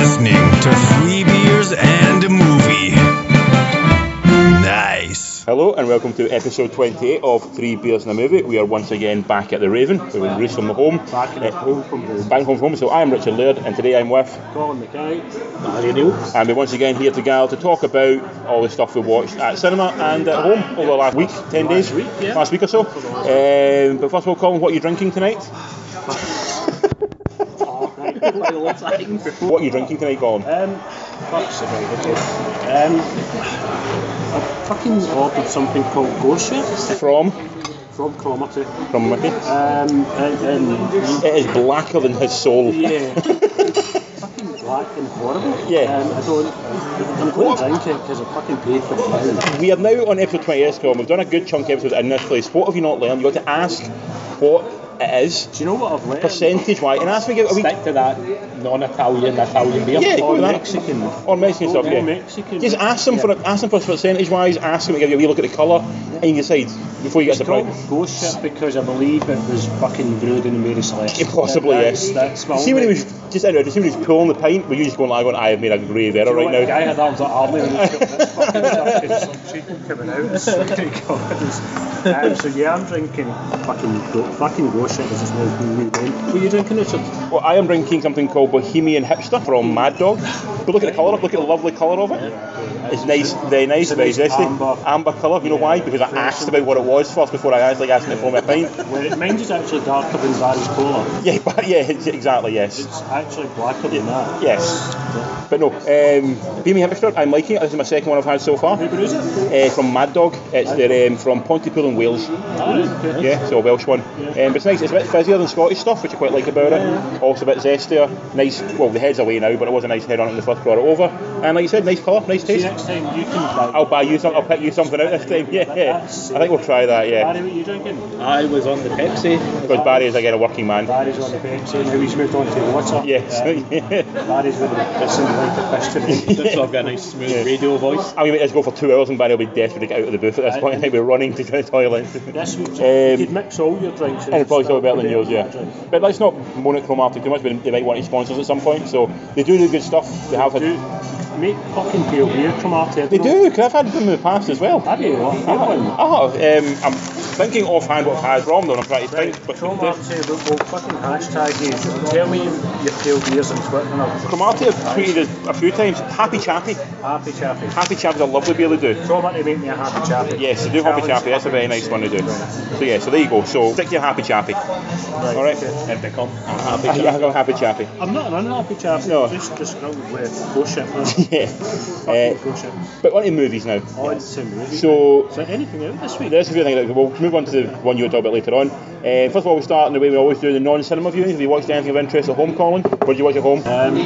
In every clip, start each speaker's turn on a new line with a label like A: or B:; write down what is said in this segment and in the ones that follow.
A: to three beers and a movie. Nice.
B: Hello and welcome to episode 28 of Three Beers in a Movie. We are once again back at the Raven. We're with Bruce from the home.
C: Back in the
B: Uh,
C: home from the
B: Back home from home. So I'm Richard Laird and today I'm with,
C: Colin McKay, Barry Neal.
B: and we're once again here together to talk about all the stuff we watched at cinema and at home over the last week, 10
C: Last
B: days,
C: week, yeah.
B: last week or so. Um, but first of all, Colin, what are you drinking tonight?
C: Oh,
B: What are you drinking tonight, Colin?
C: Um, fuck's a very good one. Um, I fucking ordered something called Gorshit
B: From?
C: from Cromarty.
B: From Mickey.
C: Um, and, and
B: It is blacker than his soul.
C: yeah, fucking black and horrible.
B: Yeah.
C: Um, I don't. I'm going to drink it because I fucking paid for it. now.
B: We are now on episode 20 of Scrum. We've done a good chunk of episodes in this place. What have you not learned? You've got to ask what it is,
C: Do you know what I've learned?
B: percentage wise, and ask me a wee.
D: Stick to that non-Italian Italian beer.
B: Yeah,
C: Or
B: go with that.
C: Mexican.
B: Or Mexican
C: Go
B: stuff, yeah.
C: Mexican.
B: Just ask them for ask them for percentage wise. Ask them to give you a wee look at the colour, and you decide before you get
C: It's
B: to the
C: called
B: price.
C: Ghost Ship because I believe it was fucking brewed in the Mary Celeste.
B: Possibly,
C: That's-
B: yes.
C: That's my
B: see when he
C: only-
B: was just I don't know, see when he was pulling the pint, were you just going like, going, "I have made a grave error
C: You
B: right
C: know what, The guy
B: now."
C: had that was like, "Oh, maybe we should- that's fucking stuff, it's some chicken coming out. It's fucking God. Um, so yeah, I'm drinking fucking go- fucking Ghost Ship is just now new name. What are you drinking, Richard?
B: Well, I am drinking something called Bohemian Hipster from Mad Dog. But look at the colour of it. Look at the lovely colour of it. It's nice, very nice,
C: It's a
B: very
C: nice
B: zesty.
C: amber.
B: amber colour, you know why? Because I asked about what it was first before I actually asked him to pour me a pint.
C: Well, it- mine is actually darker than Barry's cola.
B: Yeah, but yeah, it's- exactly, yes.
C: It's actually blacker than that.
B: Yes. But no, um, Beamy Hipster, I'm liking it. This is my second one I've had so far.
C: Who brews it?
B: Uh, from Mad Dog. It's the, um, from Pontypool in Wales. Yeah, so a Welsh one. Um, but it's nice. It's a bit fizzier than Scottish stuff, which I quite like about it. Also a bit zestier. Nice. Well, the head's away now, but it was a nice head on it when the first brought it over. And like you said, nice colour, nice
C: See,
B: taste.
C: next time you can buy.
B: I'll buy you some. I'll pick you something out this time. Yeah, yeah. I think we'll try that. Yeah.
C: Barry, what are you drinking?
D: I was on the Pepsi.
B: Because Barry is again a working man.
C: Barry's on the bench, and he's moved on to water.
B: Yes.
C: Um, Barry's with the pissing like a fish today.
D: That's why I've got a nice smooth radio voice.
B: I'm gonna make this go for two hours, and Barry will be desperate to get out of the booth at this point. I think we're running to the toilet.
C: This week,
B: Um,
C: you could mix all your drinks.
B: And it's probably still better than yours, yeah. But let's not moan at Chromatic too much, but they might want any sponsors at some point. So they do do good stuff. They have
C: Do
B: had.
C: make fucking pale beer from our table.
B: They do, because I've had them in the past as well.
C: Have you? What? Have one?
B: Oh, um, I'm thinking offhand what I've had from them. I'm trying to
C: Right,
B: think. But
C: Tom Martin said, we'll, we'll fucking hashtag you. Tell me your pale beers and Twitter and I'll
B: Chromatic have tweeted us a few times. Happy Chappy.
C: happy chappy.
B: Happy Chappy's a lovely beer they do.
C: Tom Martin make me a happy chappy.
B: Yes, they do Happy
C: Challenge
B: Chappy. That's a very nice one to do. So yeah, so there you go. So stick to your Happy Chappy.
C: Right,
B: All right.
C: okay.
D: And become
B: Happy Chappy. I'm going Happy Chappy.
C: I'm not an unhappy chappy.
B: No.
C: Just, just not with bullshit. man.
B: Yeah.
C: Fucking
B: Uh,
C: bullshit.
B: but on to movies now.
C: On to movies.
B: So
C: Is there anything out this week?
B: There's a few things. We'll move on to the one you were talking about later on. Uh, first of all, we start in the way we always do the non-cinema viewing. Have you watched anything of interest at home, Colin? What did you watch at home?
C: Um,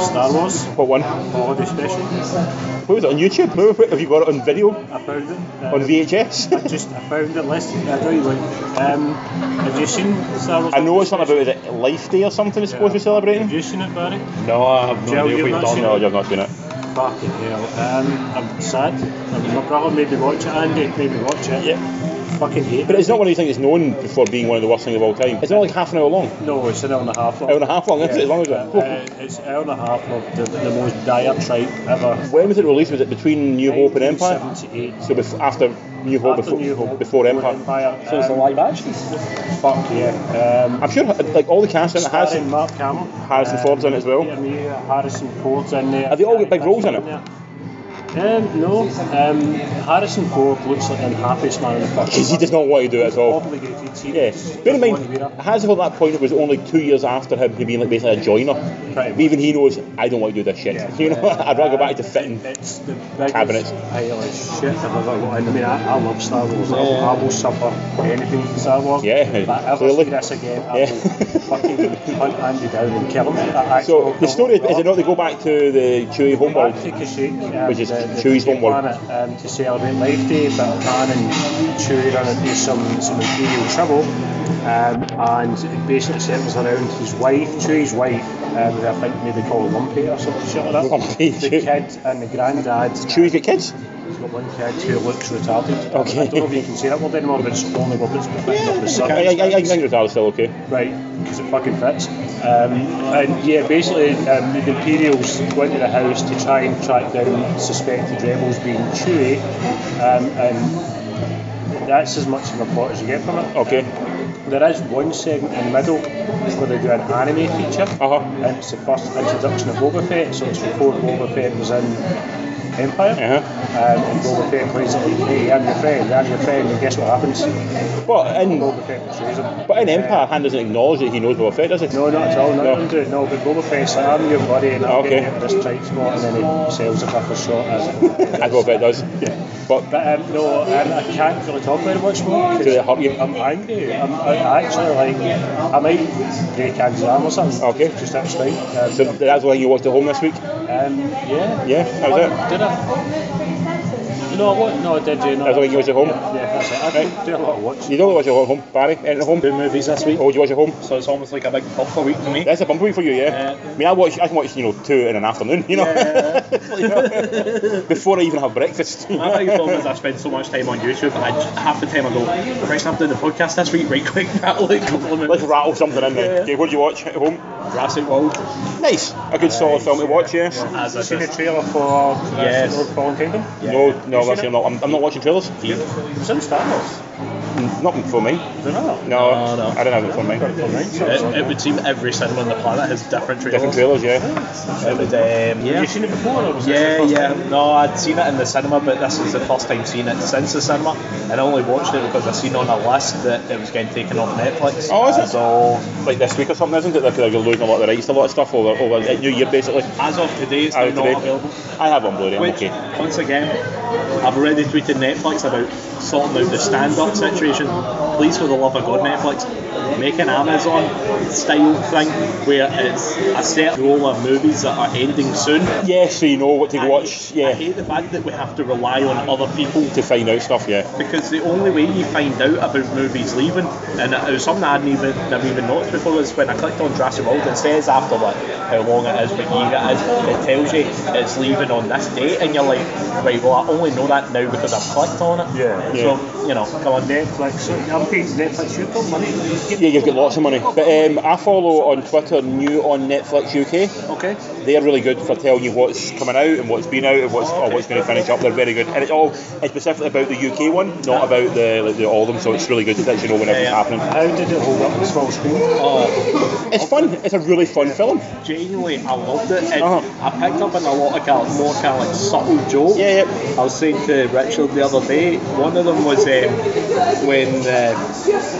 C: Star Wars
B: What one?
C: holiday special.
B: What was it on YouTube? Where- where- Have you got it on video
C: I found it.
B: on VHS?
C: I uh, just I found it less I really like um have you seen Star Wars
B: I know it's on about is it Life Day or something. It's supposed to be celebrating.
C: have you seen it Barry
D: No, I have no
C: Joe,
D: idea
C: you've
D: what
C: not
D: you've done.
C: seen
B: No, you've not seen it.
C: fucking hell um I'm sad Um, my brother made me watch it Andy made me watch it
B: Yeah,
C: fucking hate
B: but
C: it
B: it's not one of these things that's known for being one of the worst things of all time. It's not like half an hour long,
C: no it's an hour and a half long
B: hour and a half long. That's it, as long as
C: uh,
B: it.
C: uh, it's an hour and a half of the, the most diatribe ever
B: When was it released? Was it between New Hope and Empire?
C: 1978
B: So bef- after New Hope,
C: After New
B: before,
C: Hope,
B: before Empire.
D: So it's a
C: um,
D: live action.
C: fuck yeah um,
B: I'm sure like all the cast in it has.
C: starring Mark Hamill
B: Harrison Ford's in it as well.
C: Peter Mayhew, Harrison Ford's in there.
B: Have they all got big roles in it?
C: Um, no. Um, Harrison Ford looks like the happiest man in the fucking
B: Because he does not want to do it at all.
C: Obligated. He
B: Yeah.
C: was
B: Bear in
C: one
B: mind,
C: winner.
B: Hazel at that point it was only two years after him being like basically a joiner.
C: Pretty much.
B: Even he knows I don't want to do this shit.
C: Yeah.
B: You know, I'd rather go back to fitting.
C: It's the biggest
B: Cabinets.
C: pile of shit I've ever watched. I mean, I, I love Star Wars. I, I will suffer for anything for Star Wars.
B: Yeah,
C: If I ever
B: clearly.
C: see this again, I
B: Yeah.
C: will fucking hunt Andy down and kill him. I- I-
B: So
C: I'll
B: the
C: kill
B: story
C: him.
B: is it not they go back to the Chewie homeworld?
C: Back to Kashyyyk, um,
B: Which is
C: the- the
B: Chewie's
C: Kashyyyk
B: homeworld.
C: planet, um, to celebrate Life Day, but Han and Chewie run into some, some imperial trouble, um, and it basically circles around his wife, Chewie's wife, um, who I think maybe call Lumpy or something shit like that.
B: Lumpy,
C: the
B: Chewie.
C: kid and the granddad.
B: Chewie's got kids?
C: He's got one kid who looks retarded.
B: Okay.
C: I don't know if you can say that word anymore, but it's only word that's been picked up as such.
B: I, I, I, I think Retard's still okay.
C: Right, because it fucking fits. Um, and yeah, basically, um, the Imperials went to the house to try and track down suspected rebels being Chewy, um, and that's as much of a plot as you get from it.
B: Okay.
C: There is one segment in the middle where they do an anime feature,
B: Uh-huh.
C: and it's the first introduction of Boba Fett, so it's before Boba Fett was in Empire.
B: Uh-huh.
C: Um, and Boba Fett plays it like, hey, I'm your friend, I'm your friend, and guess what happens?
B: But in,
C: Boba Fett betrays him.
B: but in Empire, Han doesn't acknowledge that he knows Boba Fett, does he?
C: No, not at all. Not
B: No.
C: no. into it. No, but Boba Fett's like, I'm your buddy, and I'm
B: Okay.
C: okay. getting this tight spot, and then he sells it off a shot as it.
B: As Boba Fett does. But
C: But um, no, um, I can't really talk very much more. 'cause
B: Do they hurt you?
C: I'm angry. I'm, I actually like I might break Andy's arm or something.
B: Okay.
C: Just that's fine. Um,
B: so that's why you watched at home this week?
C: um, yeah.
B: Yeah, that was it.
C: Did I? No, what? No, I did you? No,
B: That's why you watched at home?
C: Yeah, that's it. I
B: Right.
C: do a lot of watching.
B: You don't watch it at home, Barry? Anything at home?
D: Two movies this week,
B: Oh, do you watch at home?
D: so it's almost like a big buffer week for me.
B: That's a bumper week for you, yeah.
D: Yeah.
B: I mean, I watch, I can watch, you know, two in an afternoon, you know,
D: Yeah.
B: You know? before I even have breakfast.
D: My big problem is I spend so much time on YouTube. I j- half the time I go, right, I'm doing the podcast this week, right? Quick, that'll like a couple of
B: Let's
D: minutes.
B: rattle something in there.
D: Yeah.
B: Okay, what do you watch at home?
D: Jurassic World.
B: Nice, a good solid film to watch. Yes.
D: As I
C: Seen the
D: just,
C: trailer for Jurassic
D: Yes.
C: World Fallen Kingdom?
D: yeah.
B: No, no,
C: You
B: that's
C: seen
B: not. I'm, I'm not watching trailers.
C: It was in Star Wars.
B: N- Nothing for me.
C: Is it not?
B: No,
D: No, no.
B: I don't have it for me.
D: It, it would seem every cinema on the planet has different trailers.
B: Different trailers, yeah.
D: It would, um,
C: Have
D: yeah.
C: you seen it before? Or was it
D: Yeah,
C: the first
D: yeah.
C: time?
D: No, I'd seen it in the cinema, but this is the first time seeing it since the cinema. And I only watched it because I seen on a list that it was getting taken off Netflix.
B: Oh, is it?
D: as Of,
B: Like this week or something, isn't it? They're, they're losing a lot of the rights, to a lot of stuff over over at New Year, basically.
D: as of today, it's
B: Out
D: now
B: today.
D: not available.
B: I have on Blu-ray. I'm
D: Which,
B: okay.
D: once again, I've already tweeted Netflix about sorting out the stand-up situation. Please, for the love of God, Netflix, make an Amazon-style thing where it's a set roll of movies that are ending soon.
B: Yeah, so you know what to
D: I-
B: watch.
D: I
B: Yeah,
D: hate the fact that we have to rely on other people
B: to find out stuff. Yeah.
D: because the only way you find out about movies leaving, and it was something I hadn't even never even noticed before, was when I clicked on Jurassic World. It says after like how long it is, what year it is. It tells you it's leaving on this date, and you're like, right, well I only know that now because I've clicked on it.
C: Yeah.
D: So you know, come on, Dave.
C: Netflix. I'm paying Netflix. You've got money.
B: Yeah, you've got lots of money. But um, I follow on Twitter New on Netflix UK.
C: Okay.
B: They're really good for telling you what's coming out and what's been out and what's or what's going to finish up. They're very good, and it's all it's specifically about the UK one, not about the like, the all of them. So it's really good to let you know when everything's
D: Yeah.
B: happening.
C: How did it hold up on small screen?
D: Oh,
B: It's fun. It's a really fun film.
D: genuinely, I loved it. And
B: Uh-huh.
D: I picked up on a lot of kind of, more kind of like subtle jokes.
B: Yeah, yeah.
D: I was saying to Richard the other day, one of them was um, when uh,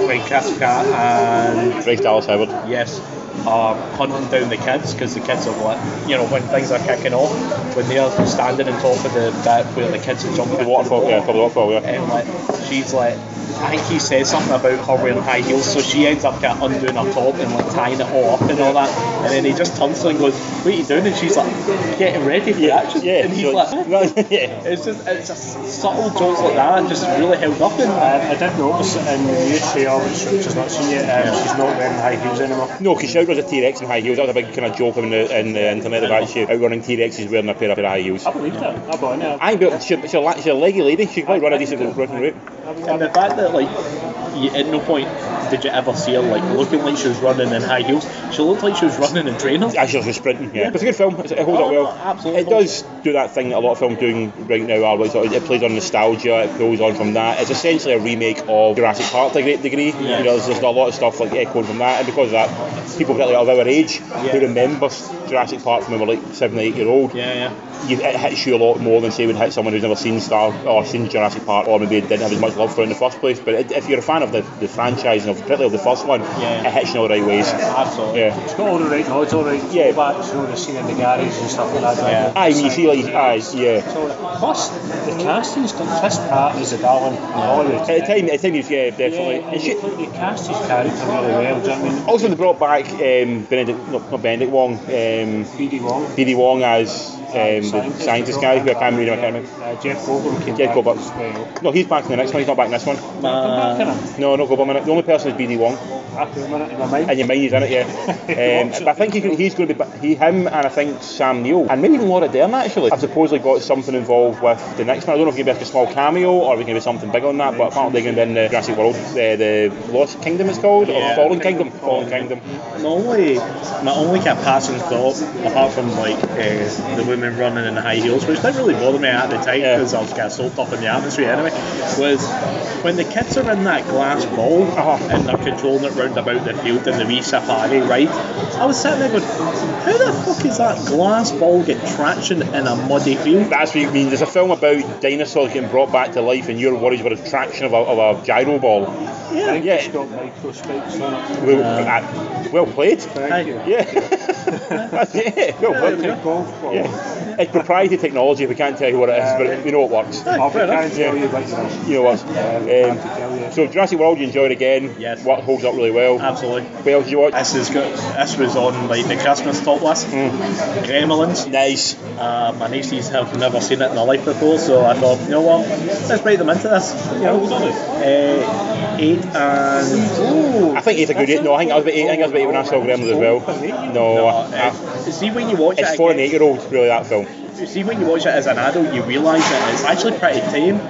D: when Chris Pratt and
B: Bryce Dallas Howard.
D: yes, are hunting down the kids because the kids are what you know when things are kicking off when they are standing on top of the bit where the kids are jumping
B: The
D: into
B: waterfall. Yeah, for the waterfall. Yeah.
D: and like she's like I think he says something about her wearing high heels, so she ends up kind of undoing her top and like tying it all up and all that. And then he just turns to her and goes, "What are you doing?" And she's like, "Getting ready for action."
B: Yeah.
D: and he's
B: so-
D: like,
B: yeah.
D: "It's just it's just subtle jokes like that, and just really held up in
B: Uh,
D: that."
C: Um, I did notice in the new trailer, which she's not seen yet,
B: uh,
C: um, she's not wearing high heels anymore.
B: No, because Shout was a T Rex in high heels. That was a big kind of joke in the, in the internet about she outrunning T Rexes wearing a pair of high heels.
C: I believe that. I bought it.
B: I bet she's a, she's a leggy lady. She could probably run a decent running route.
D: And the fact that like you, at no point did you ever see her like looking like she was running in high heels. She looked like she was running in trainers.
B: Actually, just sprinting. Yeah, But it's a good film. It's- It holds
D: Oh,
B: up well.
D: no, absolutely.
B: It does do that thing that a lot of films doing right now are. Like, sort of, it plays on nostalgia. It pulls on from that. It's essentially a remake of Jurassic Park to a great degree. You know, there's, there's a lot of stuff like echoed from that, and because of that, people particularly of our age
D: Yeah.
B: who remember Jurassic Park from when we were like seven, eight year old,
D: Yeah, yeah.
B: you, it hits you a lot more than say would hit someone who's never seen Star or seen Jurassic Park or maybe didn't have as much love for it in the first place. But it, if you're a fan of the, the franchise and of, particularly of the first one,
D: Yeah.
B: it hits you in all the right ways.
D: Absolutely.
B: Yeah.
C: It's got all the right nods, all right
B: Yeah.
C: callbacks, you know, the scene in the garage and stuff like that.
D: Yeah.
B: Aye, you see like aye, yeah.
C: So, plus, the casting's done. Chris Pratt is a darling in Hollywood.
B: At the time, at the time, he was, yeah, definitely.
C: Yeah,
B: And
C: and
B: she,
C: she, they cast his character really well, do you know what I mean?
B: also, they brought back um, Benedict, not, not Benedict Wong, um,
C: B.D. Wong.
B: B.D. Wong as um, the scientist guy. Who I can't remember, I can't remember.
C: Uh, Jeff Goldblum came
B: Jeff
C: back
B: Goldblum.
C: as well.
B: No, he's back in the next one. He's not back in this one.
C: Come back,
D: Uh,
C: innit?
B: No, not Goldberg. The only person is B.D. Wong.
C: happy with it in my mind.
B: and your mind is in it, yeah. um, but I think he can, he's going to be ba- he, him, and I think Sam Neill, and maybe even Laura Dern actually. I've supposedly got something involved with the next one. I don't know if it's going to be like a small cameo or if it's going to be something big on that, but apparently they're going to be in the Jurassic World, uh, the Lost Kingdom it's called, or
D: Yeah.
B: Fallen Kingdom, Fallen Kingdom.
D: My only, my only kind of passing thought, apart from like uh, the women running in the high heels, which didn't really bother me at the time
B: Yeah.
D: because I was kind of soaked up in the atmosphere anyway, was when the kids are in that glass ball
B: Uh-huh.
D: and they're controlling it round about the field in the wee safari ride. I was sitting there going, how the fuck is that glass ball get traction in a muddy field?
B: That's what you mean. There's a film about dinosaurs getting brought back to life, and you're worried about the traction of a, of a gyro ball.
C: I think
B: Uh, yeah.
C: it's got micro spikes on it.
B: Well, uh, well played.
C: Thank
D: Aye.
C: you.
B: Yeah. That's it. Well
C: Well, it's
B: played.
C: a golf ball.
B: Yeah. It's proprietary technology. We can't tell you what it is, but we know it works.
D: Aye,
C: I'll
D: fair enough.
C: can't tell
B: Yeah.
C: you about this.
B: You know what?
C: Um,
B: Um, so Jurassic World, you enjoyed again.
D: Yes. Um,
B: What holds up really well.
D: Absolutely.
B: What else did you watch?
D: This is good. This was on like the Christmas top list.
C: Mm.
D: Gremlins.
B: Nice.
D: Uh, my nieces have never seen it in their life before, so I thought, you know what, let's bring them into this. You know, uh, eight and
B: I think it's a good eight. No, I think I was about eight. I think I was about eight when I saw Gremlins as well. No, I- I-
D: uh, see when you watch
B: it's
D: it,
B: for an
D: again-
B: eight-year-old really that film.
D: See when you watch it as an adult, you realise that it's actually pretty tame.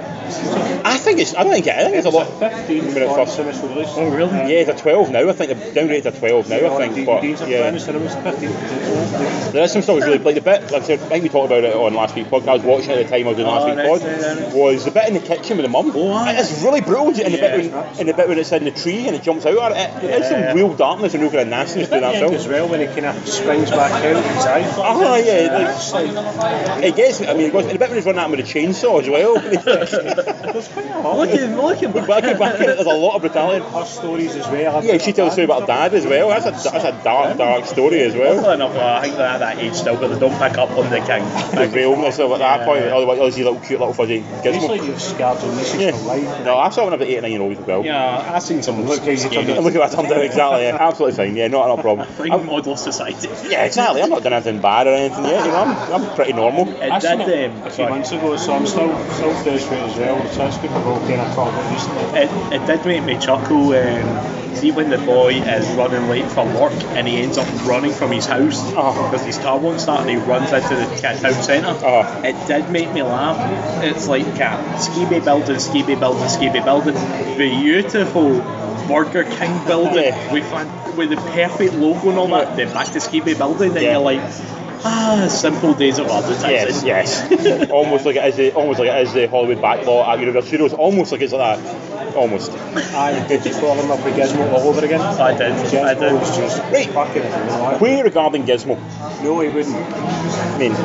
B: I think it's. I don't think it. I think it's a lot.
C: Fifteen
B: Minute
C: on
B: first.
C: cinemas release.
D: Oh, really?
C: Um,
B: Yeah, they're 12 now. I think they're downgraded to 12 now. I think, but
C: DVDs are
B: yeah.
C: playing in cinemas, 15.
B: There is some stuff that's really like the bit. Like I said, I think we talked about it on last week's podcast. I was watching it at the time I was doing last
D: Oh,
B: week's
D: right,
B: pod.
D: right, right.
B: Was the bit in the kitchen with the mum?
D: Oh, aye.
B: And it's really brutal. And the
D: Yeah.
B: bit when, and the bit when it's in the tree and it jumps out. at It, There's some
D: Yeah.
B: real darkness and real kind of nastiness to that
C: Yeah,
B: film.
C: as well when he kind of springs back out of his eye.
B: Ah, yeah, like-
C: it's like,
B: It gets. I mean, it goes, and the bit when he's running at him with a chainsaw as well.
C: there's quite a lot
D: Look
C: of
D: at him, look at him.
B: back and back, there's a lot of brutality.
C: her stories as well.
B: Yeah, she tells a story about her dad as well. That's a that's a dark, dark story as well.
D: Luckily enough, I think they're at that age still, but they don't pick up on the king.
B: The realness of it at that point. Otherwise, all these little cute little fuzzy
C: Usually
B: gizmo.
C: you're scarred on this
B: Yeah.
C: is for life.
B: No, I saw one about eight and nine year olds as well.
D: Yeah, I've seen some
C: Look, he's
D: scary
C: turned
B: And look at that turned out exactly. Yeah, absolutely fine. Yeah, not not a problem.
D: thing
B: I'm-
D: model society.
B: yeah, exactly. I'm not doing anything bad or anything yet. You know, I'm, I'm pretty normal.
D: It
C: I seen
D: did,
C: it
D: um,
C: a few
D: sorry.
C: months ago, so I'm still still fresh with it as well. So it's good we're all kind of talking about recently.
D: It, it did make me chuckle. Um, see when the boy is running late for work and he ends up running from his house
B: Oh.
D: because his car won't start and he runs into the ca- town centre.
B: Oh.
D: It did make me laugh. It's like cat skeeby building, skeeby building, skeeby building. Beautiful Burger King building
B: Yeah.
D: with fan- with the perfect logo and all that. Then back to skeeby building, then
B: Yeah.
D: you're like, ah, simple days of
B: Yes,
D: advertising.
B: yes. Oh. almost like it is the almost like it is the Hollywood backlot at Universal Studios. Almost like it's like that. Almost.
C: Aye, did you follow him up with Gizmo all over again?
D: I did. I
C: Gizmo
D: did.
C: was just
B: Wait.
C: fucking annoying.
B: Query regarding Gizmo.
C: No, he wouldn't.
B: I mean,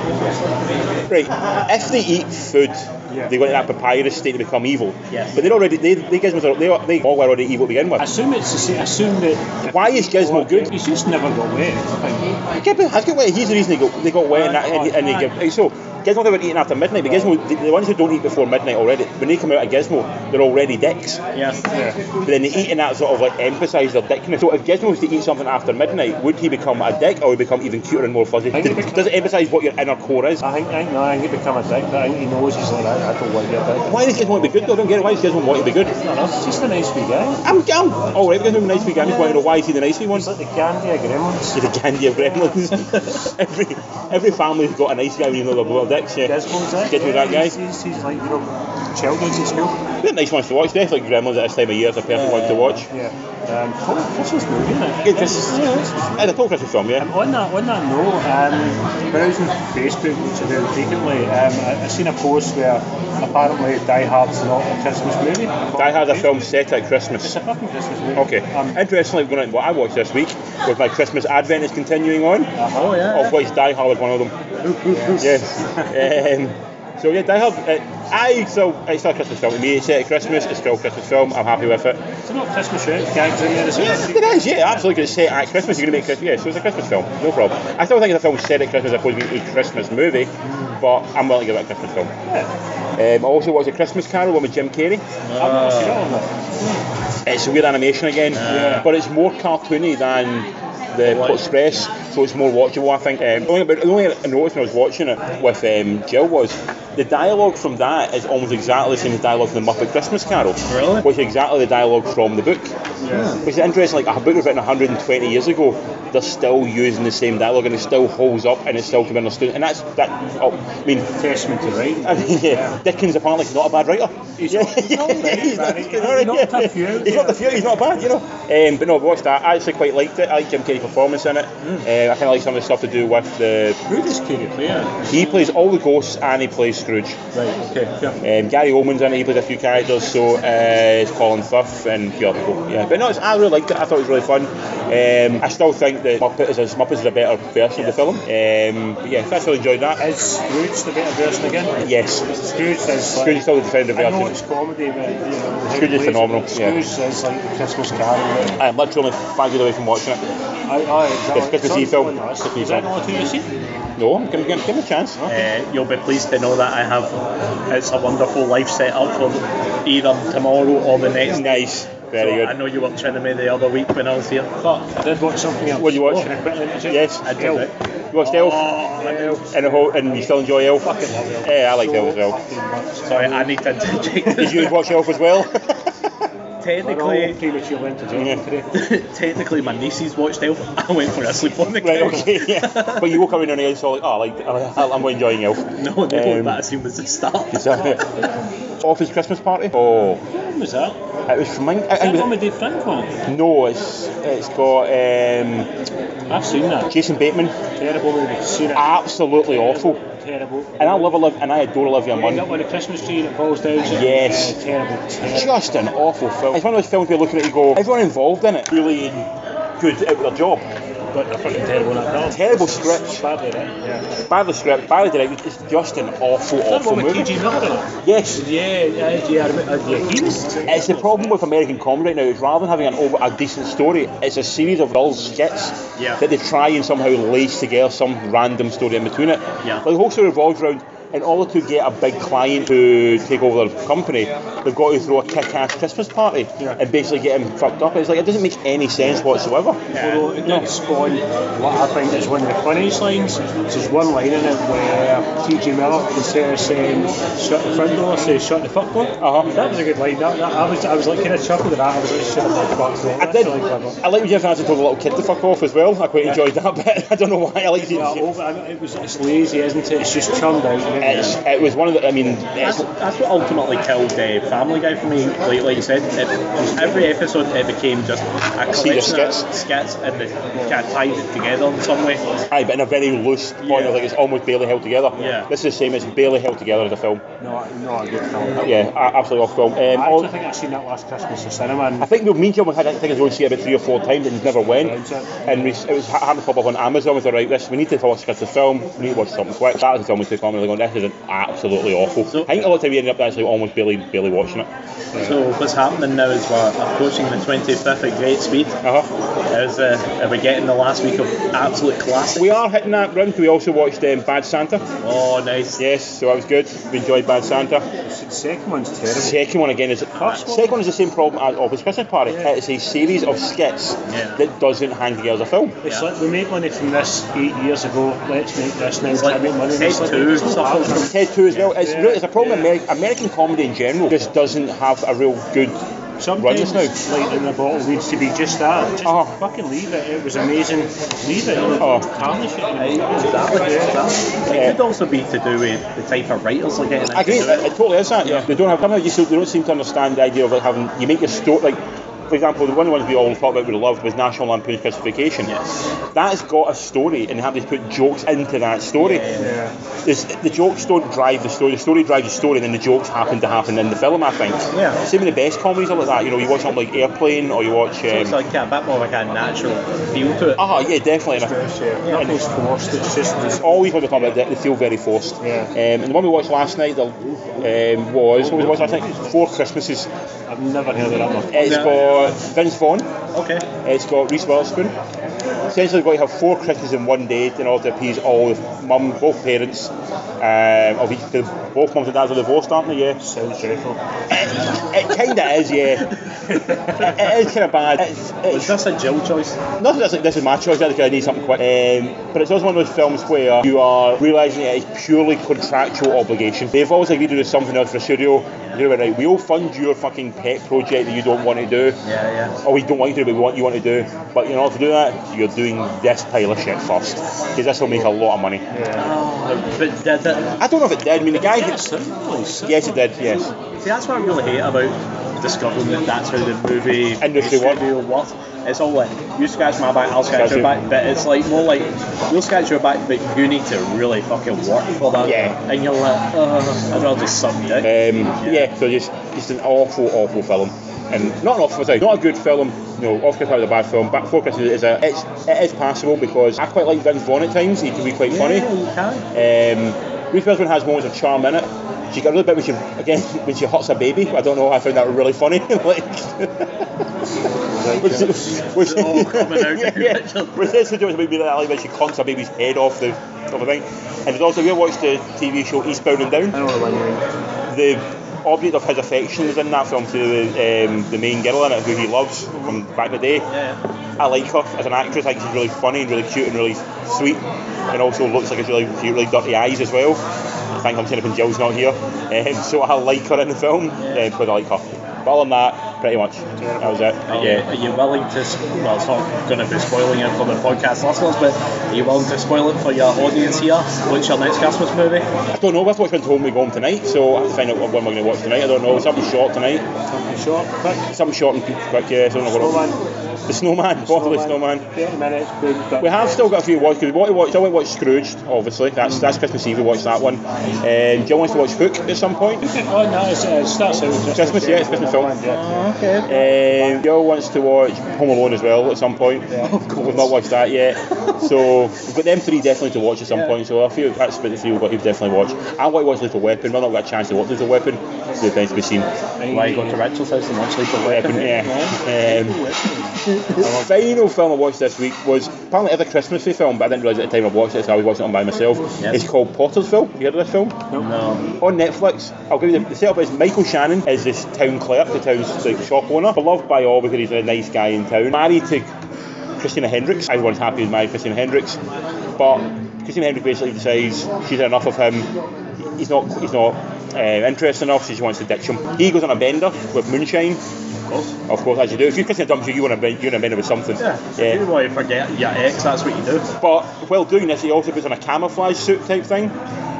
B: right? If they eat food,
C: Yeah.
B: they go into that papyrus state to become evil.
D: Yes.
B: But they're already they, they Gizmos are they, are- they all were already evil to begin
C: I
B: with.
C: assume it's the same. I assume that.
B: Why is Gizmo good?
C: He's just never got wet. I think.
B: Yeah, but I think he's the reason they got they got wet and, that, and, and they give so Gizmo they were eating after midnight, but Gizmo the, the ones who don't eat before midnight already when they come out of Gizmo they're already dicks.
D: Yes.
B: But then they eat and that sort of like emphasise their dickness. So if Gizmo was to eat something after midnight, would he become a dick or would he become even cuter and more fuzzy?
C: I think he
B: Does, does it emphasise what your inner core is?
C: I think, I think, no, I think he become a dick, but I think he knows he's like, I, I don't want to be a dick.
B: Why does Gizmo want to be good though? I don't get it. Why does Gizmo want to be good?
C: No, no, he's just a nice wee guy.
B: I'm, I'm alright with Gizmo being nice wee guy. I'm just wanting to know why is he the nice wee one?
C: He's like the candy of gremlins.
B: He's the candy of gremlins. every every family's got a nice guy even though they're both dicks. Yeah.
C: Gizmo's it.
B: Gizmo's that guy.
C: He's, he's, he's like, you know, children's in school.
B: They're nice ones to watch. Definitely like Gremlins at this time of year is a perfect one to watch.
C: Yeah. Um, oh, Christmas movie, isn't it?
B: It's just, it's a full Christmas film, yeah.
C: Um, on that, on that note, um, when I was on Facebook today frequently, um, I, I seen a post where apparently Die Hard's not a Christmas movie.
B: Die Hard a film set at Christmas.
C: It's a fucking Christmas movie.
B: Okay.
C: Um,
B: Interestingly, going on what I watched this week with my Christmas advent is continuing on,
D: Oh
B: of which Die Hard was one of them. Yes. um, so yeah, Die Hard. Uh, I so it's still a Christmas film to me. It's set at Christmas. It's still a Christmas film. I'm happy with it.
C: it's not Christmas, right? Gags in there as
B: Yeah,
C: well.
B: it is. Yeah, absolutely. It's set at Christmas. You're gonna make Christmas. Yeah, so it's a Christmas film. No problem. I still think it's a film set at Christmas. I suppose it's a Christmas movie, but I'm willing to give it a Christmas film. Um, I also watched a Christmas Carol one with Jim Carrey. It's a weird animation again, but it's more cartoony than the
D: Right.
B: Express. so it's more watchable, I think. Um, the, only, the only thing I noticed when I was watching it with um, Jill was the dialogue from that is almost exactly the same as dialogue from the Muppet Christmas Carol,
D: Really?
B: which is exactly the dialogue from the book. Which is interesting, like a book was written 120 years ago, they're still using the same dialogue and it still holds up and it still can be understood. And that's that. Oh, I mean,
C: Testament to writing.
B: I mean, yeah, Dickens apparently is not a bad writer.
C: He's
B: Yeah,
C: not-
B: yeah,
C: not bad,
B: he's not-
C: man.
B: he's not-
C: He knocked a few,
B: He's not the few. He's not bad, you know. Um, but no, I've watched that. I actually quite liked it. I like Jim Carrey's performance in it. Uh, I kind of like some of the stuff to do with the.
C: Who does Katie play? Right,
B: He plays all the ghosts and he plays Scrooge.
C: okay, sure.
B: Um, Gary Oldman's in it. He plays a few characters. So uh, it's Colin Firth and a few other people. Yeah, but no, it's, I really liked it. I thought it was really fun. Um, I still think that Muppet is, Muppet is a better version of the film. Um, but yeah, I really enjoyed that.
C: Is Scrooge the better version again?
B: Yes,
C: Scrooge is
B: Scrooge is
C: like,
B: still the defender
C: I know
B: version.
C: it's comedy, but you know,
B: Scrooge
C: how he
B: is
C: plays it,
B: phenomenal,
C: but
B: yeah.
C: Scrooge is like the Christmas Carol.
B: I'm literally five years away from watching it.
C: I, I, exactly.
B: It's Christmas Eve film. Christmas
C: Is that
B: Eve
C: the only two you've seen?
B: No, give, give, give me a chance.
D: Uh, you'll be pleased to know that I have it's a wonderful life set up for either tomorrow or the next day.
B: Nice, very
D: So I
B: good.
D: know you were trying to me the other week when I was here.
C: But I did watch something else.
B: What you watch?
C: Oh, can I quickly mention it?
B: Yes,
D: I did
C: Elf.
D: it.
B: You watched Elf,
D: Oh, I know.
B: and the whole, and you still enjoy Elf.
C: Fucking love Elf.
B: Yeah, I liked
C: So
B: Elf as well.
C: fucking much.
D: Sorry, I need to interject.
B: Did you watch Elf as well?
C: We're all
D: Technically,
C: premature interjecting
B: Yeah.
C: today.
D: technically, my nieces watched Elf. I went for a sleep on the
B: right,
D: couch.
B: okay, yeah. But you woke up in the night, so like, oh, like, I- I'm enjoying Elf.
D: No, no,
B: Um,
D: that I assume was the start.
B: Is that- Office Christmas party? Oh,
C: When was that? Is
B: it was from mine. I,
C: that one
B: I,
C: with Dave Frank on it?
B: no, it's it's got um,
C: I've seen that.
B: Jason Bateman.
C: Terrible movie. Seen it.
B: Absolutely awful.
C: Terrible.
B: And I love Olivia, and I adore Olivia
C: You end
B: Munn.
C: up on a Christmas tree and it falls down. so-
B: Yes.
C: Yeah, terrible. terrible.
B: just an awful film. It's one of those films where you look at it and you go, everyone involved in it really good at their job.
C: But they're fucking terrible in that film.
B: Terrible script,
C: Badly written. Yeah.
B: badly script, badly directed. It's just an awful,
C: That
B: awful
C: one with
B: movie.
C: T.G. Miller in it.
B: Yes.
C: Yeah, yeah, yeah, I remember- uh, yeah. He was.
B: It's the problem with American comedy right now is rather than having an over a decent story, it's a series of dull skits
D: Yeah.
B: that they try and somehow lace together some random story in between it.
D: Yeah.
B: Like the whole story revolves around in order to get a big client to take over their company, they've got to throw a kick-ass Christmas party
C: Yeah.
B: and basically get them fucked up. It's like it doesn't make any sense whatsoever.
C: Although it did spawn what I think is one of the funniest lines. There's one line in it where TJ Miller, instead of saying shut the front door, says shut the fuck door.
B: Uh-huh.
C: That was a good line. That, that, I was I was like kind of chuckled at that. I was like shut the fuck door.
B: I
C: That's
B: did.
C: really clever.
B: I like when Jeff Hansen told the little kid to fuck off as well. I quite enjoyed that bit. I don't know why I liked
C: Yeah,
B: it.
C: over, I mean, it was it's lazy, isn't it? It's just churned out. isn't it?
B: It's, it was one of the. I mean,
D: That's,
B: it's,
D: that's what ultimately killed uh, Family Guy for me. Like, like you said, it, every episode it became just a
B: See the
D: collection of skits and they kind of tied it together in some way.
B: aye, but in a very loose point
D: Yeah.
B: of like it's almost barely held together.
D: Yeah.
B: This is the same. It's barely held together as a film.
C: not, not a good film.
B: Yeah, a- absolutely off film. Um,
C: I
B: all-
C: actually think I seen that last Christmas in cinema. And
B: I think we've mean John had I think I was going to see it about three or four times and never went.
C: Right, so-
B: And we, it was happened to pop up on Amazon. We thought, right, this we need to watch this film. We need to watch something quick. That was the film we took on. And we were going, this is an absolutely awful.
D: So-
B: I think a lot of time we ended up actually almost barely, barely watching it.
D: So what's happening now is we're approaching the 25th at great speed.
B: Uh huh.
D: As uh, are we getting the last week of absolute classic?
B: We are hitting that round. We also watched um, Bad Santa.
D: Oh, nice.
B: Yes, so that was good. We enjoyed Bad Santa.
C: the second one's
B: The
C: terrible.
B: second one again is second one is the same problem as Office Christmas Party.
C: Yeah.
B: It's a series of skits
D: Yeah.
B: that doesn't hang together as a film.
C: It's
D: Yeah.
C: like we made money from this eight years ago. Let's make this now.
D: It's like
C: Can't make money.
D: Ted
C: It's like-
D: 2 suffers from
B: Ted Two as well. It's
C: Yeah.
B: really, it's a problem.
C: Yeah.
B: Ameri- American comedy in general just doesn't have a real good run
C: Sometimes
B: just now.
C: light in a bottle needs to be just that. Just
B: Oh.
C: fucking leave it. It was amazing. Leave it.
B: Oh.
C: Tarnish it.
D: Hey,
C: you know.
D: that would- that-
B: Yeah.
D: It could also be to do with the type of writers are getting
B: I agree.
D: into
B: It,
D: it.
B: it totally is that. Yeah. They don't have. Somehow you still, they don't seem to understand the idea of like having. You make your story like. For example, the one of the ones we all thought about we loved was National Lampoon's Justification.
C: uh,
D: Yes.
B: That's got a story, and they have to put jokes into that story.
C: Yeah.
B: It's- the jokes don't drive the story. The story drives the story, and then the jokes happen to happen in the film. I think.
D: Yeah.
B: Same with the best comedies are like that. You know, you watch something like Airplane, or you watch.
D: So it's
B: Um,
D: like a bit more like a natural feel to it.
B: Ah, yeah, definitely. And I-
C: Yeah. Nothing's forced. It's Oh, just. It's
B: all these ones we're talking about, they- they feel very forced.
C: Yeah.
B: Um, and the one we watched last night the, um, was, what we watched last night? Four Christmases.
C: I've never heard of that one.
B: It's
D: No.
B: got Vince Vaughn,
D: Okay.
B: it's got Reese Witherspoon, essentially you've got to have four Christmases in one day in order to appease all the mum, both parents um, of each. 'cause Both mums and dads are divorced, aren't they? Yeah.
C: Sounds dreadful.
B: It, it kind of is, yeah. It, it is kind of bad. It's,
D: Was
B: it's,
D: this a Jill choice?
B: nothing that's like this is my choice. I just kinda need something quick. Um, but it's also one of those films where you are realizing it is purely contractual obligation. They've always agreed to do something else for studio. They were right. We'll fund your fucking pet project that you don't want to do.
D: Yeah, yeah.
B: Oh, we don't want you to do, but we want you want to do. But in order to do that, you're doing this pile of shit first, because this will make a lot of money.
D: Oh, but did it?
B: I don't know if it did. I mean, the guy.
D: Yeah,
B: That,
D: certainly, certainly.
B: yes, it did. Yes.
D: See, that's what I really hate about discovering that that's how the movie
B: Industry works.
D: studio works. It's all like you scratch my back, I'll
B: Scratch
D: scratch your
B: it.
D: back, but it's like more like you'll scratch your back, but you need to really fucking work for that.
B: Yeah.
D: And you're like, oh, I'd rather just suck dick.
B: Um, yeah. So just just an awful, awful film, and not an awful, sorry, not a good film. No, Oscar Powell is a bad film. Back Four Christmas is a it's it is passable because I quite like Vince Vaughn at times. He can be quite funny.
D: Yeah, you can.
B: Um, Reese Witherspoon has moments of charm in it. She got a little bit when she again when she huts her baby. I don't know. I found that really funny. like, which, which,
D: It's all coming out.
B: yeah, yeah. Which is the joke maybe that like when she conks her baby's head off the of a thing. And there's also we watched the TV show Eastbound and Down.
C: I don't know what you
B: The object of his affection is in that film to the, um, the main girl in it who he loves from back in the day.
D: Yeah.
B: I like her as an actress. I think she's really funny and really cute and really sweet, and also looks like she's really she really dirty eyes as well. I think I'm turning up and Jill's not here, um, so I like her in the film um, because I like her. But other than that, pretty much that was it.
D: Are, you,
B: yeah.
D: Um, are you willing to? s- Well, it's not going to be spoiling it for the podcast listeners, but are you willing to spoil it for your audience here? What's your next Christmas movie?
B: I don't know. That's what's been told me home tonight, so I have to find out when we're going to watch tonight. I don't know. Something short tonight.
C: mean. Short, quick.
B: Something short and quick. Yeah. So I don't know what. it-
C: Snowman.
B: The snowman. Possibly snowman.
C: 30 minutes. Boom, done.
B: We have still got a few watch because we want to watch. Jill went to watch Scrooged, obviously. That's that's Christmas Eve. We watched that one. Um, Jill wants to watch Hook at some point.
C: Oh no, it's, uh, it starts out with Christmas.
B: Christmas, yeah, it's Christmas film.
C: Yeah.
D: Oh, Okay.
B: Um, Girl wants to watch Home Alone as well at some point.
D: Of course.
B: We've not watched that yet. so we've got them three definitely to watch at some
D: Yeah.
B: point. So I feel that's about the three we've got to definitely watch. I want to watch Little Weapon. We've not got a chance to watch Little Weapon. So it remains to be seen.
D: Why you go to Rachel's house and watch Lethal Weapon?
B: Weapon, yeah. Um, the final film I watched this week was apparently it's a Christmassy film, but I didn't realise at the time I watched it, so I was watching it by myself.
D: Yep.
B: It's called Pottersville. You heard of this film?
D: No.
B: on Netflix. I'll give you the, the setup is Michael Shannon is this town clerk, the town's like, shop owner, beloved by all because he's a nice guy in town. Married to Christina Hendricks. Everyone's happy he's married to Christina Hendricks, but Christina Hendricks basically decides she's had enough of him. He's not he's not uh, interested enough. so She wants to ditch him. He goes on a bender with moonshine.
D: Of course.
B: Of course, as you do. If you're Christina Dumpster, you want to bend, you're on a bender with something.
D: Yeah. If you want to forget your ex, that's what you do.
B: But while doing this, he also puts on a camouflage suit type thing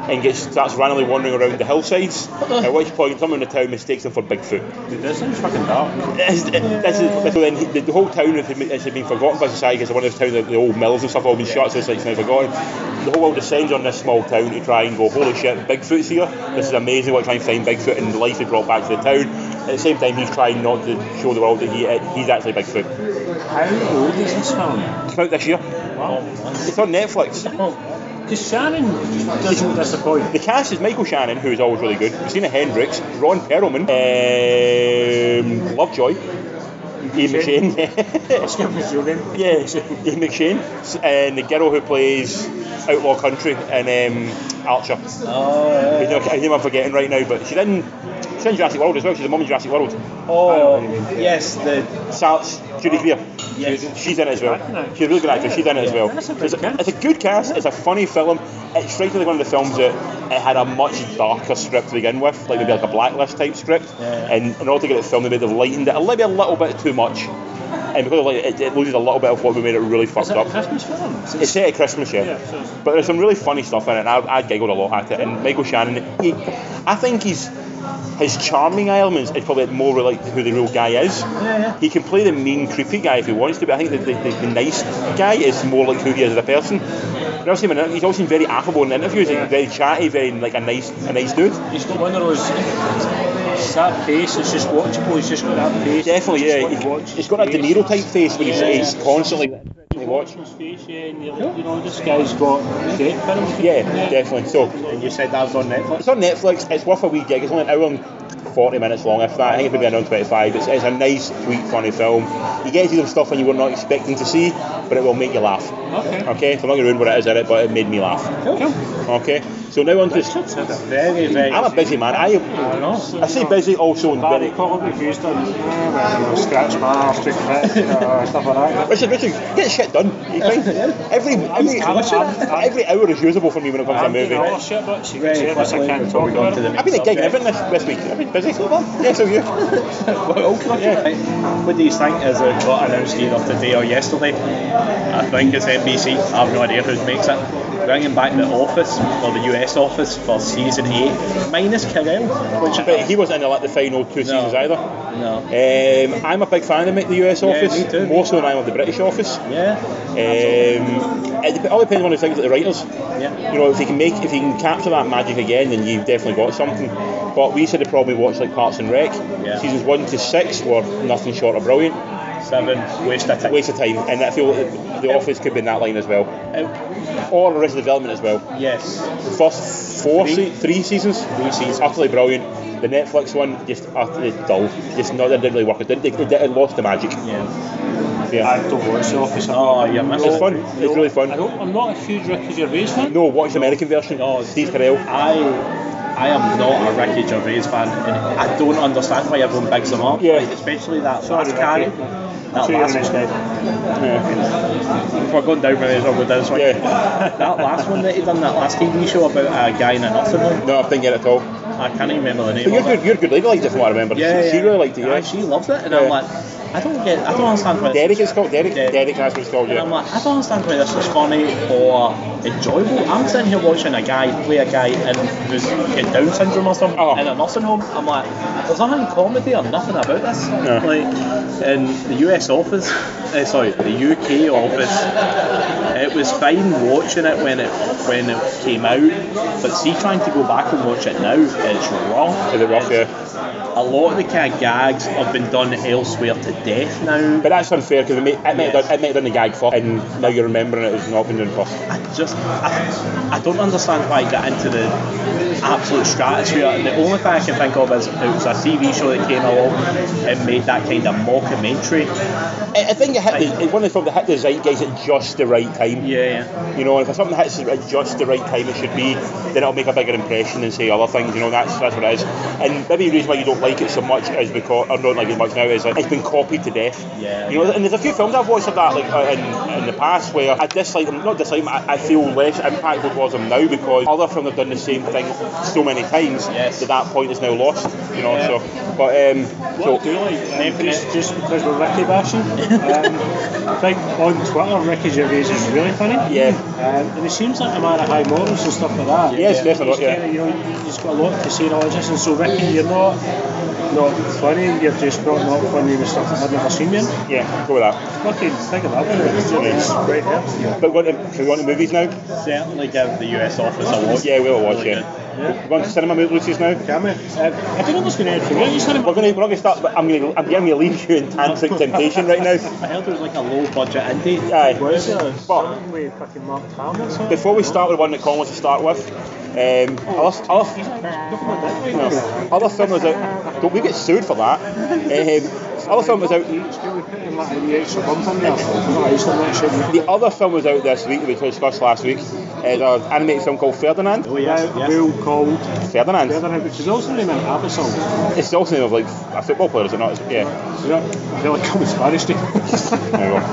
B: and gets starts randomly wandering around the hillsides. at which point, someone in the town mistakes him for Bigfoot.
D: Dude, this sounds fucking dark.
B: This is- this is- so then he- the whole town has been, has been forgotten by society because one of those towns, like the old mills and stuff, have all been shut, so it's like it's now forgotten. The whole world descends on this small town to try and go, holy shit, Bigfoot's here. This is amazing. We're trying to find Bigfoot and the life he brought back to the town. At the same time, he's trying not to show the world that he he's actually Bigfoot.
C: How old is this film?
B: It's out this year. It's on Netflix.
C: Because Oh, Shannon doesn't disappoint.
B: The cast is Michael Shannon, who is always really good, Christina Hendricks, Ron Perelman, um, Lovejoy, Ian
C: McShane.
B: McShane,
C: Let's give him his real name.
B: yeah, Ian McShane, and the girl who plays Outlaw Country and um, Archer.
D: Oh,
B: You know, I name I'm forgetting right now, but she's in, she's in Jurassic World as well, she's the mum in Jurassic World.
D: oh yes, the
B: Sal, Judy Greer.
D: Yes.
B: She's in it as well. She's a really good actress. She's in it as well.
C: That's a good
B: It's a,
C: cast.
B: it's a good cast. It's a funny film. It's strangely one of the films that it had a much darker script to begin with, like maybe like a blacklist type script.
D: Yeah.
B: And in order to get it filmed, they made have lightened it a little, a little bit too much. And because of like, it, it loses a little bit of what we made it really
C: Is
B: fucked
C: it a
B: up.
C: Christmas film?
B: It's set at Christmas, yeah.
C: Yeah, so it's-
B: But there's some really funny stuff in it, and I, I giggled a lot at it. And Michael Shannon, he, I think he's his charming elements is probably more like who the real guy is.
D: Yeah, yeah.
B: He can play the mean, creepy guy if he wants to, but I think the, the, the, the nice guy is more like who he is as a person. And I've seen him in, he's always seemed very affable in interviews, like, very chatty, very like a nice, a nice dude.
C: He's got one of those. It's that face. It's just watchable. He's just got that face.
B: Definitely,
C: It's
B: yeah.
C: just
B: He,
C: what you watch,
B: has got a De
C: face.
B: Niro type face when he's,
C: Yeah.
B: he's constantly constantly watching.
C: His face, yeah, and you're like, you know, this guy's got great films.
B: Yeah, definitely. So
D: and you said that was on Netflix.
B: It's on Netflix. It's worth a wee gig. It's only an hour and 40 minutes long, if that. I think it would be around 25. It's, it's a nice, sweet, funny film. You get to see some stuff and you were not expecting to see, but it will make you laugh.
D: Okay.
B: Okay, so I'm not going to ruin what it is in it, but it made me laugh.
D: Cool.
B: Okay, so now on to.
D: Very, very.
B: I'm a busy man. I,
C: I know.
B: I say busy also in
C: Barry
B: very.
C: Colin refused to scratch my arse, took it, you know, stuff like that.
B: Richard, Richard, get shit done. You find every every, every hour is usable for me when it comes to a
C: I'm doing all
B: movie.
C: the shit, but she
D: Very
C: can say
D: quickly
C: I can't
D: before
C: talk
D: we go on
C: about
D: to
C: it.
D: the
B: I've
D: next
B: been a gig
D: subject.
B: everything this, this week. I've been busy so far. Yeah, so have you.
D: well, okay,
B: Yeah.
D: right. What do you think is it got announced either today or yesterday? I think it's NBC. I have no idea who makes it. Bringing back the office or the US office for season eight, minus Carell, which
B: But he wasn't in like the final two seasons either.
D: no.
B: Um, I'm a big fan of the US
D: Yeah,
B: office,
D: me too.
B: more so than I am of the British office.
D: Yeah.
B: Um, it dep- all depends on the things like the writers.
D: Yeah.
B: You know, if you can make, if you can capture that magic again, then you've definitely got something. But we said the problem we watched like Parks and Rec.
D: Yeah.
B: Seasons one to six were nothing short of brilliant.
D: Seven, waste of time.
B: Waste of time, and I feel that the Office could be in that line as well,
D: Out.
B: or Arrested Development as well.
D: Yes.
B: First four,
D: Three.
B: se- three seasons,
D: Three seasons.
B: utterly brilliant. The Netflix one just utterly dull. Just not, it didn't really work. It, didn't, it, it lost the magic.
D: Yeah.
B: Yeah.
C: I don't watch The Office.
D: Oh, you're missing.
B: It's fun. It's really fun.
C: I don't, I'm not a huge Ricky Gervais fan.
B: No, watch the American version. Oh,
D: No.
B: Steve Carell.
D: I I am not a Ricky Gervais fan, and I don't understand why everyone bigs him up.
B: Yeah.
D: Like, especially that last
C: Ricky.
D: character. That
C: Two
D: last
C: years dead.
B: Yeah.
D: If we're going down, we may as well go down this way.
B: Yeah.
D: that last one that he done, that last TV show about a guy in a nursing home,
B: No, I didn't get it at all.
D: I can't even remember the name
B: But you're
D: of it.
B: good. You're good. Lady liked it from what I remember.
D: Yeah,
B: she,
D: yeah.
B: she really liked it.
D: Aye,
B: Yeah.
D: she loves it, and
B: Yeah.
D: I'm like, I don't get, I don't understand why.
B: Derek is called Derek.
D: Derek.
B: Derek, that's what it's called.
D: And
B: Oh, Yeah.
D: I'm like, Um, I don't understand why this is funny or enjoyable. I'm sitting here watching a guy play a guy in who's got Down syndrome or something
B: Oh.
D: in a nursing home. I'm like, there's nothing comedy or nothing about this.
B: No.
D: Like, in the US office, eh, sorry, the UK office, it was fine watching it when it when it came out, but see, trying to go back and watch it now, it's wrong.
B: Is it rough?
D: It's-
B: Yeah.
D: A lot of the kind of gags have been done elsewhere to death now.
B: But that's unfair because it may, it, may have
D: Yes.
B: done, it may have done the gag first, and now you're remembering it as not been done first.
D: I just I, I don't understand why I got into the absolute stratosphere. The only thing I can think of is it was a TV show that came along and made that kind of mockumentary.
B: I I think it hit the, it's one of the films that hit the zeitgeist at just the right time.
D: Yeah,
B: You know, and if something hits it at just the right time it should be, then it'll make a bigger impression than say other things. You know, that's that's what it is. And maybe the reason why you don't like it so much is because, or don't like it as much now, is like it's been copied to death.
D: Yeah.
B: You know, and there's a few films I've watched of that like uh, in, in the past where I dislike them, not dislike them, I, I feel less impactful towards them now because other films have done the same thing so many times
D: Yes.
B: that that point is now lost. You know,
D: Yeah.
B: so but um,
C: What I
B: so
C: do like, um, just, just because we're Ricky bashing, um, I think on Twitter Ricky Gervais is really funny.
B: yeah.
C: Um, and it seems like a man of high morals and stuff like that.
B: Yes, definitely,
C: He's
B: yeah.
C: Kinda, you know, he's got a lot to say and all this, and so Ricky, you're not not funny. You're just not not funny with stuff that I've never seen you. in.
B: Yeah, go with that.
C: Fucking think of that one. It's it's right there.
B: But we're going to, we're going to movies now.
D: certainly give the US office a watch.
B: Yeah, we'll watch
D: Really
B: it. We're going to cinema movies now.
C: Can we? Um, I don't know what's going to happen. What are you saying
B: We're
C: about?
B: going to, we're going to start, but I'm going to, I'm going to leave you in tantric temptation right now.
D: I heard there was like a low budget indie.
B: Aye.
D: Was there?
B: But
C: With fucking Mark Hamill or something?
B: before we start with one that Colin wants to start with, um, other, other, no, other film was out. Don't we get sued for that? Um, other film was out. The
C: The
B: other film was out this week that we discussed last week. It's an animated film called Ferdinand.
D: Oh yes, yes.
C: Will called
B: Ferdinand.
C: Ferdinand, which is also named an episode.
B: It's also the name of like a football player, is it not? It's- Yeah.
C: You know, I feel like I'm in Spanish now.
B: There we go.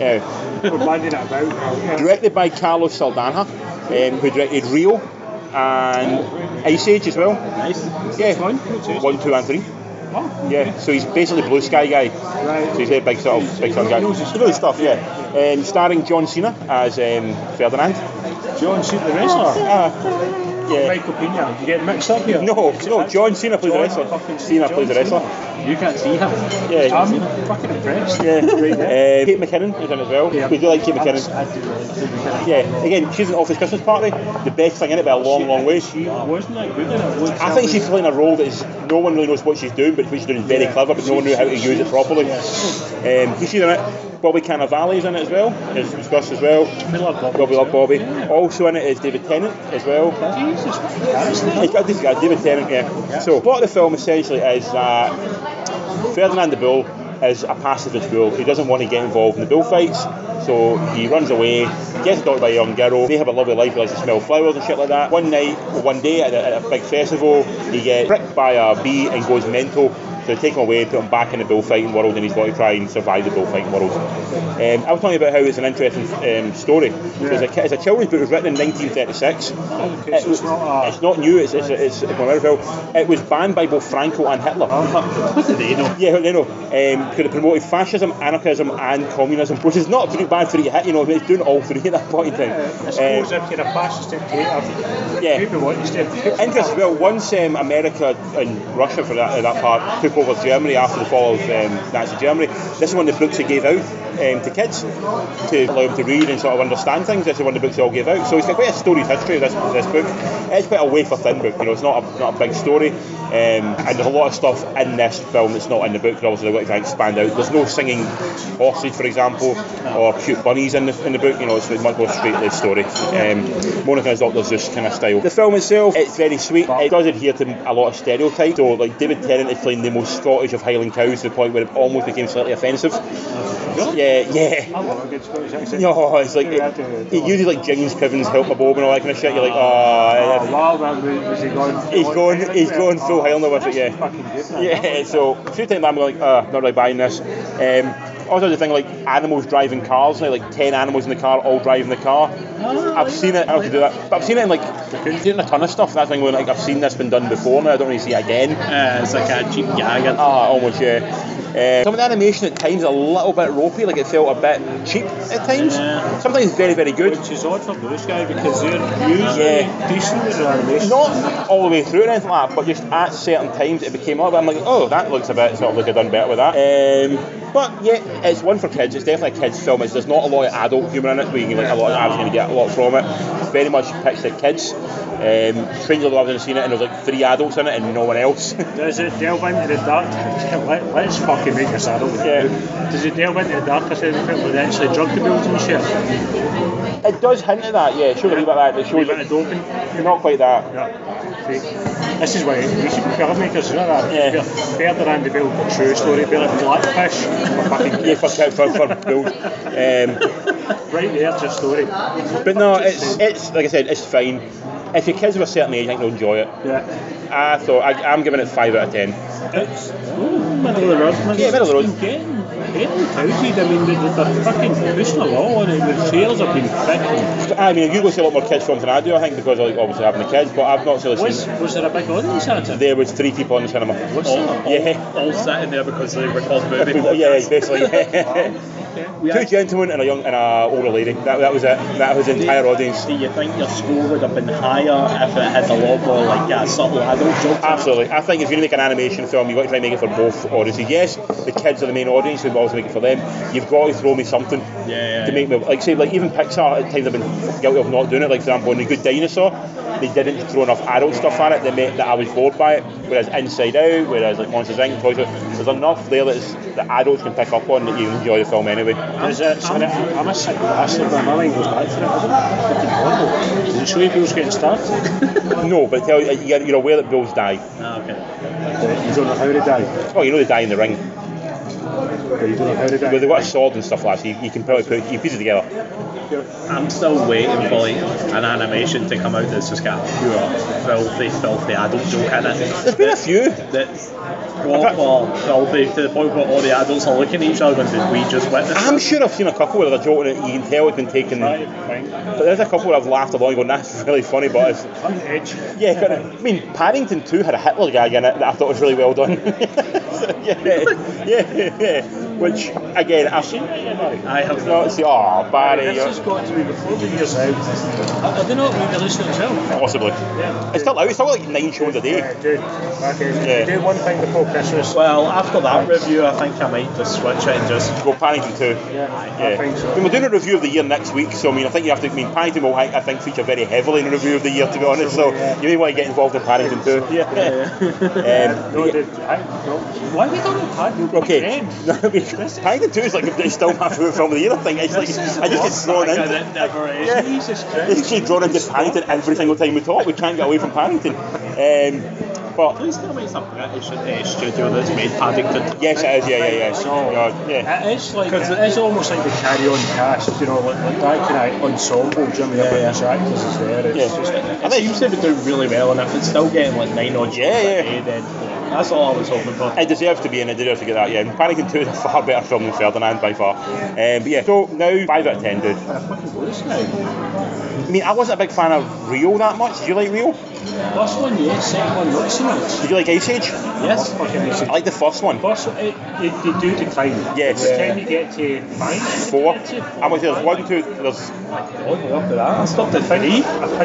B: Yeah.
C: We're banding it about.
B: directed by Carlos Saldana, um, who directed Rio and Ice Age as well.
D: Nice.
B: Yeah,
C: Fine.
B: one, two, and three.
C: Oh,
B: Yeah, so he's basically Blue Sky guy. So
C: Right.
B: he's a big sort of big sort of guy. He's really stuff, yeah. Um, starring John Cena as um, Ferdinand.
C: John Shoot the Wrestler.
B: Uh, yeah.
C: Michael Pena, you get mixed up here.
B: No, no, John Cena plays the wrestler. Cena plays the wrestler.
D: You can't see him.
B: Yeah.
C: I'm fucking impressed.
B: Yeah,
C: Right there.
B: uh, Kate McKinnon is in as well. We do like Kate McKinnon.
C: I do like Kate McKinnon.
B: Yeah, again, she's an Office Christmas Party. The best thing in it by a long, long way.
C: She wasn't that good in it. Looks
B: I think she's playing a role that is no one really knows what she's doing, but what she's doing is very clever, but no one knew how to use it properly. Um, she's in it. Bobby Cannavale's in it as well, as discussed as well.
C: We love Bobby.
B: Bobby Love
C: too.
B: Bobby.
C: Yeah.
B: Also in it is David Tennant as well.
C: Jesus, what the hell
B: He's
C: is that?
B: got this guy, David Tennant, yeah. So, plot of the film essentially is that Ferdinand the Bull is a pacifist bull who doesn't want to get involved in the bullfights, so he runs away, gets adopted by a young girl, they have a lovely life, he likes to smell flowers and shit like that. One night, one day at a, at a big festival, he gets pricked by a bee and goes mental. So they take him away, put him back in the bullfighting world, and he's got to try and survive the bullfighting world. Um, I was talking about how it's an interesting um, story. So it's, a, ki- it's a children's book, it was written in 1936.
C: Okay, so it's not uh, a.
B: It's not new. It's it's, it's, it's from America. It was banned by both Franco and Hitler.
C: Uh-huh. What do they know?
B: Yeah, you know, um, because it promoted fascism, anarchism, and communism, which is not a pretty bad three hit. You know, it's doing all three at that point in time.
C: I
B: Um,
C: suppose if you're a fascist dictator,
B: Yeah.
C: maybe what you said.
B: Interesting. Well, once um, America and Russia, for that, that part, took over Germany after the fall of um, Nazi Germany, this is one of the books they gave out um, to kids to allow them to read and sort of understand things. This is one of the books they all gave out. So it's got quite a storied history of this, this book. It's quite a wafer thin book. You know, it's not a, not a big story, um, and there's a lot of stuff in this film that's not in the book. 'cause Obviously, they're going to try and expand out. There's no singing horses, for example, or cute bunnies in the, in the book. You know, it's a much more straightly story. Um, Monica is Dr. Zeus kind of style. The film itself, it's very sweet. It does adhere to a lot of stereotypes. So, like David Tennant is playing the most Scottish of Highland cows to the point where it almost became slightly offensive. Yeah, yeah.
C: I love a good Scottish accent.
B: No, it's like
C: You have to-
B: it, he uses like Jennings, Pivens, help my Bob and all that kind of shit. You're like, oh,
C: Oh, wow, that was, was he going?
B: He's going- he's going full Highlander with it, yeah.
C: Fucking good, man.
B: yeah. So a few times I'm like, uh, not really buying this. Um, also, the thing like animals driving cars, like, like ten animals in the car all driving the car.
C: Ah,
B: I've seen it. I don't do that, but I've seen it in like I've seen it in a ton of stuff. That's when like I've seen this been done before, and I don't really see it again.
D: Uh, it's like a cheap gag. and-
B: Ah, almost yeah. Uh, some of the animation at times a little bit ropey, like it felt a bit cheap at times.
D: Yeah.
B: Sometimes very very good.
C: Which is odd for those guys because they're usually
B: Yeah.
C: decent with their animation.
B: Not all the way through or anything like that, but just at certain times it became up. I'm like, oh, that looks a bit sort of like I've done better with that. Um, but yeah, it's one for kids. It's definitely a kids' film. It's, there's not a lot of adult humour in it, where you can, like a lot of I was going to get a lot from it. Very much pitched at kids. Um, strangely enough, I've never seen it, and there was like three adults in it and no one else.
C: Does it delve into the dark? Let, let's fucking make this adult.
B: Yeah.
C: Does it delve into the darker side of it with actually drug dealers and shit?
B: it does hint at that, yeah. It shows a little bit of that. It
C: Wee
B: shows
C: bit
B: that
C: of doping?
B: you're not quite that.
C: Yeah. See, This is why we should be filmmakers, you know that?
B: Yeah.
C: Further and develop the true story, be like Blackfish. fucking
B: Yeah, for, for, for build. Um,
C: Right there's your story.
B: but no, it's, it's like I said, it's fine. If your kids of a certain age, I think they'll enjoy it.
C: Yeah.
B: I thought Ah, I, I'm giving it five out of ten.
C: It's ooh, middle of the road, man.
B: Yeah, middle of the road.
C: It's been Getting touted. I mean, they're, they're fucking pushing along on it. The trails have been thick.
B: I mean, you go see a lot more kids films than I do. I think because like obviously having the kids, but I've not really
C: Was,
B: seen. it.
C: was there a big audience at it?
B: There was three people in the cinema.
C: Was
D: all,
C: there?
D: all,
B: Oh, Yeah.
D: all sat in there because they were called movie.
B: Yeah, yeah, basically. Yeah.
D: We
B: Two
D: actually-
B: gentlemen and a young and a older lady. That, that was it. That was the entire audience.
D: Do you think your score would have been higher if it had a lot more like yeah, subtle adult jokes?
B: Absolutely. I think if you're going to make an animation film, you've got to try and make it for both audiences. Yes, the kids are the main audience, so we've always make it for them. You've got to throw me something
D: yeah,
B: to make me like say like even Pixar at times I've been guilty of not doing it. Like for example, in The Good Dinosaur, they didn't throw enough adult stuff at it. They meant that I was bored by it. Whereas Inside Out, whereas like Monsters Inc, Toy Story, there's enough there that is- that adults can pick up on that you enjoy the film anyway.
C: Is it, Dus, eh, sorry, I I must say, I said my mind goes back to it, isn't it? Fucking horrible. Does it show you who's getting started?
B: No, but it tell you you're you're aware that bulls die.
D: Ah, okay.
C: you don't know how to die.
B: Oh, you know they die in the ring.
C: Or you don't know how to die.
B: But they've got a sword and stuff like that, so you, you can probably put you piece it together.
D: I'm still waiting for like an animation to come out that's just got pure filthy, filthy adult joke in it.
B: There's been a few.
D: That's proper filthy to the point where all the adults are looking at each other and did we just witness
B: I'm sure I've seen a couple where there's a joke and you can tell it's been taken.
C: Right,
B: But
C: right.
B: there's a couple where I've laughed along going, that's really funny, but it's,
C: On the edge.
B: Yeah, but, I mean, Paddington 2 had a Hitler gag in it that I thought was really well done. So, yeah, yeah, yeah. Which, again, I've seen it, you know.
D: I have
B: No, it's the, oh, Barry,
C: This
B: you're-
C: has got to be before the year's out. Are are they not re-releasing it now?
B: possibly.
C: Yeah.
B: It's still out, it's still like nine shows a day.
C: Yeah, dude. Okay,
B: Yeah.
C: do one thing before Christmas.
D: Well, after that review I think I might just switch it and just
B: Go Paddington 2.
C: yeah, I
B: Yeah.
C: think
B: I mean,
C: so.
B: we're doing a review of the year next week, so I mean, I think you have to. I mean, Paddington will, I I think, feature very heavily in the review of the year, to be honest. So
C: Yeah.
B: you may want to get involved in Paddington too. Yeah.
C: Yeah,
B: Um,
C: no, dude, I, no. Why are we talking about Paddington?
B: okay.
C: Again?
B: No, I mean,
C: This is
B: season two is like it's still my favourite film of the year. I think it's like I just get thrown
D: saga
B: into.
D: that never ends.
B: Yeah.
D: Jesus
B: They
D: Christ.
B: just keep drawn into Paddington every single time we talk. We can't get away from Paddington. Um, but
D: Please tell me it's a British uh, studio that's made Paddington.
B: yes, it is. Yeah, yeah, yeah. God, yeah.
C: It is like it is almost like the carry-on cast, you know, like, like that kind of ensemble. Do you know what I mean? But these actors is there. It's
B: Yeah.
C: just
D: It seems to be doing really well, and if it's still getting like nine odd
B: Yeah,
D: shows a
B: yeah.
D: day, then that's all I was hoping for.
B: It deserves to be in. It deserves to get that. Yeah, and Paddington Two is a far better film than Ferdinand by far. Um, but yeah, so now five out of ten, dude.
C: a fucking waste now.
B: I mean, I wasn't a big fan of Rio that much. Did you like Rio?
C: Last one, yes. Second one, not so much.
B: Did you like Ice Age?
C: Yes. Fucking
B: I like the first one.
C: First, it, it, they do decline.
B: Yes.
C: By the time you get to nine,
B: Four. I'm going to say there's one, two, there's
D: Look at that. I stopped at three.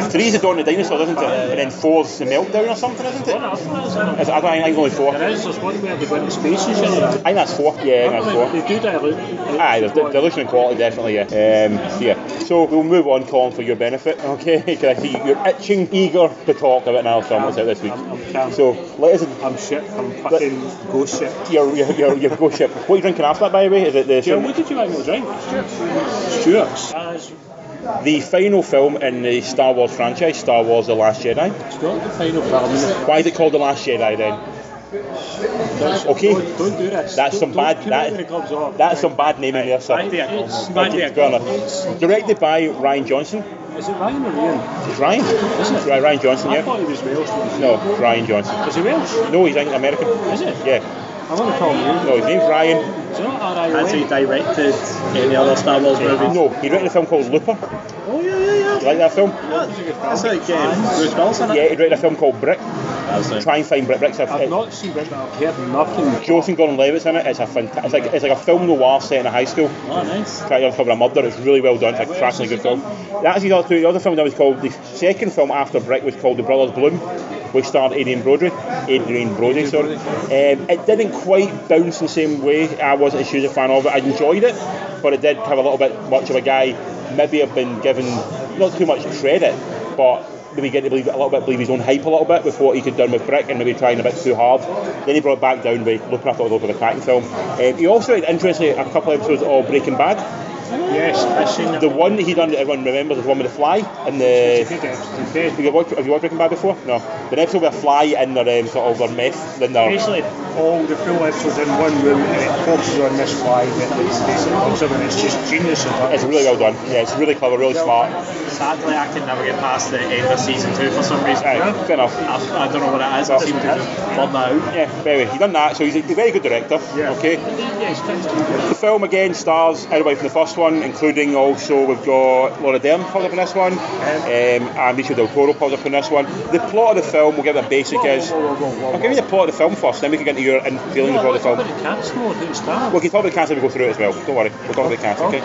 B: three is the Dawn of the Dinosaurs, isn't it? And then four's the Meltdown or something, isn't it? Is it- I don't I think it's only four. I
C: There is, there's one where they go into space and shit like that.
B: think that's four. Yeah, I think that's four.
C: They do dilute.
B: Aye, they're, they're looking at quality definitely. Yeah. Um, so yeah. So we'll move on, Colin, for your benefit. Okay, because I see you're itching, eager to talk about another film that's out this week.
C: I'm- I'm calm.
B: So let us.
C: I'm shit. I'm fucking ghost shit.
B: Your your your, your go ship. What are you drinking after that, by the way? Is it the
C: Joe, what did you like me to drink? Stuart's. As
B: the final film in the Star Wars franchise, Star Wars: The Last Jedi?
C: it's not the final film.
B: Why is it called The Last Jedi then?
C: That's-
B: Okay.
C: Don't, don't do this.
B: That's
C: Don't-
B: some
C: don't
B: bad-
C: come
B: that-
C: out when it comes off.
B: That's some bad naming there, sir.
D: Bad day,
C: It's-
D: bad day.
B: Fair enough. Directed by Ryan Johnson.
C: Is it Ryan or Ian?
B: It's Ryan.
C: Isn't it?
B: Right, Ryan Johnson,
C: I
B: yeah.
C: thought he was Welsh.
B: No, Ryan Johnson.
C: Is he Welsh?
B: No, he's Ang- American.
C: Is it?
B: Yeah.
C: I'm going to call him Ian.
B: No, his name's Ryan.
C: Is it not R.I.O.N.?
D: Has he directed any other Star Wars movie?
B: No, he directed a film called Looper.
D: Oh, yeah, yeah,
B: You like that film?
D: That's like um, Bruce Wilson.
B: Yeah, he directed a film called Brick.
D: That's it.
B: Try and find Brick. Brick's a,
C: I've
B: it,
C: not seen it, but I've heard nothing.
B: Joseph Gordon-Levitt's in it. It's a fanta- It's like it's like a film noir set in a high school.
D: Oh, nice.
B: Trying to uncover a murder. It's really well done. It's a crashingly good film. That's the other two. The other film that was called the second film after Brick was called The Brothers Bloom, which starred Adrian Brody. Adrian Brody, sorry. Um, it didn't quite bounce the same way. I wasn't as huge a fan of it. I enjoyed it, but it did have a little bit much of a guy. Maybe I've been given not too much credit, but maybe get to believe a little bit, believe his own hype a little bit with what he could done with Brick and maybe trying a bit too hard. Then he brought it back down by looking after the look of the Patton film. Um, he also had interestingly a couple of episodes of Breaking Bad.
C: Yes, I've seen that.
B: The one that he done that everyone remembers is the one with the fly and the.
C: Good episode. Good.
B: Have you watched, have you watched Breaking Bad before? No. The episode with a fly and their um, sort of their meth, then their
C: Basically, all the full episodes in one room and it focuses on this fly that is basically considering it's just genius of that.
B: It's really well done. Yeah, it's really clever, really smart.
D: Sadly, I can never get past the end of season two for some reason.
B: Aye, fair enough.
D: I, I don't know what it is. I seem to have done that out.
B: Yeah, anyway, he's done that, so he's a he's a very good director.
C: Yeah.
B: Okay.
C: Yeah, it's kind of
B: The film again stars everybody from the first one, including also we've got Laura Dern pops up in this one, um, and Michel Del Toro pops up in this one. The plot of the film, we'll give it a basic is. I'll give you the plot of the film first, then we can get into your in- feelings about the film.
C: cats more than Star
B: We can talk about the cast as we go through it as well. Don't worry, we'll talk about the cast. Okay.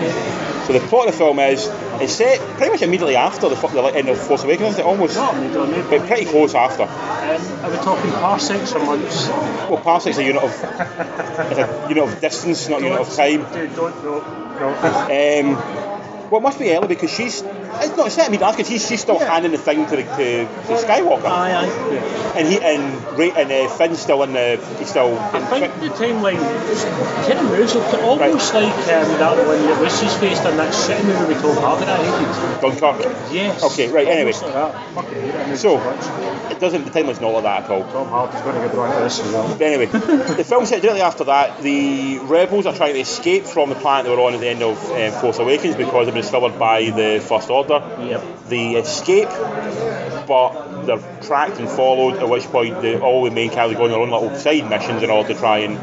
B: So the plot of the film is it's set pretty much immediately after the, fu- the end of Force Awakens, isn't it? Almost,
C: Not me, don't it?
B: but pretty close after.
C: Um, are we talking parsecs or months?
B: Well, parsec's a unit of it's a unit of distance, not a unit of time.
C: Dude, don't know. No.
B: Um, well, it must be Ellie because she's. It's not set me dark because she's, she's still handing the thing to, the, to, to Skywalker,
D: Aye, aye.
B: and he and Ray and uh, Finn's still in the. He's still.
C: I think the timeline kind of moves. It's almost like um, that one that was his face and that shit movie we told Harvey that I
B: Dunkirk.
C: hated. Yes.
B: Okay, right, anyway.
C: Almost like that. Fucking hate that movie
B: So-
C: much.
B: It doesn't. The timeline's not like that at all.
C: Tom Hardy's going to get drawn to this as well.
B: But anyway, the film set directly after that, the rebels are trying to escape from the planet they were on at the end of um, Force Awakens because they've been discovered by the First Order.
D: Yep.
B: They escape, but they're tracked and followed. At which point, the, all the main characters go on their own little side missions in order to try and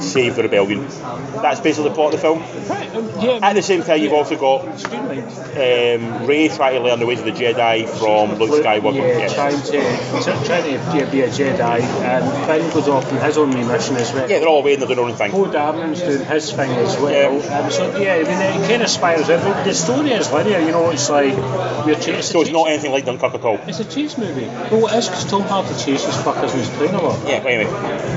B: save the rebellion. That's basically the plot of the film.
C: Right, um, yeah,
B: At the same time, you've also got
C: Streamlined.
B: um, Ray trying to learn the ways of the Jedi from Luke Skywalker.
C: Yeah,
B: Yeah.
C: trying to, trying to yeah, be a Jedi. Um, Finn goes off on his own mission as well.
B: Yeah, they're all away and they're doing their own thing.
C: Poe Dameron's doing his thing as well. Um, so yeah, I mean, it kind of spirals out. But the story is linear, you know, it's like we're chasing.
B: So it's not anything like Dunkirk at all.
C: It's a chase movie. Well, it is because Tom Hardy chases fuckers and he's playing a lot.
B: Yeah, but anyway.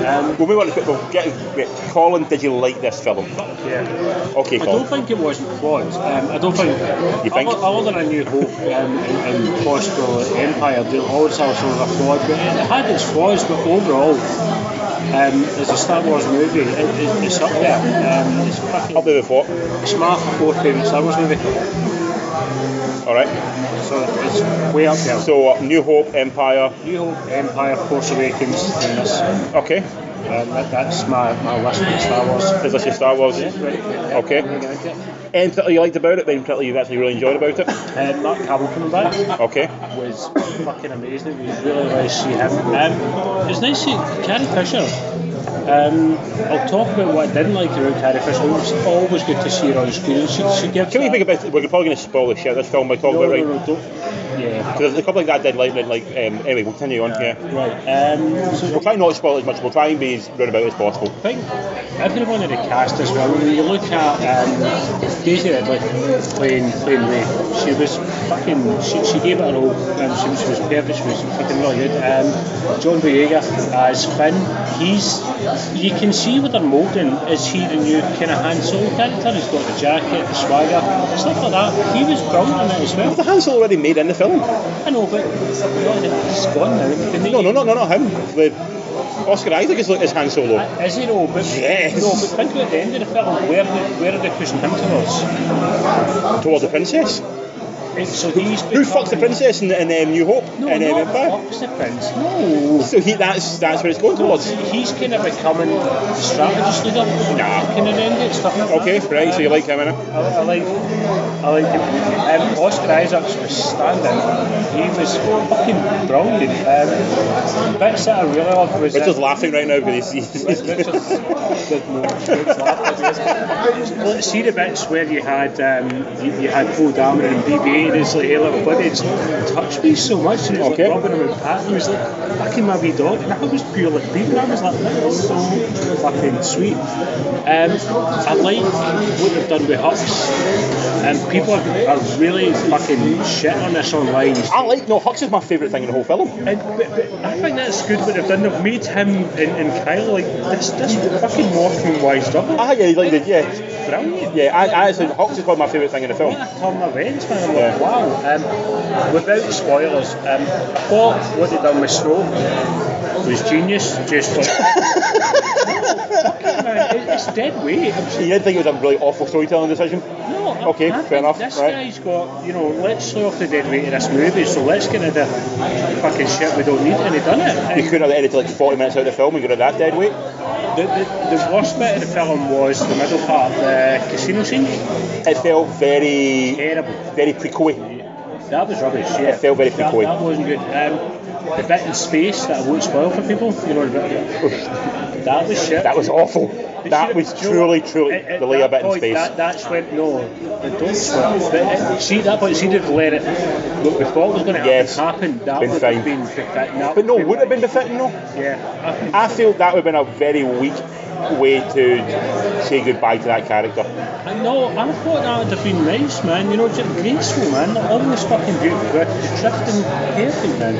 C: Um,
B: Well, we want to we'll get, Colin, did you like this film?
C: Yeah.
B: Okay,
C: I
B: Colin.
C: don't think it was flawed. Um, I don't think.
B: You think?
C: Other, other than A New Hope um, and, and Possible Empire, they always have sort of a flaw. But it had its flaws, but overall, um, as a Star Wars movie, it, it, it's up there. Um, it's fucking
B: Up there with what?
C: It's my fourth favourite Star Wars movie.
B: Alright.
C: So it's way up there. So,
B: So, uh, New Hope, Empire.
C: New Hope, Empire, Force Awakens, and this. Um,
B: Okay.
C: that, that's my, my list for Star Wars.
B: Is this your Star Wars? Okay. Anything that you liked about it? Anything that you actually really enjoyed about it?
C: Uh, Mark Hamill coming back.
B: Okay.
C: was fucking amazing. It was really nice to see him. Um, it was nice to see Carrie Fisher. Um, I'll talk about what I didn't like about Carrie Fisher. It was always good to see her on screen. She, she gives
B: Can we
C: that-
B: think about? We're probably going to spoil the shit out of this film by talking
C: no,
B: about right.
C: no, no, don't. Yeah.
B: There's a couple like that I did like, like, like um, anyway, we'll continue on. Yeah.
C: Right. Um, so
B: We'll try not to spoil it as much. We'll try and be as roundabout as possible.
C: I think everyone in the cast as well. When you look at um, Daisy Ridley playing playing Ray, she was fucking. She, she gave it her all. Um, she, was- she was perfect. She was fucking really good. Um, John Boyega as Finn, he's you can see with her moulding is he the new kind of Han Solo character? He's got the jacket, the swagger, stuff like that. He was brilliant in it as well.
B: The Han's already made in the film.
C: I know, but he's gone now. They-
B: No, no, no, no, not him. The Oscar Isaac is, is Han Solo.
C: Is he no? But
B: Yes.
C: no, but think about the end of the film. Where did where are they pushing him towards?
B: Towards the princess.
C: It's, so he's
B: Who fucks the princess in, in um, New Hope
C: No,
B: and um,
C: not
B: Empire?
C: fucks the prince. No.
B: So he, that's that's where it's going towards.
C: He's kind of becoming the strategist leader.
B: Nah.
C: Kind of end it, stuff like that.
B: Okay, right. So you like him, innit?
C: I, I like, I like him. Um, Oscar Isaacs was standing. He was fucking brilliant. Um, bits that I really loved was
B: Richard's
C: that-
B: laughing right now because he's, he's,
C: Richard's did more jokes laugh. Well, see the bits where you had um, you, you had Paul Dameron and BB8 and it's like, hey little buddy, it's touched me so much and it was
B: Okay.
C: like rubbing him and patting him, it was like fucking my wee dog and I was purely beaten, I was like that was so fucking sweet. Um, I like what they've done with Hux and people are, are really fucking shit on this online.
B: I like no Hux is my favourite thing in the whole film.
C: And, but, but I think that's good what they've done. They've made him and, and Kyle like this this fucking morphing wised up.
B: Ah, yeah, like the, yeah,
C: Brilliant.
B: yeah. I, I actually Hux is probably my favourite thing in the film.
C: What a turn of events, man. I'm
B: Yeah.
C: like, wow. Um, without spoilers, um, I thought what they done with Snow was genius. Just like, Fucking man, it- it's dead weight. I'm
B: You did think it was a really awful storytelling decision.
C: No, I-
B: Okay,
C: I
B: fair
C: think
B: enough,
C: This
B: right.
C: guy's got, you know, let's slow off the dead weight of this movie, so let's get rid of fucking shit we don't need, and they done it. And-
B: You couldn't have edited like 40 minutes out of the film and got rid of that dead weight.
C: The, the, the worst bit of the film was the middle part, the casino scene.
B: It felt very,
C: Terrible.
B: very precoy.
C: That was rubbish, yeah.
B: It felt very
C: that,
B: precoy.
C: that wasn't good. Um, the bit in space that I won't spoil for people, you know, the bit- that was shit.
B: That was awful.
C: They
B: That
C: should've-
B: was
C: you know
B: truly,
C: what?
B: truly
C: At- at
B: the layer
C: that
B: bit in
C: point,
B: space.
C: That, that's when, no, they don't spoil. But it, see, at that point, see, they've let it, what we thought was going to happen,
B: Yes.
C: happen. That
B: Been
C: would
B: fine.
C: have been befitting. that
B: But no,
C: would've
B: would it have been befitting though?
C: been- Yeah. I think-
B: I feel that would have been a very weak way to say goodbye to that character.
C: I know, I thought that would have been nice, man. You know, just graceful, man. Not always fucking beautiful, but drifting perfect, man.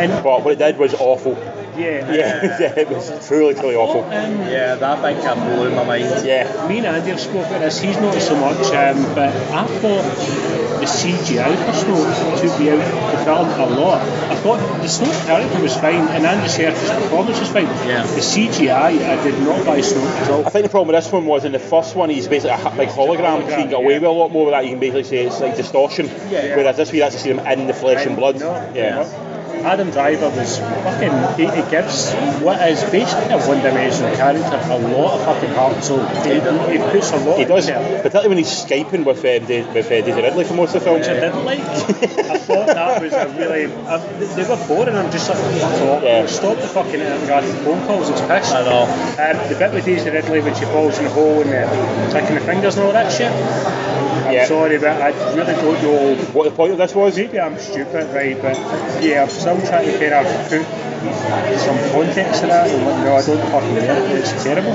C: And
B: But what it did was awful.
C: yeah,
B: Yeah, yeah it was truly, truly
C: Oh,
B: awful.
C: um,
D: Yeah, that thing kind of blew my mind.
B: Yeah.
C: me and Andy have spoken about this. He's not so much, um, but I thought the CGI for Snow took me out of the film a lot. I thought the Snow character was fine, and Andy Serkis' performance was fine.
D: Yeah.
C: The CGI, I uh, did not buy Snow at all.
B: I think the problem with this one was in the first one, he's basically a h- like hologram, so you can get away with a lot more with that. You can basically say it's like distortion.
D: Yeah.
B: Whereas this, we actually see them in the flesh and blood.
C: No,
B: Yeah.
C: no. Adam Driver was fucking. He, he gives what is basically a one-dimensional character a lot of fucking heart and soul. He, he puts a lot.
B: He does,
C: into it.
B: particularly when he's skyping with uh, Da- with uh, Daisy Ridley for most of the film.
C: Which I didn't like. I thought that was a really. I, they were boring. I'm just like, stop,
B: Yeah.
C: stop the fucking intergalactic phone calls. It's piss. I know. Um, the bit with Daisy Ridley when she falls in the hole and uh, clicking the fingers and all that shit. I'm
B: Yeah.
C: sorry, but I really don't know
B: What the point of this was?
C: Maybe I'm stupid, right? But yeah, I'm still trying to kind of put some context to that. And like, no, I don't fucking get it. It's terrible.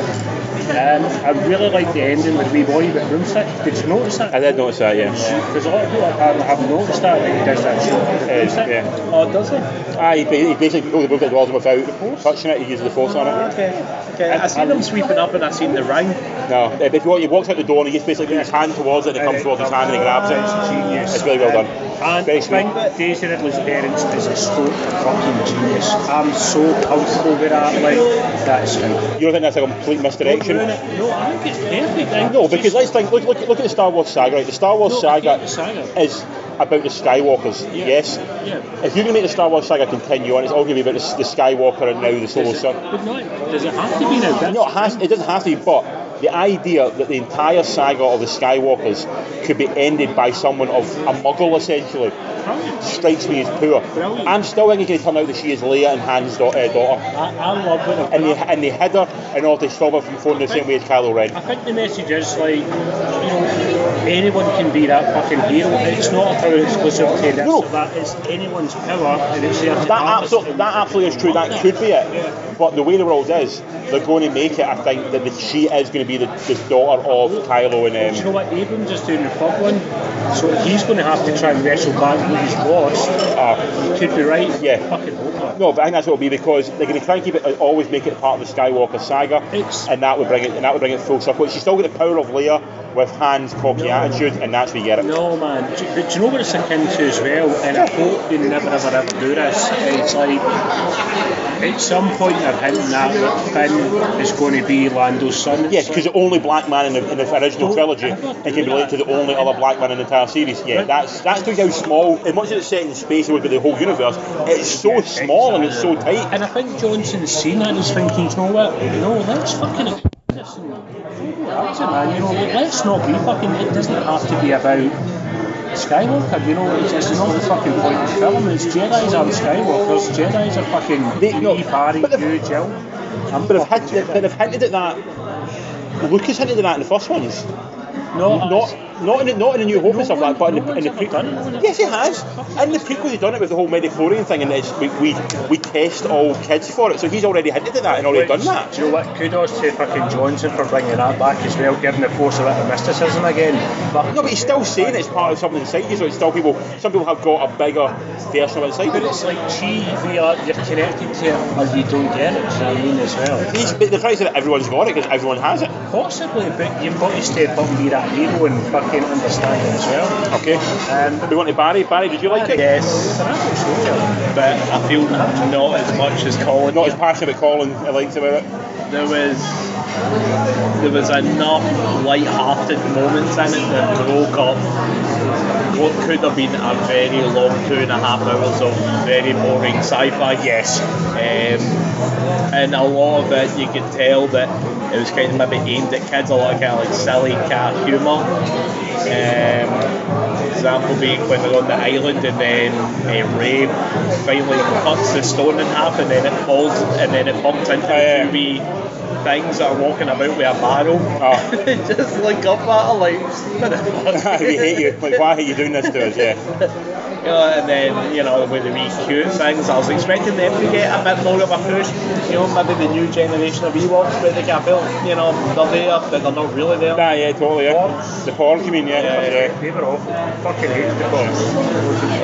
C: Um, I really like the ending with the wee boy with broomstick. Did you notice that?
B: I did notice that, yeah.
C: Because a lot of people um, have noticed that when he does that shot with the
B: Yeah,
C: broomstick.
B: yeah.
C: Oh, does he?
B: Ah, he, ba- he basically pulled the book at the walls without touching it, he uses the force on it.
D: Okay, okay. I seen him sweeping up and I seen the ring.
B: No, uh, if you want, he walks out the door and he just basically his hand towards it and it comes towards his hand and he grabs it.
C: Genius.
B: It's really well done.
C: And
B: Very
C: I think that Daisy Ridley's parents is a stroke of fucking genius. I'm so comfortable with that. Like, that's how.
B: You don't think that's a complete misdirection?
C: No, I think it's perfect. I
B: No, because let's think. Look, look, look at the Star Wars saga. Right, the Star Wars
C: No, I
B: saga,
C: get the saga.
B: is about the Skywalkers. Yes.
C: Yeah.
B: If you're going to make the Star Wars saga continue on, it's all going to be about the, the Skywalker and now the Solo Son.
C: But no, does it have to be now? That's
B: No, it, has, it doesn't have to be, but the idea that the entire saga of the Skywalkers could be ended by someone of a muggle, essentially,
C: brilliant.
B: strikes me as poor.
C: Brilliant.
B: I'm still thinking it's going to turn out that she is Leia and Han's da- uh, daughter.
C: I, I love it.
B: And they, and they hid her in order to stop her from phoning the same way as Kylo Ren.
C: I think the message is like, you know, anyone can be that fucking hero. It's not a power exclusive to this
B: No.
C: or that. It's anyone's power, and it's there to
B: That
C: balance
B: absolutely,
C: it.
B: that absolutely is true. That could be it. But the way the world is, they're going to make it. I think that the, she is going to be the, the daughter of Kylo
C: Do you
B: and
C: know
B: um,
C: what Abrams is doing in Falkland? So he's going to have to try and wrestle back what he's lost.
B: uh,
C: Could be right.
B: Yeah.
C: Fucking hope not.
B: no, but I think that's what it'll be because they're going to try and keep it uh, always make it part of the Skywalker saga,
C: It's-
B: and that would bring it and that would bring it full circle. She's still got the power of Leia with Han's cocky
C: No.
B: attitude, and that's where you get it.
C: No man, do, but do you know what it's akin to as well? And I hope they never ever ever do this. It's like at some point they're hinting at that Finn is going to be Lando's son.
B: Yes, because the only black man in the, in the original
C: Don't
B: trilogy
C: ever
B: and
C: do
B: can relate to the only other black man in the entire series. Yeah,
C: Right.
B: that's that's just how small. As much as it's set in space, it would be the whole universe. It's so small and it's so tight.
C: And I think Johnson's seen that and he's thinking, you know what? No, let's fucking accept this and that's it, man. You know, let's not be fucking. It doesn't have to be about. Skywalker, you know, it's, it's not the fucking point of the film. It's Jedi's aren't Skywalkers. Jedi's are fucking
B: They- no,
C: me, Barry,
B: but if-
C: you, Jill. I'm
B: But I've
C: fucking
B: hinted,
C: Jedi.
B: but I've hinted at that. Lucas hinted at that in the first ones.
C: No,
B: Not not in the, not in the New Hope and stuff like that, but in the, in the
C: pre-
B: prequel. Yes, he has. In the prequel, he's done it with the whole Mediflorian thing, and it's, we, we we test all kids for it. So he's already hinted at that and already done that.
C: Do you know what? Kudos to fucking Johnson for bringing that back as well, giving the force a bit of mysticism again. But
B: No, but he's still saying it's part of something inside you. So it's still people. Some people have got a bigger version of inside.
C: But
B: them.
C: it's like, gee, we are, you're connected to it, or you don't get it, do you know what I mean, as well?
B: He's, but the fact is that everyone's got it because everyone has it.
C: Possibly, but you've got to step up and be that hero and fucking understand it as well.
B: Okay.
C: Um,
B: We want to Barry. Barry, did you like it?
D: Yes, but I feel not as much as Colin.
B: Not as passionate about Colin. I liked about it.
D: there was there was enough light-hearted moments in it that broke up what could have been a very long two and a half hours of very boring sci-fi. Yes, um, and a lot of it you could tell that it was kind of maybe aimed at kids, a lot of kind of like silly cat humour. Um, example being when they're on the island and then uh, Ray finally cuts the stone in half and then it falls and then it bumps into
B: Yeah.
D: the two wee things that are walking about with a barrel.
B: Oh.
D: Just look up at her like, motherfucker.
B: we hate you. Like, why are you doing this to us? Yeah.
D: You know, Uh, and then, you know, with the wee cute things, I was expecting them to get a bit more of a push. You know, maybe the new generation of Ewoks, but they can feel, you know, they're there, but they're not really there.
B: Nah, yeah, totally. Yeah. The porgs, you mean? Yeah.
D: Yeah, yeah.
B: yeah.
C: they were awful. Fucking hated the boss.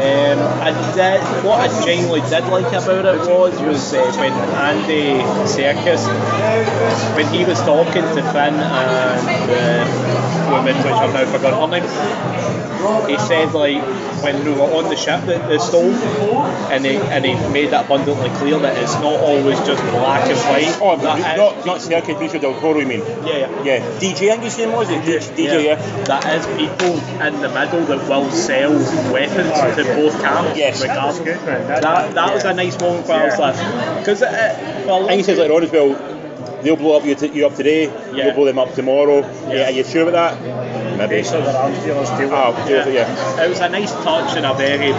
D: Um, I did, what I genuinely did like about it was was uh, when Andy Serkis, when he was talking to Finn and uh, the woman, which I've now forgotten her name, he said like when they were on the ship that they stole, and he and he made that abundantly clear that it's not always just black and white.
B: Oh,
D: That is-
B: not not Sergei Briscoe Del Toro, you mean?
D: yeah, yeah.
B: Yeah. DJ, I think his name was it. DJ, yeah.
D: That is people in the middle that will sell weapons to both camps.
B: Yes.
C: That was
D: regardless.
C: good, man.
D: That, that was a nice moment for us last. Because it, it, uh, well,
B: And he says later on as well, they'll blow up you, t- you up today.
D: Yeah.
B: You'll blow them up tomorrow. Yeah.
D: Yeah.
B: Are you sure about that? Maybe.
C: Basically, their arms dealers do
B: Oh,
C: it.
B: yeah. yeah.
D: It was a nice touch and a very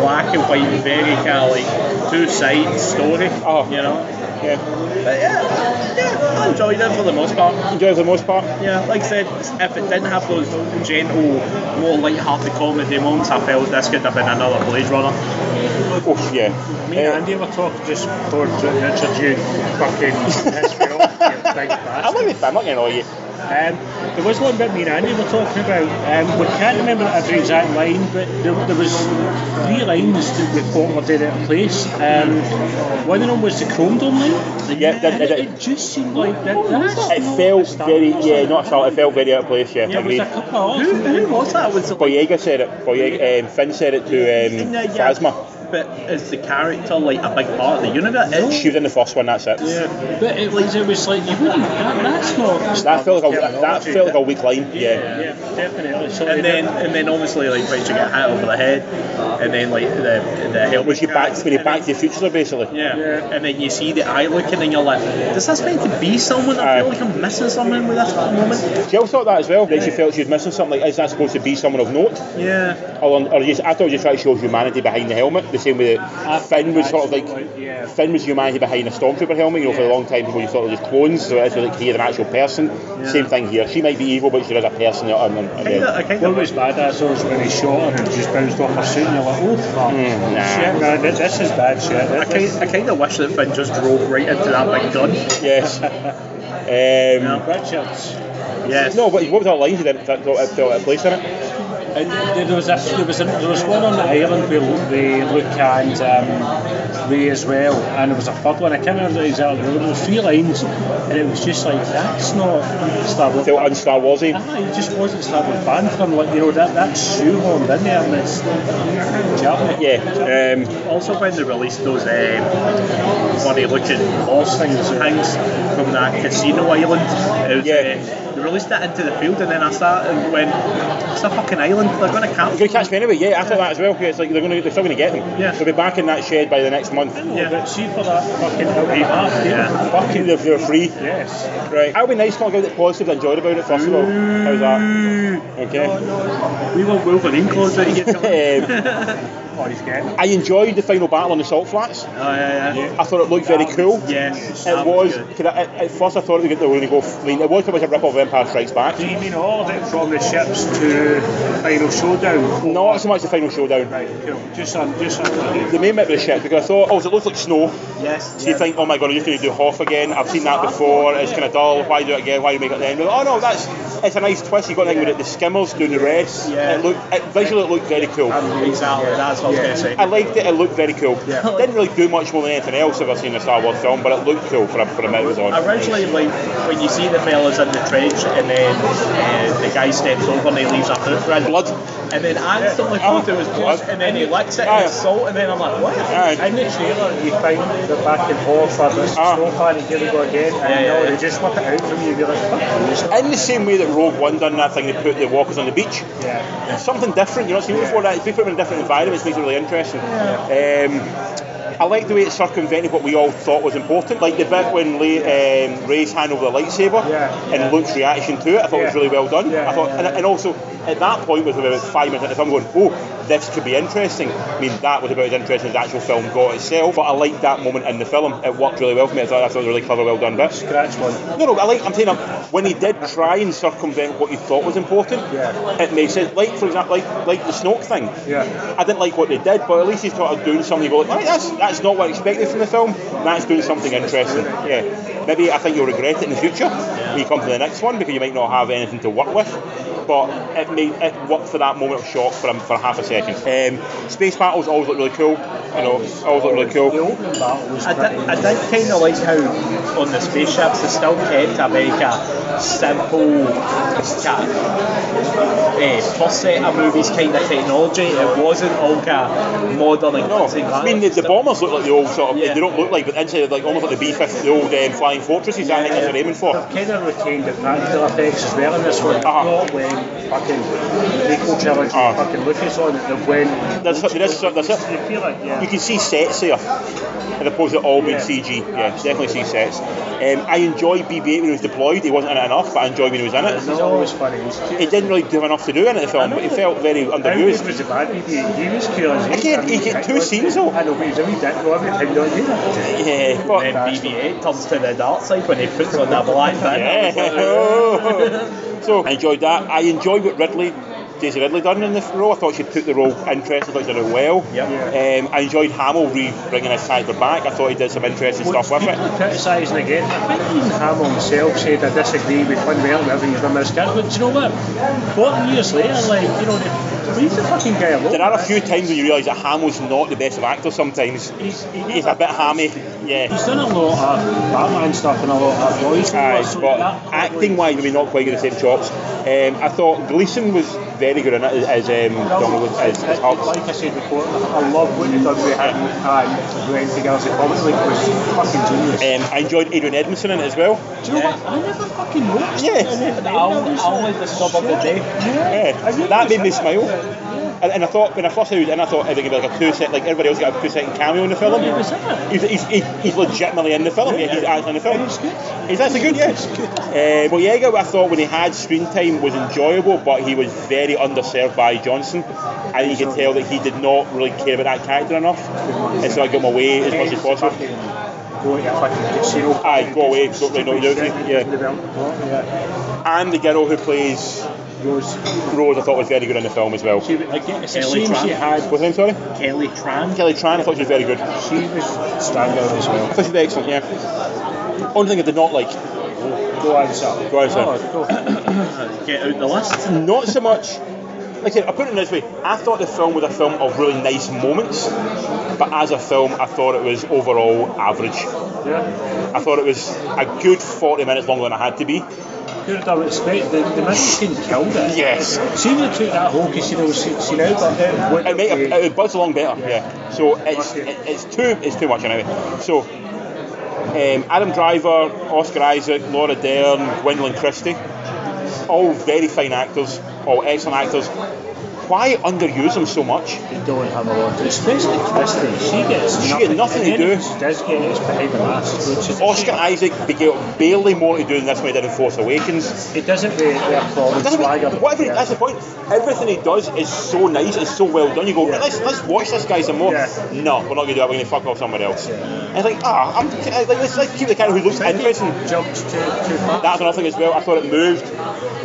D: black and white, very kind of like two sided story.
B: Oh.
D: You know?
B: Yeah,
D: But yeah, yeah, I enjoyed it for the most part.
B: enjoy for the most part.
D: Yeah, like I said, if it didn't have those gentle, more light-hearted comedy moments, I felt this could have been another Blade Runner.
B: Oh, yeah.
C: Me and Andy were talking just before Richard, you fucking his girl.
B: I'm
C: big bastard.
B: not, gonna- I'm not going to annoy you.
C: Um, there was one bit me and Andy were talking about. Um, we can't remember every exact line, but there, there was three lines that we thought were dead out of place. Um, one of them was the Chrome Dome line.
B: Yeah, that-
C: and it,
B: that-
C: it just seemed like that. That's
B: It
C: not
B: felt
C: Star
B: very,
C: Wars.
B: yeah, not at all. It felt very out of place, yeah.
C: There was
B: agreed.
C: a couple of
D: Who, who was that? Was it like,
B: Boyega said it. Boyega, um, Finn said it to um,
D: Yeah, yeah.
B: Phasma.
D: But is the character like a big part of the universe? Is
B: She was in the first one, that's it.
C: Yeah, but it was, it was like you wouldn't. That, that's not.
B: That felt like a, that felt like a weak line, yeah.
C: yeah, definitely. So
D: And then, and then obviously, like, when she got hit over the head, and then, like, the, the helmet.
B: Was you back, when you
D: and
B: back to the future, basically?
D: Yeah.
C: Yeah.
D: and then you see the eye looking, and you're like, "Does this meant to be someone? I feel
B: Aye.
D: like I'm missing someone with this at the moment."
B: She also thought that as well. Then she felt she was missing something. Like, is that supposed to be someone of note?
D: Yeah,
B: Or, or just, I thought you trying to show humanity behind the helmet, the same way that Finn was sort of like.
C: Yeah.
B: Finn was humanity behind a stormtrooper helmet. You know, for a long time, people just thought it was just clones. So it's like he's an actual person. Same thing here. She might be evil, but she is a person. And, and, and,
D: kind of, I kind
C: What
D: of.
C: was badass though is when he shot her and just bounced off her suit and you're like, oh fuck.
B: Mm, nah.
C: Shit, man, this, this is bad shit.
D: I
C: This,
D: kind, I kind of wish that Finn just drove right into that big gun.
B: yes. Um,
D: No.
C: Richards.
D: Yes.
B: No, but what was that line you didn't felt felt out of place in it?
C: And there was this, there was a, there was one on the island where they Luke and um, Ray as well, and there was a third one. I can't remember exactly. There were three lines, and it was just like that's not Star Wars.
B: Felt un Star Warsy.
C: Ah, it just wasn't Star Wars fan for him. Like you know that that's shoehorned in there, and it's jarring.
B: Yeah. Um,
D: Also, when they released those um, funny-looking horse things, things from that casino island, it was,
B: Yeah.
D: uh, they released that into the field, and then I started and went, "It's a fucking island. They're going
B: Gonna
D: to capture."
B: catch me anyway. Yeah, I thought that as well. 'cause It's like they're gonna, they're still gonna get them.
D: Yeah.
B: They'll be back in that shed by the next month.
D: Yeah.
C: But see for that fucking Hildy Hart,
D: Yeah.
B: Fucking, they're, they're free.
C: Yes.
B: Right. That would be nice to out the positives I enjoyed about it first of all. How's that? Okay.
D: We want Wolverine clothes out here. Come on.
B: Um,
C: Oh, he's getting.
B: I enjoyed the final battle on the salt flats.
D: Oh, yeah, yeah.
B: I thought it looked very cool.
D: Yes.
B: It
D: that
B: was.
D: good.
B: Could I, at, at first, I thought they were going to go. I mean, it was pretty much a rip off of Empire Strikes Back.
C: Do you mean all of it from the ships to final showdown?
B: Not so much the final showdown.
C: Right, cool. Just on, just on.
B: The main bit was shit because I thought, oh, it looks like snow.
D: Yes.
B: So you think, oh my god, I'm just going to do Hoff again. I've seen that before. It's kind of dull. Why do it again? Why do you make it then? Oh no, that's it's a nice twist. You got like with it, the skimmers doing the reds.
D: Yeah.
B: It looked it, visually it looked very cool.
D: Exactly. That's what I was going
B: I
D: to say.
B: liked it. It looked very cool.
D: Yeah.
B: Didn't really do much more than anything else I've ever seen in a Star Wars film, but it looked cool for a, for a minute. It was on.
D: Originally, like when you see the fellas in the trench and then uh, the guy steps over and he leaves a footprint,
B: Blood.
D: and then I instantly thought it was
B: Blood.
D: blood, and then he licks it
B: Aye.
D: and it's salt, and then I'm like, what?
B: Aye.
D: In the trailer,
C: You find the back and forth for this
B: Ah.
C: snow party, here we go again, and
D: Yeah,
C: you know,
D: yeah,
C: they
D: yeah.
C: just whip it out from you, you're like, fuck this.
B: In the same way that Rogue One done that thing, they put the walkers on the beach.
C: Yeah.
B: It's something different. You're not seeing it before that. If you put them in different environments, it makes it really interesting. Um, I like the way it circumvented what we all thought was important, like the bit when Ray, um, Ray's hand over the lightsaber
C: Yeah,
B: and
C: yeah.
B: Luke's reaction to it. I thought it was
C: Yeah.
B: really well done.
C: Yeah,
B: I thought,
C: yeah,
B: and,
C: yeah.
B: and also at that point was about five minutes. If I'm going, oh, this could be interesting. I mean, that was about as interesting as the actual film got itself. But I liked that moment in the film. It worked really well for me. I thought, I thought it was a really clever, well done bit.
C: Scratch one.
B: No, no, I like, I'm saying um, when he did try and circumvent what you thought was important,
C: Yeah.
B: it made sense. Like, for example, like, like the Snoke thing.
C: Yeah.
B: I didn't like what they did, but at least he started doing something. You go, like, right, that's, that's not what I expected from the film. That's doing something interesting. Yeah. Maybe I think you'll regret it in the future when you come to the next one because you might not have anything to work with. But it made it worked for that moment of shock for him for half a second. Um, space battles always look really cool. You know, always look really
C: The
B: cool.
C: opening battle was
D: I
C: pretty.
D: did, I did kind of like how on the spaceships they still kept a very kind of simple kind uh, first set of movies kind of technology. It wasn't all kind of modern and
B: No,
D: glitzy
B: I mean the, the
D: glamour
B: bombers look like the old sort of.
D: Yeah.
B: They don't look like, but inside like almost like the B-50, the old um, flying fortresses. I think that's what they're aiming for.
C: I've kind of retained the practical effects as well in this one.
B: Uh-huh.
C: Not when fucking Equal Trilogy
B: Uh.
C: fucking Lucas on it, that when.
B: That's it, that's it, that's it.
C: You feel like, yeah.
B: You can see sets here, as opposed to all being CG. Yeah, definitely see sets. Um, I enjoyed BB-8 when he was deployed. He wasn't in it enough, but I enjoyed when he was in
C: It's
B: it.
C: always funny. It's
B: He didn't really do enough to do in it, the film, but he felt very
C: Andrews
B: underused.
C: was a bad BB. He was cool as
B: Again, he get two scenes though.
C: I know, but he's a wee dick though every time you're here.
B: Yeah, but
D: And then BB-8 turns to the dark side when he puts on that black thing. I was like,
B: Yeah. so I enjoyed that. I enjoyed what Ridley Daisy Ridley done in the role. I thought she took the role interesting. I thought she did it well.
D: Yep.
B: Um, I enjoyed Hamill re bringing his character back. I thought he did some interesting stuff with it.
C: criticising again. I think even Hamill himself said I disagree with one way or another. He's my most But do you know what? Forty years later, like you know, they- leave the fucking guy alone.
B: There are a few times when you realise that Hamill's not the best of actors sometimes.
C: He's, he-
B: He's a bit hammy. Yeah.
C: He's done a lot of Batman stuff and a lot of boys.
B: Aye,
C: so
B: but
C: that probably-
B: acting wise, we not quite get the same chops. Um, I thought Gleason was very good in it as, as um, Donald was- as, as Hux. Um,
C: Like I said before, I love what they've done with him and doing anything else. The comic like was fucking genius.
B: Um, I enjoyed Adrian Edmondson in it as well.
C: Do you know what? I never fucking watched
B: Yeah.
C: it. I never-
D: I only, I only discovered the day.
B: Yeah, that made me smile. And, and I thought when I first saw he was in, I thought it was gonna be like a two set, like everybody else got a two second cameo in the film.
C: It was in it.
B: He's, he's, he's, he's legitimately in the film. Yeah, he's actually in the film.
C: It's good.
B: He's actually good, yeah. Uh, but Yeager, I thought when he had screen time was enjoyable, but he was very underserved by Johnson, and you could tell that he did not really care about that character enough, and so I got him away as much as possible.
C: Go to a fucking casino.
B: Aye, go away, don't really know what you're doing, yeah.
C: Yeah.
B: And the girl who plays
C: Rose.
B: Rose, I thought was very good in the film as well.
C: She, again, it's a
D: Ellie
C: shame she
D: Tran.
C: had,
B: What's her name? Sorry,
D: Kelly Tran.
B: Kelly Tran. I thought she was very good.
C: she was standout as well.
B: This is excellent, yeah. Only thing I did not like,
C: Go answer.
B: Go answer.
C: Oh, go.
D: Get out the list.
B: not so much. Like I said, I put it in this way. I thought the film was a film of really nice moments, but as a film, I thought it was overall average.
C: Yeah.
B: I thought it was a good 40 minutes longer than it had to be.
C: Who would have expected? The, the Mexican killed it.
B: Yes.
C: She would have took that whole casino scene out, but uh, then
B: It made it, it buzzed along better. Yeah. So it's
C: Lucky.
B: it, it's too it's too much anyway. So. Um, Adam Driver, Oscar Isaac, Laura Dern, Gwendolyn Christie, all very fine actors, all excellent actors. Why underuse them so much?
C: They don't have a lot. Especially Kristen. She gets
B: uh, She
C: nothing.
B: had nothing to
C: And then
B: do. Oh,
C: She does get it's behind the mask, which is
B: Oscar Isaac began barely more to do than this when he did in Force Awakens.
C: It doesn't really applaud and
B: Doesn't
C: swagger.
B: really- whatever he-
C: Yeah.
B: that's the point. Everything he does is so nice, it's so well done. You go,
C: Yeah.
B: let's let's watch this guy some more.
C: Yeah.
B: No, we're not gonna do that. We're gonna fuck off somewhere else. And it's like, ah, I'm like, let's, let's keep the character who looks interesting.
C: Jumped too, too far.
B: That's another thing as well. I thought it moved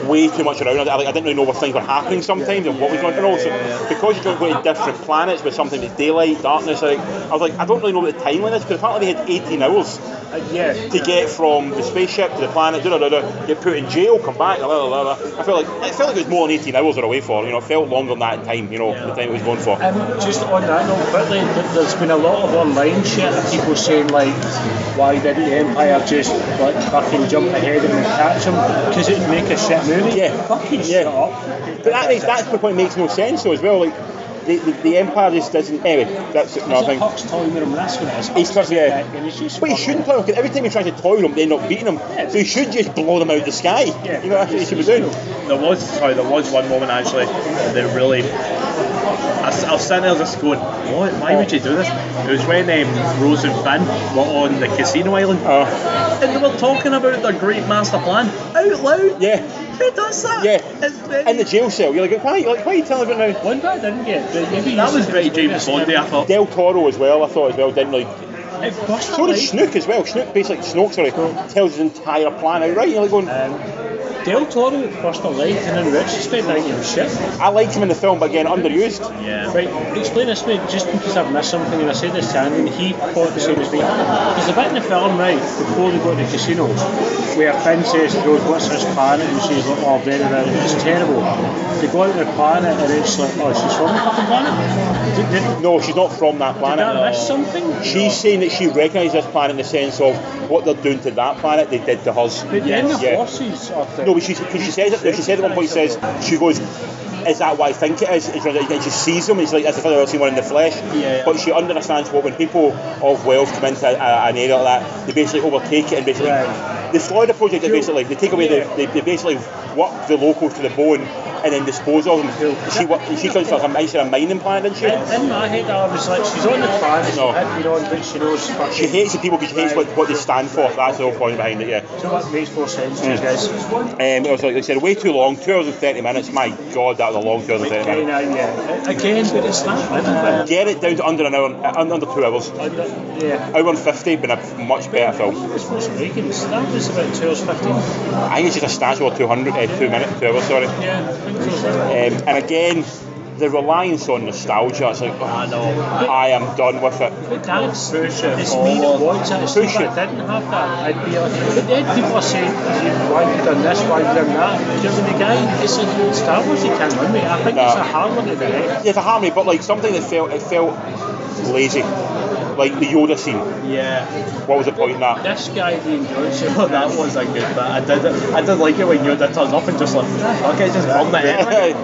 B: way too much around. I, like, I didn't really know what things were happening sometimes and what was going on. And also, because you're going to go to different planets with sometimes it's daylight, darkness, like, I was like, I don't really know what the timeline is because apparently they had 18 hours
C: Uh, yeah.
B: to get from the spaceship to the planet, da, da, da, da, get put in jail, come back, la, la, la, la. I felt like it felt like it was more than 18 hours they were away for. You know, it felt longer than that in time. You know, the time it was going for.
C: Um, just on that note, quickly, th- there's been a lot of online shit of people saying like, why didn't the Empire just like fucking jump ahead and catch him? Because it'd make a shit movie.
B: Yeah.
C: Fucking
B: Yeah.
C: shut up.
B: But that makes that's the point. It makes no sense though as well. Like the, the, the empire just doesn't. Anyway, that's another
C: Is it
B: thing.
C: Hux toying with him? That's what it is.
B: He's just, yeah.
C: And it's just
B: But he shouldn't play because every time he tries to toy with them, they end up beating him. So he should just blow them out the sky.
C: Yeah.
B: You know, that's what he should be doing.
D: There was sorry, there was one moment actually that really. I, s- I was sitting there just going, what? Why would you do this? It was when um, Rose and Finn were on the casino island
B: Uh,
D: and they were talking about their great master plan out loud.
B: yeah,
D: Who does that?
B: Yeah.
D: It's very-
B: in the jail cell. You're like, why? Like, why are you telling about now?
C: One bit I didn't get. But maybe
D: that was very James Bondy, I thought.
B: Del Toro as well. I thought as well didn't really
D: It bust
B: So did Snook as well. Snook basically Snoke sorry tells his entire plan out right. You're like going,
C: Um, Del Toro first a light and then Rich spent night in shit.
B: I liked him in the film, but again underused.
D: Yeah.
C: Right, explain this to me, just because I've missed something and I said this to Andy and he thought the same as me. There's a bit in the film, right, before they go to the casino, where Finn says to Rose, what's this planet? And she's like, oh, very, very, it's terrible. They go out to the planet and it's like, oh, she's from the fucking planet? Did, did, did
B: No, she's not from that planet.
C: I miss something?
B: She's saying that she recognises this planet in the sense of what they're doing to that planet, they did to us.
C: But then the
B: Yeah.
C: horses are there.
B: No, but she, cause she says it. no, She said at one point, she says she goes, "Is that what I think it is?" And she sees them. It's like that's the first time I've seen one in the flesh.
D: Yeah, yeah.
B: But she understands what when people of wealth come into a, a, an area like that, they basically overtake it and basically.
C: Right.
B: The Florida project is basically they take away
C: Yeah.
B: the they, they basically work the locals to the bone and then dispose of them. She work, she comes from a, she's a mining plant, didn't she?
C: In, in my head, I was like, she's on the planet,
B: No.
C: she's been on, but she knows fucking...
B: She hates the people because she hates what, what they stand for. That's the whole point behind it, yeah.
C: So that makes more sense, you guys.
B: Um, it was like I said, way too long, two hours and 30 minutes. My God, that was a long two hours and 30 minutes.
C: Again, I- uh, yeah. Again, uh, but it's that little
B: Get it down to under an hour, uh, under two hours.
C: bit. Yeah.
B: Hour and 50 been a much better film.
C: It's Force Awakens. That was about two hours fifteen.
B: I think it's just a statue or 200, uh, two minutes, two hours, sorry.
C: Yeah, I think so.
B: Um, and again, the reliance on nostalgia. It's like, "Oh,
D: I know.
B: I am done with it.
C: But that's
D: Push it
C: it's me that
D: forward.
C: wants it. It's
B: Push
C: if I
B: it.
C: didn't have that, I'd be like, but then people are saying, why have you done this, why have you done that? You're the guy, it's like Star Wars, you can't win me. I think it's
B: No.
C: a harmony there.
B: There's a harmony, but like something that felt it felt lazy, like the Yoda scene.
D: Yeah,
B: What was the point in that?
C: This guy, the endurance,
D: well, that was a good bit. I did, I did like it when Yoda turns up and just like, okay, just bomb the head.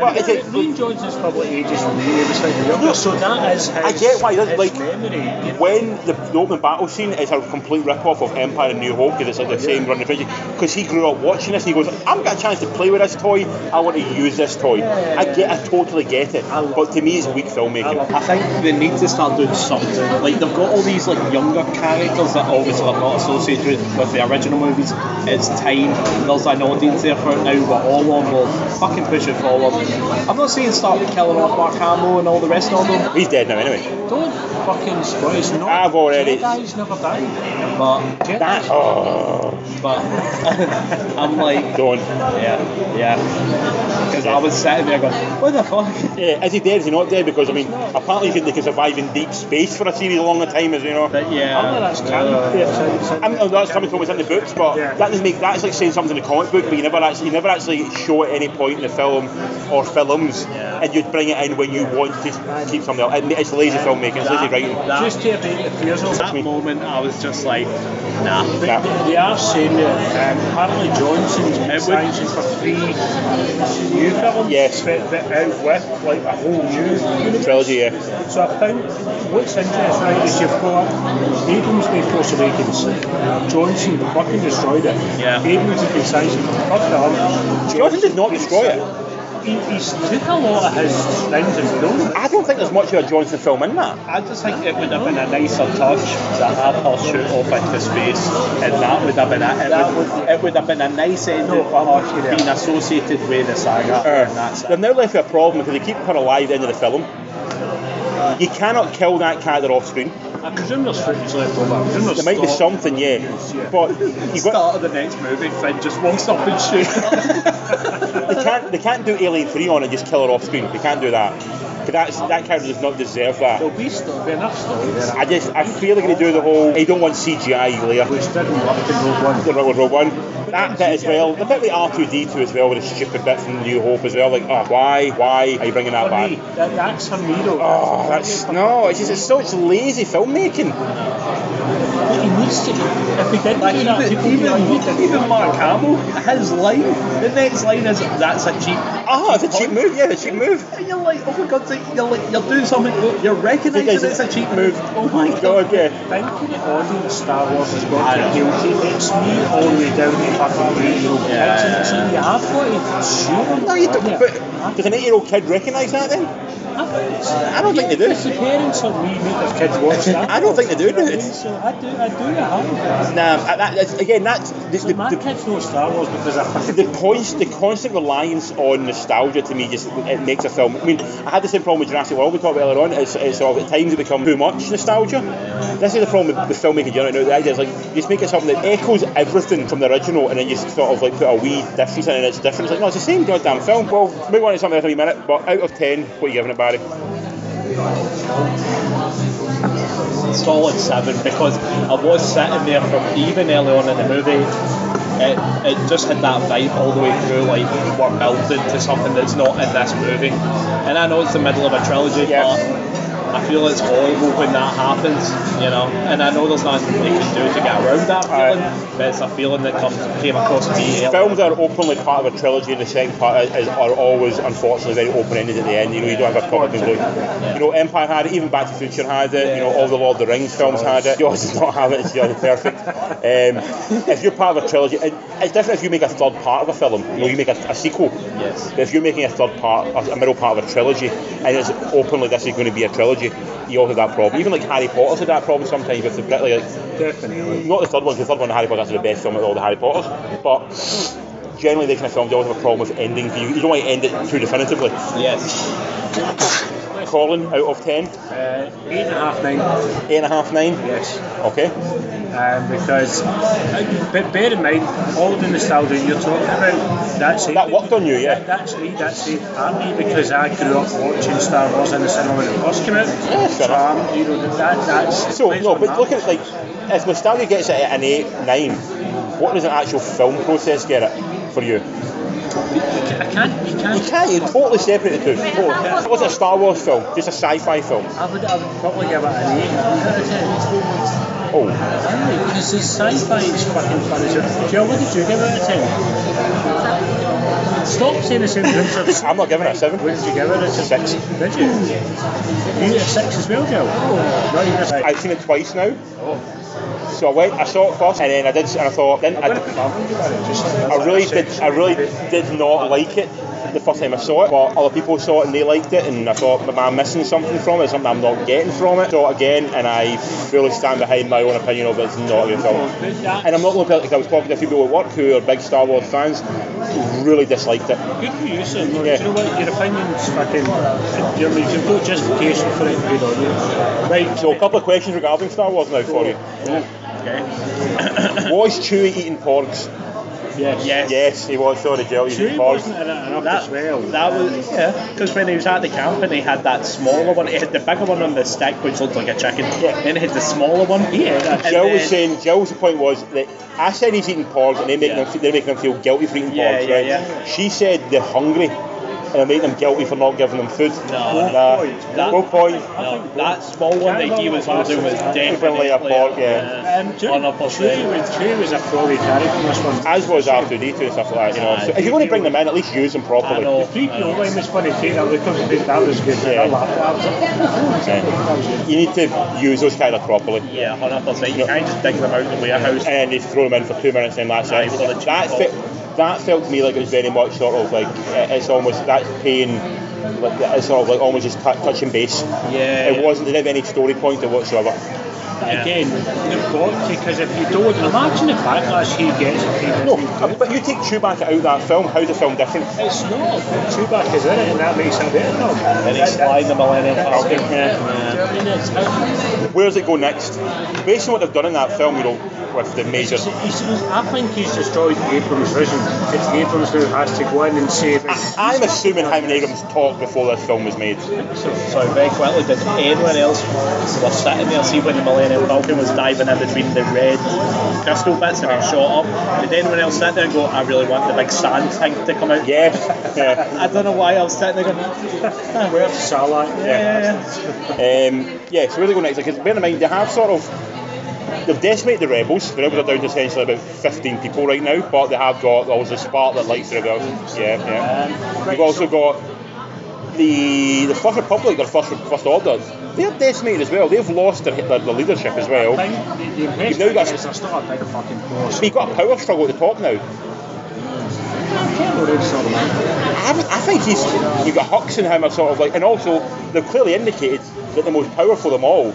B: well, it's like,
C: Liam Jones is probably ages from me, he was like younger, so that is his,
B: I get why he doesn't
C: his
B: like-
C: memory. You know?
B: when the, the opening battle scene is a complete rip-off of Empire and New Hope because it's like the same running fridge because he grew up watching this and he goes I've got a chance to play with this toy I want to use this toy I get I totally get it
C: love-
B: but to me it's weak filmmaking
D: I think they need to start doing something. Like they've got all these like younger characters that obviously are not associated with, with the original movies. It's time. There's an audience there for it now. We're all on board. Fucking push it forward. I'm not saying start killing off Mark Hamill and all the rest of them,
B: he's dead now anyway
C: Don't fucking spoil it's not.
B: I've already-
C: Jedi's never died.
D: but
C: Jedi-
B: that oh
D: but I'm like
B: don't
D: yeah yeah because I was sitting there going what the fuck.
B: Yeah, Eh, is he dead? Is he not dead? Because I mean, apparently you can, they can survive in deep space for a series a longer time, as you know.
D: But yeah, Uh,
C: I know that's canon.
B: I mean, oh, that's coming from what's in the books, but
C: Yeah.
B: that doesn't make that's like saying something in a comic book, but you never actually you never actually show at any point in the film or films, and you'd bring it in when you want to keep something else. And it's lazy filmmaking, it's lazy
D: That-
B: writing.
D: that-
C: Just to abate the fears of
D: that moment I was just like nah.
B: Nah.
C: They are saying that um, apparently Johnson's been
D: It would-
C: sanctioned for three new films.
B: Yes.
C: But, but out with like a whole new universe.
B: Trilogy, yeah.
C: So I think what's interesting right, is you've got Abrams made Force Awakens. Johnson fucking destroyed it.
D: Yeah.
C: Abrams has been sanctioned for the first film.
B: Johnson did not
C: Johnson's
B: destroy
C: been-
B: it.
C: He, he's took a lot of his things and filmed it.
B: I don't think there's much of a Johnson film in that.
D: I just think it would have been a nicer touch to have her shoot off into space, and that would have been a, it,
C: That
D: would, it would have been a nice ending
C: No,
D: for her
C: yeah.
D: being associated with the saga, and that's
B: Uh, They're
D: it.
B: now left with a problem because they keep her alive at the end of the film. You cannot kill that character off screen.
C: I presume there's footage left over. I presume there's
B: There might be
C: stock.
B: something, yeah. But you got
D: Start of the next movie, Finn just walks up and shoots.
B: they can't they can't do Alien Three on it and just kill her off screen. They can't do that. 'Cause that's that character does not deserve that.
C: There'll be still be enough story there.
B: I just I feel they're gonna do the whole I don't want CGI layer.
C: which didn't work in Rogue One.
B: The Rogue Rogue One. That bit as well. The bit with R two D two as well with a stupid bit from New Hope as well. Like oh why why are you bringing that
C: For me,
B: back?
C: that, that's her needle.
B: Oh, that's no. It's just it's such lazy filmmaking.
C: But he needs to. If he didn't
D: Like
C: do that,
D: even,
C: people would be like, "You
D: even,
C: didn't
D: even Mark Hamill, his line, the next line is that's a cheap.
B: Ah, it's a cheap move. Yeah, it's a cheap move.
D: And you're like, oh my god, you're like, you're doing something, you're recognising it's a cheap move. Oh my god.
B: God, yeah.
C: Thinking it on in Star Wars has got
D: I
C: to
D: know.
C: be guilty. It's me all the way down to fucking Rachel.
D: Yeah.
C: It's you have got to shoot him.
B: No, you don't.
C: Yeah.
B: But does an eight-year-old kid recognise that then?
C: I, think it's-
B: I don't think they do.
C: Because the parents of me make their kids watch that.
B: I don't think they do, do they?
C: So I do, I do, I have.
B: Nah, that, that's- again, that's the,
C: So
B: the,
C: my
B: the,
C: kids know Star Wars because I fucking
B: the, const, the constant reliance on nostalgia to me just it makes a film. I mean, I had the same problem with Jurassic World we talked about earlier on. It's, it's sort of at times it becomes too much nostalgia. This is the problem with, with filmmaking. You know, the idea is like you just make it something that echoes everything from the original, and then you sort of like put a wee difference in, it and it's different. It's like no, it's the same goddamn film. Well, move on to something else in a minute. But out of ten, what are you giving it, Barry?
D: solid seven because I was sitting there from even early on in the movie. It, it just had that vibe all the way through, like we're building to something that's not in this movie. And I know it's the middle of a trilogy,
B: Yeah.
D: but I feel it's horrible when that happens, you know. And I know there's nothing they can do to get around that
B: Aye.
D: feeling, but it's a feeling that comes came across me. early.
B: Films that are openly part of a trilogy, and the second part is, is, are always, unfortunately, very open-ended at the end. You know, you don't have a proper conclusion. You know, Empire had it, even Back to the Future had it. You know, all the Lord of the Rings films had it. Yours does not have it. It's yours perfect. Um, if you're part of a trilogy, it, it's different if you make a third part of a film. You know, you make a, a sequel.
D: Yes.
B: But if you're making a third part, a, a middle part of a trilogy, and it's openly this is going to be a trilogy, you all have that problem. Even like Harry Potter's had that problem sometimes with the like
C: definitely.
B: not the third one, 'cause the third one, Harry Potter, that's the best film of all the Harry Potters. But generally, they kind of films they always have a problem with endings. You, you don't want to end it too definitively.
D: Yes.
B: Colin, out of 10,
C: Uh, eight and a half, nine. um,
B: 8.5, 9?
C: Yes.
B: Okay.
C: Um, because, uh, but bear in mind, all the nostalgia you're talking about, that's it.
B: That worked on you, yeah?
C: That's me, that's it. I'm me because I grew up watching Star Wars in the cinema when it first came out.
B: fair
C: so
B: enough.
C: I'm, you know, that, that's.
B: So
C: based
B: no,
C: on
B: but
C: that.
B: look at it like if nostalgia gets it at an eight, nine, what does an actual film process get it for you?
C: I can't, you
B: You
C: can't.
B: can't. You totally separate the two. Totally. Was it a Star Wars film? Just a sci-fi film?
C: I would, I would probably give it an 8 out of 10.
B: Oh,
C: Right, because it's sci-fi is fucking fun as well. Joe, what did you give it a 10? Stop saying the same things. I've-
B: I'm not giving it a seven.
C: What did you give it? It's a
B: Six. Oh.
C: Did you? You get a six as well, Joe. Not even a six.
B: I've seen it twice now. So I went, I saw it first, and then I did, and I thought, then I, I really did, I really did not like it the first time I saw it, but other people saw it and they liked it, and I thought, am I missing something from it? Something I'm not getting from it? Saw it again, and I fully stand behind my own opinion of it's not a good film. And I'm not going to because I was talking to a few people at work who are big Star Wars fans, who really disliked it.
C: Good for you, sir.
B: Yeah.
C: Do you know what? Your opinion's fucking. Your, you've got justification for it to be done. Right,
B: So a couple of questions regarding Star Wars now for you. Was Chewie eating porgs?
C: Yes.
B: Yes, he was. Sorry, Jill, you
C: Chewie
B: eating porgs.
C: wasn't in it enough
D: That,
C: as well.
D: that was yeah, because when he was at the camp and he had that smaller one, he had the bigger one on the stick which looked like a chicken.
B: Yeah.
D: Then he had the smaller one.
C: Yeah, that's-
D: And
B: Jill was
D: then-
B: saying, Jill's point was that I said he's eating porgs and they're making,
D: Yeah.
B: him, they're making him feel guilty for eating
D: Yeah,
B: porgs,
D: yeah,
B: right?
D: yeah.
B: She said they're hungry and they're making them guilty for not giving them food.
D: No.
B: nah,
D: point.
B: no point.
D: No, that small one that he was holding was definitely
B: Definitely a porg, yeah.
C: Um, do you
D: On
C: know,
D: a
C: Chewie
D: percent.
C: was, Chewie was a flawed character in this one.
B: As was R2D2 and stuff like that, you know.
D: Aye.
B: So if you're going to bring them in, at least use them properly.
D: I know.
C: Three people line was funny too. That was because that was good.
B: Yeah.
C: I laughed. I was like, that was good.
B: You need to use those kind of properly.
D: Yeah, hundred percent. You can't just dig them out of the warehouse.
B: and they throw them in for two minutes and that's
D: Aye,
B: it.
D: for the cheap
B: That,
D: ball.
B: fe- that felt to me like it was very much sort of like uh, it's almost that's paying like it's sort of like almost just tou- touching base.
D: Yeah.
B: It wasn't they didn't have any story point or whatsoever.
D: Yeah.
C: Again, you've got to because if you don't, imagine the backlash he gets if he doesn't
B: No,
C: do
B: uh,
C: it.
B: but you take Chewbacca out of that film, how's the film different?
C: It's not. Chewbacca's in it, and that makes it a better film.
D: And he's flying the Millennium Falcon. Yeah.
B: Where's it go next? Based on what they've done in that film, you know, with the major
C: I think he's destroyed Abrams' vision. It's Abrams who has to go in and save it.
B: I'm assuming Hyman Abrams talked before this film was made.
D: So very quickly, did anyone else were sitting there see when the Millennium Falcon was diving in between the red crystal bits and it shot up? Did anyone else sit there and go, I really want the big sand thing to come out?
B: Yes. Yeah.
D: I don't know why I was sitting there going, "Ah,
C: Where's Salah?
D: yeah.
B: Um, yeah, so where they go next? Because bear in mind, they have sort of they've decimated the rebels. The rebels are down to essentially about 15 people right now, but they have got always the spark that lights the rebels. Yeah, yeah. You've also got the the First Republic, their first first order. They're decimated as well. They've lost their, their, their leadership as well.
C: I
B: But
C: think the, the
B: You've now
C: impression
B: got-
C: is there's not a big fucking force.
B: you've got a power struggle at the top now. I, would- I think he's you've got Hux and him are sort of like, and also they've clearly indicated that the most powerful of them all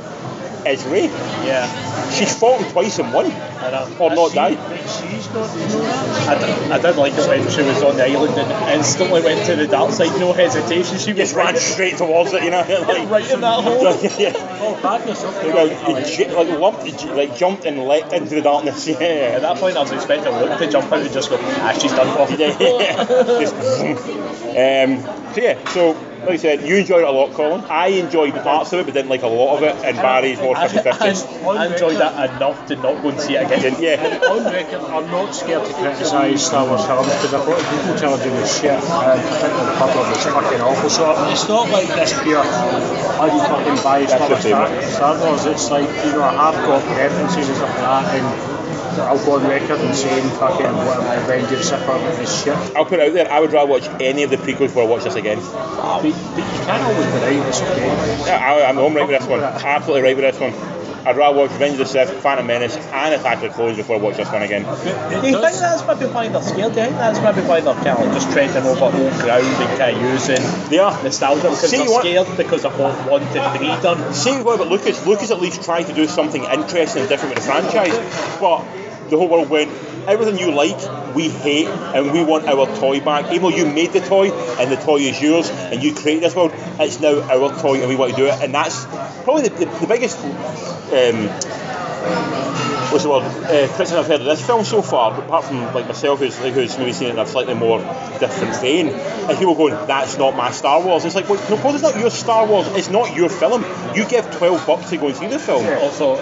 B: is Rey.
D: yeah.
B: She's fought him twice and won,
D: I know.
B: or not died.
C: She's not, you know that?
D: I did, I did like it when she was on the island and instantly went to the dark side, no hesitation. She was
B: just ran
D: right,
B: straight towards it, you know. Like,
D: right in that hole.
B: yeah.
C: Oh, badness up there.
B: Like, he ju- like lumped, he ju- like jumped and leapt into the darkness.
D: At
B: Yeah,
D: that point, I was expecting Luke to jump out and just go, ah, she's done for.
B: yeah, yeah. Just zoom. um, so yeah, so like I said, you enjoyed it a lot, Colin. I enjoyed parts of it, but didn't like a lot of it. And Barry's more
D: I,
B: 50-50.
D: I- I enjoyed that enough to not go and see it again.
B: And yeah,
C: On record, I'm not scared to criticise Star Wars films because I thought the people charging was shit. Um, I think the Republic was fucking awful. So it's not like this pure unfucking biased
B: That's
C: love
B: the
C: of Star, Star Wars. It's like, you know, I have got references and stuff like that, and I'll go on record and saying fucking what am I, Avengers Republic is shit.
B: I'll put it out there. I would rather watch any of the prequels before I watch this again.
C: But, but you can't always deny it's okay.
B: Yeah, I, I'm, I'm right with this one. Absolutely right with this one. I'd rather watch Revenge of the Sith, Phantom Menace, and Attack of the Clones before I watch this one again.
D: Do you think that's maybe why they're scared? Do you think that's maybe why they're kind of just treading over old ground and kind of using
B: They are.
D: nostalgia because
B: See
D: they're
B: what-
D: scared because of what one to three done?
B: See what about Lucas? Lucas at least tried to do something interesting and different with the franchise, but the whole world went, everything you like, we hate, and we want our toy back. Even though you made the toy, and the toy is yours, and you created this world, it's now our toy, and we want to do it. And that's probably the, the, the biggest. Um, what's the word? Uh, criticism I've heard of this film so far, but apart from like myself, who's like, who's maybe seen it in a slightly more different vein, is people going, "That's not my Star Wars." It's like, well, no, because it's not your Star Wars. It's not your film. You give twelve bucks to go and see the film.
D: Also,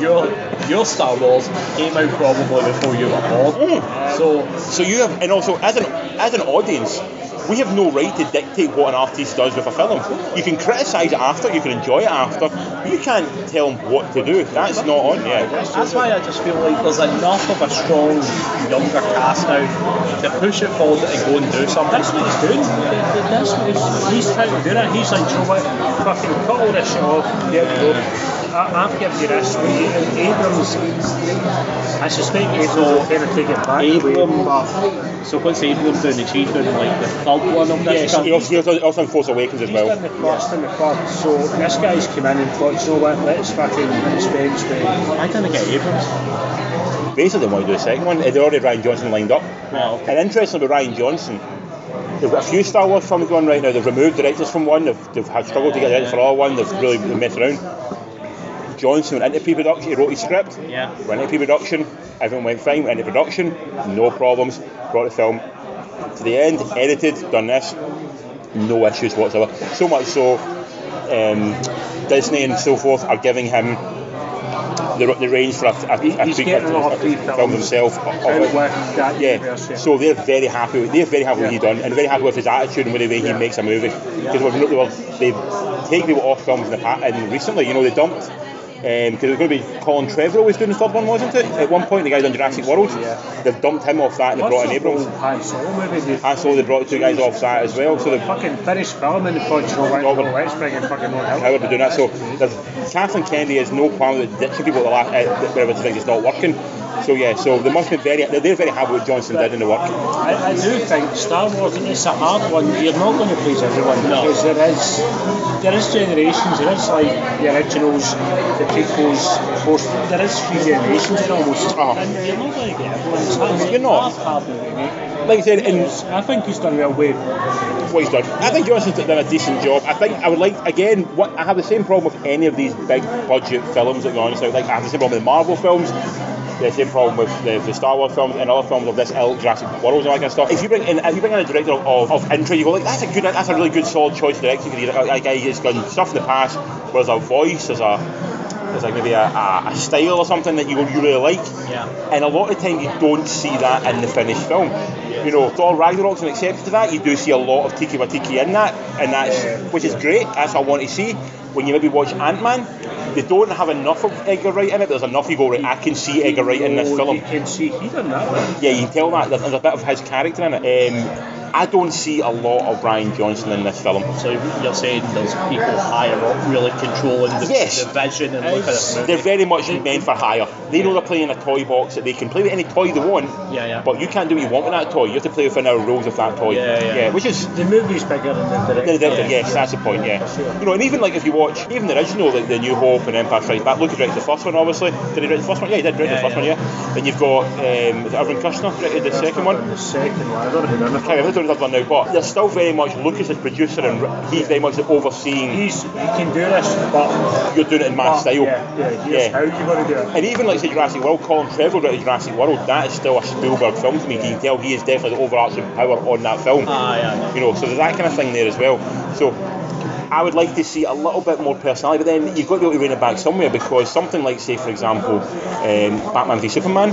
D: your your Star Wars came out probably before you were born.
B: Mm.
D: So
B: So you have, and also as an as an audience, we have no right to dictate what an artist does with a film. You can criticise it after, you can enjoy it after, but you can't tell them what to do. That's not on you.
D: That's why I just feel like there's enough of a strong younger cast now to push it forward and go and do something.
C: That's what he's doing. Th- th- That's what he's, he's trying to do. That he's like, you know what? Fucking cut all this shit off. There we go. I, I've given you this. We, and Abrams, I suspect Abrams will kind of take it back.
D: Abrams-
C: but
D: So what's Abrams doing? Is she doing like the third one of this?
B: Yes,
D: film?
B: he also, he also- also in Force Awakens as
C: he's
B: well.
C: done the first and the third. So this guy's come in and thought, you know what? Let's fucking spend, spend.
D: I didn't get Abrams.
B: Basically, they want to do a second one. They already had Ryan Johnson lined up.
D: Well,
B: And interestingly, with Ryan Johnson, they've got a few Star Wars films going right now. They've removed directors from one. They've, they've had struggled to get directors for all one. They've really messed around. Johnson went into pre-production. He wrote his script.
D: yeah.
B: Went into pre-production. Everything went fine. Went into production. No problems. Brought the film to the end. Edited. Done this. No issues whatsoever. So much so, um, Disney and so forth are giving him. The, the range for a, a, a,
C: He's
B: pre-
C: getting a lot of free
B: film
C: films.
B: himself.
C: Out with that
B: Yeah,
C: universe,
B: so they're very happy. With, they're very happy with what he's done, and very happy with his attitude and with the way he makes a movie. Because we've looked at- they've taken people off films in the past, and recently, you know, they dumped. Because it was going to be Colin Trevorrow was doing the third one, wasn't it? At one point, the guy done Jurassic World. They've dumped him off that, and they brought in Abrams.
C: Han Solo movie, they
B: And so they brought two guys off that as well. So they've
C: fucking finished filming the thought, you know what?
B: Robert-
C: well, Let's bring in fucking Ron Howard.
B: Howard were doing that. So there's- Kathleen Kennedy has no qualm with ditching people at the last, uh, wherever she thinks it's not working. So yeah, so they must be very they're they're very happy with Johnson did in the work.
C: I, I do think Star Wars is a hard one. You're not going to please everyone
D: No.
C: because there is there is generations. There is like the originals, the prequels, of course. There is three generations in almost.
B: Oh.
C: And you're not going to get everyone. It's hard-
B: You're not.
C: it's hard to get.
B: Like I said, in
C: eh? I think he's done well with
B: what he's done. I think Johnson's done a decent job. I think I would like again. What I have the same problem with any of these big budget films that go on. So like I have the same problem with the Marvel films. The same problem with the, the Star Wars films and other films of this ilk, Jurassic Worlds and all that kind of stuff. If you bring in, if you bring in a director of, of intrigue, you go like, that's a good, that's a really good, solid choice director. Because a, a guy who's done stuff in the past, where there's a voice, there's a, there's like maybe a, a, a style or something that you you really like.
D: Yeah.
B: And a lot of time you don't see that in the finished film. You know, Thor Ragnarok's an exception to that. You do see a lot of Tiki Watiki in that, and that's which is great. That's what I want to see. When you maybe watch Ant Man, they don't have enough of Edgar Wright in it. There's enough you go, right, I can see Edgar Wright in this
C: Oh,
B: film.
C: You can see he done that one.
B: Yeah, you can tell that there's there's a bit of his character in it. Um, I don't see a lot of Brian Johnson in this film.
D: So you're saying there's people higher up really controlling the,
B: Yes.
D: the vision and look at this movie.
B: They're very much men for hire. They know they're playing a toy box that they can play with any toy they want.
D: Yeah, yeah.
B: But you can't do what you want with that toy. You have to play within our rules of that toy.
D: Yeah, yeah.
B: which is
C: The movie's bigger than the director.
B: the director, yes, that's the point, yeah. You know, and even like if you watch even the original, like the New Hope and Empire Strikes Back, look, he directed the first one, obviously. Did he direct the first one? Yeah, he did direct
D: Yeah,
B: the first
D: yeah.
B: one, yeah. Then you've got um, is it Irvin Kushner directed the second one.
C: The second one. I don't know who done it.
B: I can't remember the third one now, but they're still very much Lucas as producer and he's very much the overseeing.
C: He's he can do this, but
B: You're doing it in my
C: but,
B: style.
C: Oh, Yeah, yeah.
B: Yeah.
C: Here's how you going to do it.
B: And even like say Jurassic World, Colin Trevor wrote Jurassic World, that is still a Spielberg film to me. You can tell he is definitely the overarching power on that film.
D: Ah, yeah.
B: You know, so there's that kind of thing there as well. So I would like to see a little bit more personality, but then you've got to be able to rein it back somewhere because something like, say, for example, um, Batman v Superman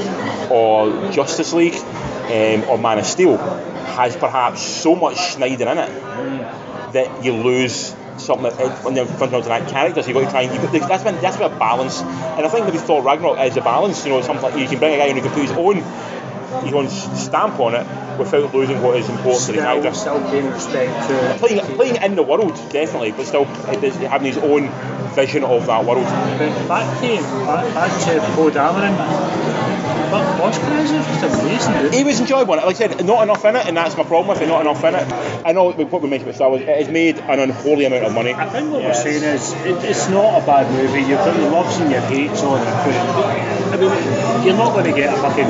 B: or Justice League um, or Man of Steel has perhaps so much Schneider in it that you lose something that- uh, when they're fronting onto that character. So you've got to try and you've got, that's been that's been a balance. And I think maybe Thor Ragnarok is a balance. You know, something like you can bring a guy in who can put his own his own s- stamp on it without losing what is important to the character.
C: Still, still gain respect to
B: Playing, playing in the world, definitely, but still it is- having his own vision of that world.
C: But back to back, back to Poe Dameron. But Oscar Isaac was amazing, dude.
B: He was enjoyable. Like I said, not enough in it, and that's my problem with it. Not enough in it. I know what we mentioned about Star Wars. It has made an unholy amount of money.
C: I think what we're saying is it, it's not a bad movie. You've got your loves and your hates on it. But, I mean, you're not going to get a fucking.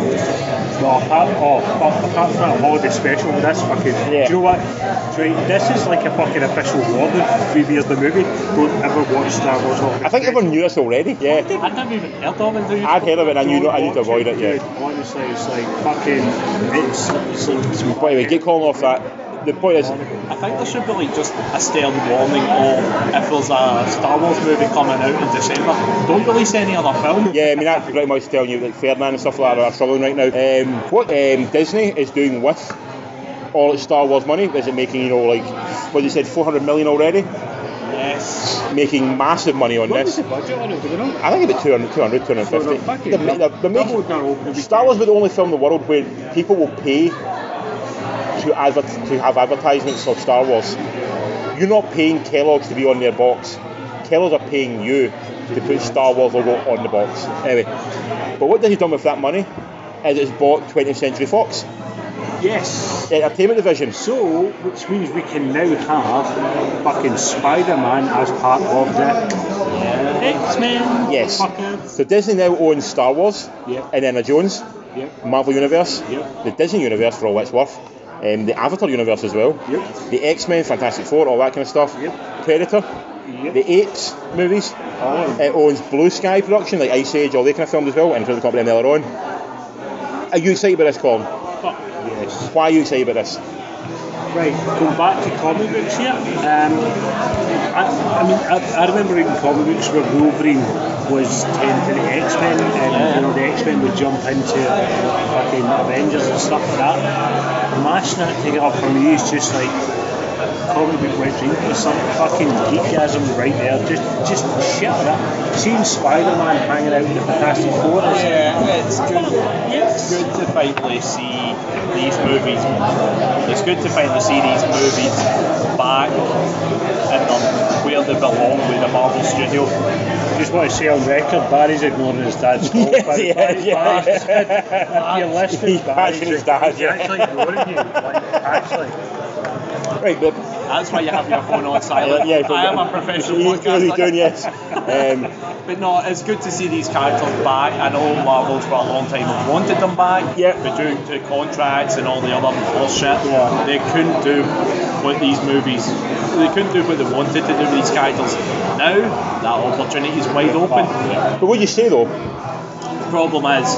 C: Well, apart, oh, fuck, apart from that holiday special, this fucking.
B: Yeah.
C: Do you know what? Right, this is like a fucking official warning. Three years the movie. Don't ever watch Star Wars Holiday
B: I think everyone knew this already. Yeah.
C: I'd never even heard of it until you
B: I'd heard of it and I knew
C: Don't
B: I need to
C: watch
B: avoid it, yeah.
C: dude. Honestly, it's like fucking. It's, it's, it's,
B: But anyway, get calling off that. The point is,
D: I think there should be like just a stern warning of if there's a Star Wars movie coming out in December, don't release any other film.
B: yeah, I mean that's pretty much telling you like Ferdinand and stuff like that are struggling right now. Um, what um, Disney is doing with all its Star Wars money is it making you know like what you said 400 million already,
D: Yes.
B: making massive money on
C: What was
B: this.
C: the budget on it? Do we know?
B: I think about 200, 200
C: So they're
B: 250.
C: fucking
B: They're, they're, they're
C: doubled
B: making,
C: their opening
B: Star Wars was the only film in the world where people will pay to adver- to have advertisements of Star Wars. You're not paying Kellogg's to be on their box. Kellogg's are paying you to put Star Wars logo on the box. Anyway, but what Disney done with that money is it's bought 20th Century Fox
C: Yes.
B: entertainment division.
C: So, which means we can now have fucking Spider Man as part of the X Men.
B: Yes.
C: Fuckers.
B: So Disney now owns Star Wars,
C: Yeah.
B: Indiana Jones,
C: Yep.
B: Marvel Universe,
C: Yep.
B: the Disney Universe for all it's worth, um, the Avatar Universe as well,
C: Yep.
B: the X Men, Fantastic Four, all that kind of stuff,
C: Yep.
B: Predator,
C: Yep.
B: the Apes movies.
C: All of them.
B: It owns Blue Sky production, like Ice Age, all that kind of films as well, and for the company they're on. Are you excited about this, Colin?
C: Fuck yes.
B: Why are you excited about this?
C: Right, going back to comic books here. Um, I, I mean, I, I remember reading comic books where Wolverine was into the X Men, and you know the X Men would jump into fucking Avengers and stuff like that. Mashing that together for me is just like comic book writing. It's some fucking geekasm right there. Just, just shit like that. Seeing Spider Man hanging out with the Fantastic Four is
D: Yeah, it's good. It's good to finally see these movies. It's good to finally see these movies back and um, where they belong with the Marvel Studio.
C: Just want to say on record, Barry's ignoring his dad's call.
B: Yes,
C: Barry,
B: yeah,
C: Barry,
B: yeah,
C: Barry, Barry, You're listening,
B: He's bashing his dad,
C: He's
B: yeah.
C: actually ignoring you. Like, actually.
B: Right, but
D: That's why you have your phone on silent.
B: yeah,
D: I am a professional
B: He's really
D: podcaster.
B: doing yes. Um,
D: But no, it's good to see these characters back. I know Marvel's for a long time have wanted them back,
B: Yeah.
D: but due to contracts and all the other bullshit,
C: Yeah.
D: they couldn't do what these movies, they couldn't do what they wanted to do with these characters. Now, that opportunity is wide open.
B: but what you say though,
D: The problem is,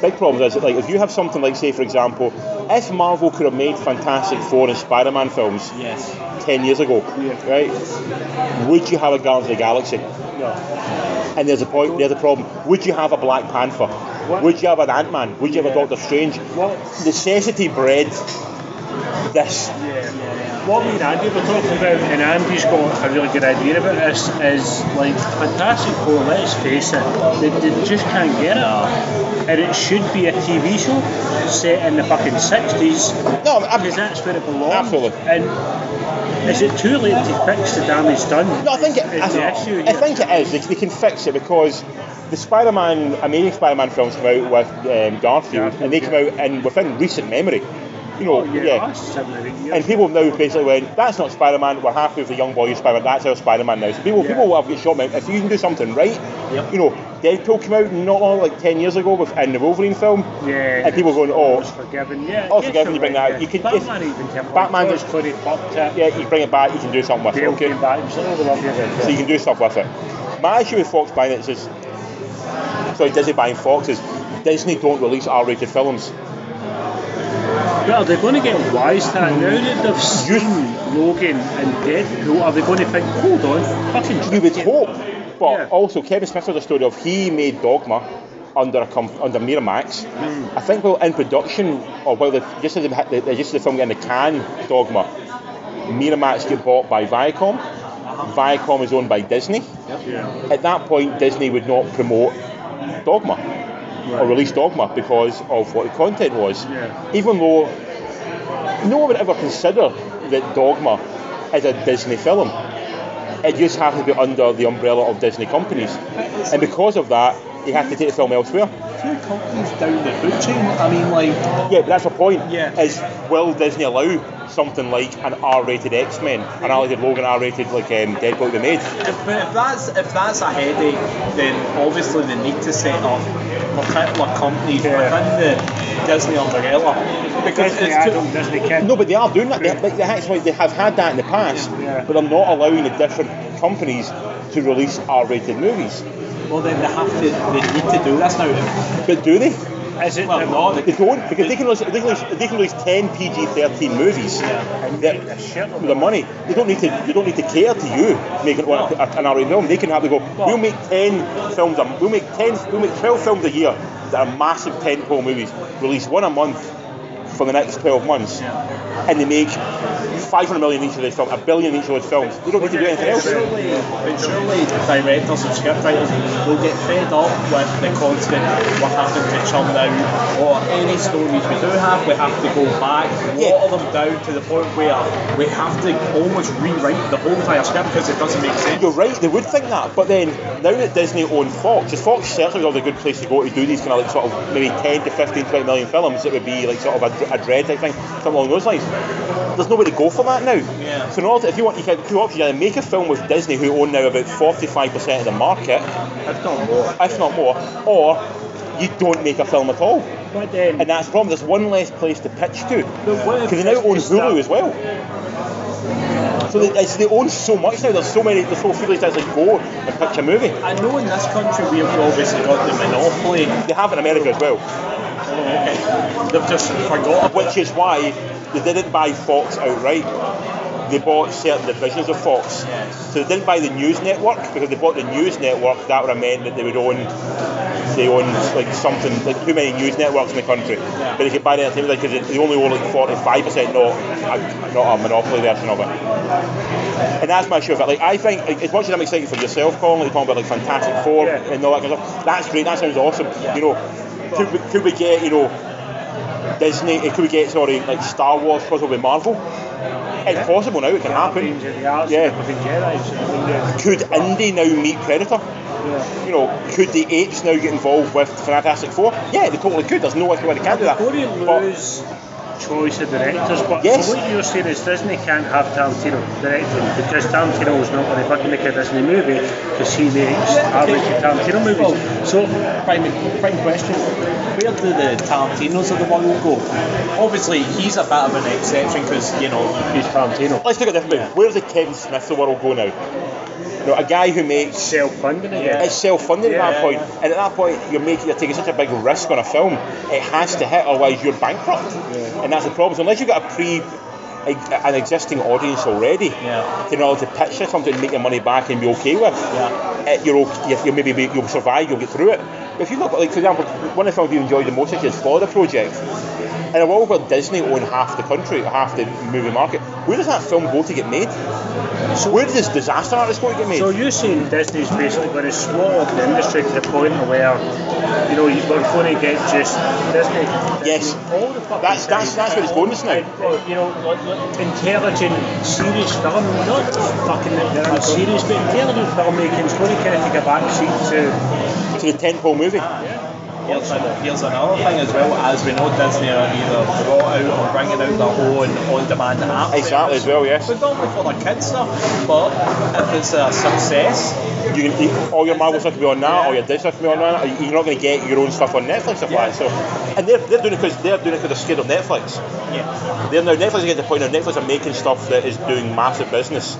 B: big problem is that, like if you have something like say for example if Marvel could have made Fantastic Four and Spider-Man films
D: yes,
B: 10 years ago right would you have a Guardians of the Galaxy
C: No.
B: and there's a point there's a problem would you have a Black Panther would you have an Ant-Man would you have a
C: Yeah.
B: Doctor Strange
C: What,
B: necessity bred this
C: what me and Andy were talking about, and Andy's got a really good idea about this, is like Fantastic Four, let's face it, they, they just can't get it up. And it should be a TV show set in the fucking 60s
B: no I'm,
C: because that's where it belongs.
B: Absolutely.
C: And is it too late to fix the damage done?
B: No, I think it,
C: Is
B: I,
C: the issue
B: I
C: here?
B: think it is. They, they can fix it because the Spider-Man, amazing Spider-Man films come out with um, Garfield,
C: Garfield,
B: and they come
C: yeah.
B: out in within recent memory. You know,
C: Oh, yeah,
B: yeah.
C: that's seven or eight years.
B: And people now basically went, that's not Spider-Man. We're happy with the young boy who's Spider-Man. That's our Spider-Man now. So people,
C: Yeah.
B: people will have get shot. man. If you can do something right,
D: Yep.
B: you know, Deadpool came out not long, like ten years ago with in the Wolverine film,
C: yeah,
B: and people going, oh,
C: it's forgiven. Yeah,
B: Oh,
C: yes,
B: forgiven,
C: you're
B: you bring
C: right,
B: that out.
C: yeah.
B: You could- if-
C: Batman even kept
B: Batman
C: like,
B: was-
C: George Clooney fucked it.
B: yeah, you bring it back, you can do something with it.
C: Dale
B: Okay.
C: came back. He was like, oh, we love you.
B: so you can do stuff with it. My issue with Fox buying it is, sorry, Disney buying Fox is Disney don't release R-rated films.
C: Well, they're going to get wise to that now that they've seen Logan and Deadpool. Are they going to think, hold on, fucking
B: You would
C: Deadpool.
B: hope, but
C: Yeah.
B: also Kevin Smith has a story of he made Dogma under a com- under Miramax.
C: Hmm.
B: I think while in production, or while the just as the, the, just as the film getting the can Dogma, Miramax get bought by Viacom.
C: Uh-huh.
B: Viacom is owned by Disney.
C: Yeah.
B: At that point, Disney would not promote Dogma. or release Dogma because of what the content was.
C: Yeah.
B: Even though no one would ever consider that Dogma is a Disney film. It just happened to be under the umbrella of Disney companies. And because of that, he had to take the film elsewhere.
C: few companies down the food chain. I mean, like,
B: Yeah, but that's the point.
D: Yeah.
B: Is will Disney allow something like an R-rated X-Men, an R-rated Logan, R-rated like um, Deadpool they made?
D: If, but if that's if that's a headache, then obviously they need to set up particular companies within the Disney umbrella because
C: Disney
D: it's
C: adult, Disney kid.
B: No, but they are doing that. They, they, actually, they have had that in the past,
C: Yeah.
B: but they're not allowing the different companies to release R-rated movies.
D: well then they have to they need to do this now.
B: But do they?
C: Is it
D: Well, no, they
B: They don't because they can release, they can release, they can release ten PG-13 movies.
C: and
B: that-
C: make a
B: with the
C: shitload of
B: money, they don't need to. They don't need to care to you making one- a- an R-rated film. They can have to go. We'll make ten films. A, we'll make ten. We'll make twelve films a year that are massive tentpole movies. Release one a month for the next twelve months, and they make five hundred million each of those films, a billion each of those films. They don't need to do anything
D: But
B: else.
D: surely, but surely directors and script writers will get fed up with the constant we're having to churn out or any stories we do have we have to go back water them down to the point where we have to almost rewrite the whole entire script because it doesn't make sense.
B: You're right, they would think that, but then now that Disney own Fox, is Fox certainly was a good place to go to do these kind of like sort of maybe 10 to 15, 20 million films that would be like sort of a, dr- a dread type thing, something along those lines. There's no way to go for that now.
D: Yeah.
B: So, in order, to- if you want, you can two options either make a film with Disney, who own now about 45% of the market,
D: It's not more.
B: if not more, or you don't make a film at all.
C: But then,
D: um,
B: And that's the problem, there's one less place to pitch to.
C: But what if
B: Because they now own
C: Disney start-
B: Hulu as well. So they, it's, they own so much now, there's so many, there's so few places to go and pitch a movie.
D: I know in this country we've obviously got the monopoly.
B: They have in America as well,
D: They've just forgot about
B: which is why they didn't buy Fox outright. They bought certain divisions of Fox. So they didn't buy the news network because they bought the news network. That would have meant that they would own, they owned like something like too many news networks in the country. But they could buy the entertainment because they only own like forty five percent, not a, not a monopoly version of it. And that's my issue with it. Like I think, like, as much as I'm excited for yourself, Colin, like, talking about like Fantastic Four
C: Yeah.
B: and all that kind of stuff, that's great. That sounds awesome. You know, could we, could we get you know Disney? eh, Could we get sorry like Star Wars crossover with Marvel? It's possible now. It can happen.
C: Rangers of the Arts,
B: Yeah.
C: fucking Jedi, so, I mean, yeah.
B: Could Indy now meet Predator? You know, could the apes now get involved with Fantastic Four? Yeah, they totally could. There's no way they can do that.
C: Before you
B: But-
C: lose choice of directors, but
B: Yes.
C: so what you're saying is Disney can't have Tarantino directing because Tarantino is not going to fucking make a Disney movie because he makes R-rated Tarantino movies. so
D: prime, prime question. Where do the Tarantinos of the world go? Obviously, he's a bit of an exception because, you know,
C: he's Tarantino.
B: let's look at this movie. Where's the Kevin Smith of the world go now? You know, a guy who makes
C: Self-funding again.
B: It's self-funded
C: Yeah,
B: at that
C: yeah,
B: point, and at that point you're making you're taking such a big risk on a film. It has to hit, otherwise you're bankrupt, and that's the problem. So unless you've got a pre an existing audience already,
D: Yeah.
B: in order to pitch this something and make your money back and be okay with,
D: Yeah.
B: it, you're okay, you'll- you'll maybe be, you'll survive, you'll get through it. But if you look, like for example, one of the films you enjoyed the most actually is Florida Project. In a world where Disney own half the country, half the movie market, where does that film go to get made? where does Disaster Artist go to get made?
C: So you're saying Disney's basically going to swallow the industry to the point where, you know, you- we're going to get just Disney.
B: Yes.
C: All the fucking
B: That's- that's-
C: time.
B: that's where it's going just now.
C: And, well, you know, like, like, intelligent, serious film, not fucking that they're not serious, but intelligent filmmaking's going to kind of take a back seat to.
B: to the tentpole movie.
D: Here's, an- here's another thing as well, as we know Disney are either brought out or bringing out their own on-demand app.
B: Exactly as well, yes.
D: We've done it for the kids stuff, but if it's a success,
B: You can you, all your Marvel stuff can be on that, all your Disney stuff can be on that. you- You're not going to get your own stuff on Netflix if that. So, and they're, they're doing it because they're doing it because they're scared of Netflix.
D: yeah.
B: They're now Netflix is getting to the point now. Netflix are making stuff that is doing massive business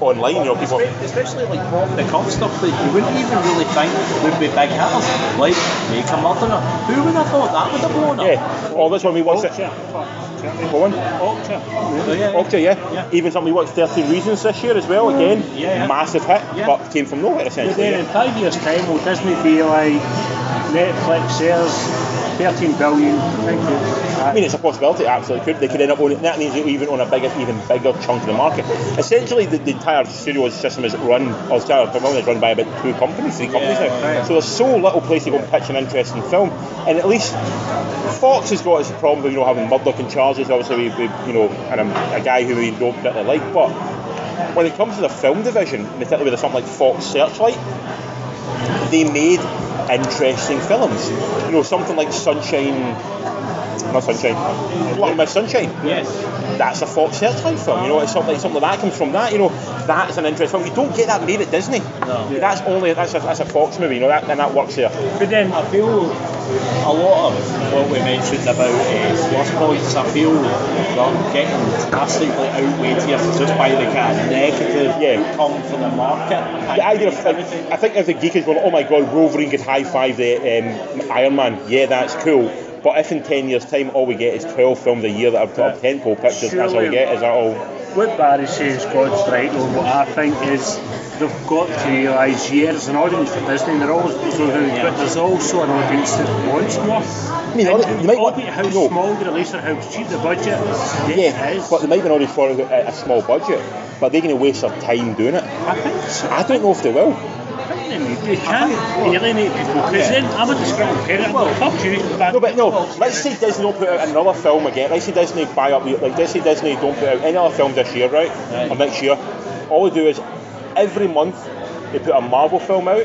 B: online. You know, people.
D: Espe- Especially like Bob the Cop stuff that you wouldn't even really think would be big hitters, like Make a Murderer. Who would have thought that would have blown up?
B: Yeah. Or this one we watched. it.
C: Ultra.
B: What one?
C: Ultra.
D: Yeah, yeah.
B: Okja, yeah.
D: Yeah.
B: Even something we watched 13 Reasons this year as well, again.
D: Yeah, yeah.
B: Massive hit,
D: Yeah.
B: but came from nowhere
C: But
B: essentially.
C: then in five years' time, will Disney be like Netflix shares 13 billion? Thank you.
B: I mean, it's a possibility. Absolutely, could they could end up owning. That means they even own a bigger, even bigger chunk of the market. Essentially, the, the entire studio system is run, or the entire film is run by about two companies, three companies
D: Yeah,
B: now.
D: right.
B: So there's so little place to go and pitch an interesting film. And at least Fox has got its problem, you know, having Murdoch in charge. Is obviously, we, we, you know, and a, a guy who we don't particularly like. But when it comes to the film division, particularly with something like Fox Searchlight, they made interesting films. You know, something like Sunshine. Not Sunshine. Little Miss Sunshine.
D: Yes.
B: That's a Fox certified film. You know, it's something, something that comes from that. You know, that's an interesting film. You don't get that made at Disney.
D: No.
B: That's only that's a, that's a Fox movie. You know, that, and that works there.
D: But then I feel a lot of what we mentioned about uh, Slush Boys, I feel they're getting drastically outweighed here just by the kind of negative
B: Yeah.
D: come from the market.
B: The idea of like, I think if the geek is going, oh my god, Wolverine could high five the um, Iron Man. Yeah, that's cool. But if in ten years' time all we get is twelve films a year that are top ten pole pictures, that's all we
C: Surely-
B: get. Is that all?
C: What Barry says, God's right, on what I think is they've got to realise, yeah, there's an audience for Disney, and they're always, so there- but there's also an audience that wants more. I
B: mean, audi- you might want-
C: how
B: no.
C: small the release or how cheap the budget yeah,
B: Yeah,
C: it is.
B: but they might be an audience for it at a small budget, but they're going to waste their time doing it.
C: I think so.
B: I don't know if they will.
C: I think they need- they can't alienate people, because then I'm a disgruntled parent, I'm like, fuck you,
B: No, but no. Let's say Disney don't put out another film again. Let's say Disney buy up. the- Like let's say Disney don't put out any other film this year, right?
D: Right.
B: Or next year. All they do is every month they put a Marvel film out,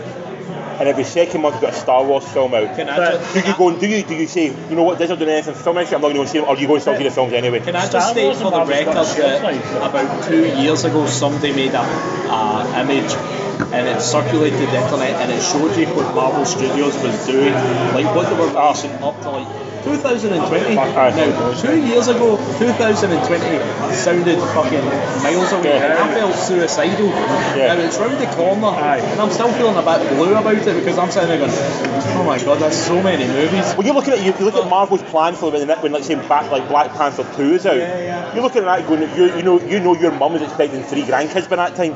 B: and every second month they put a Star Wars film out.
D: Can I
C: But-
D: just-
B: do you go and do you do you say you know what Disney don't do anything for film next year? I'm not going to go and see them, or you go and still see the films anyway?
D: Can I
C: Star
D: just state
C: Wars
D: for the
C: and Marvel's
D: record
C: got shit
D: that
C: like-
D: about two years ago somebody made a, a image and it circulated the internet and it showed you what Marvel Studios was doing, like what they were passing up to like 2020.
B: Aye.
D: Now, two years ago, 2020 sounded fucking miles away.
B: Yeah.
D: I felt suicidal.
B: Yeah.
D: Now it's round the corner
C: Aye.
D: and I'm still feeling a bit blue about it because I'm sitting there going, oh my god, that's so many movies.
B: Well, you're looking at you, you look at Marvel's plan for when, when like say back like Black Panther two is out.
D: yeah.
B: You're looking at that going, you, you know, you know, your mum is expecting three grandkids by that time.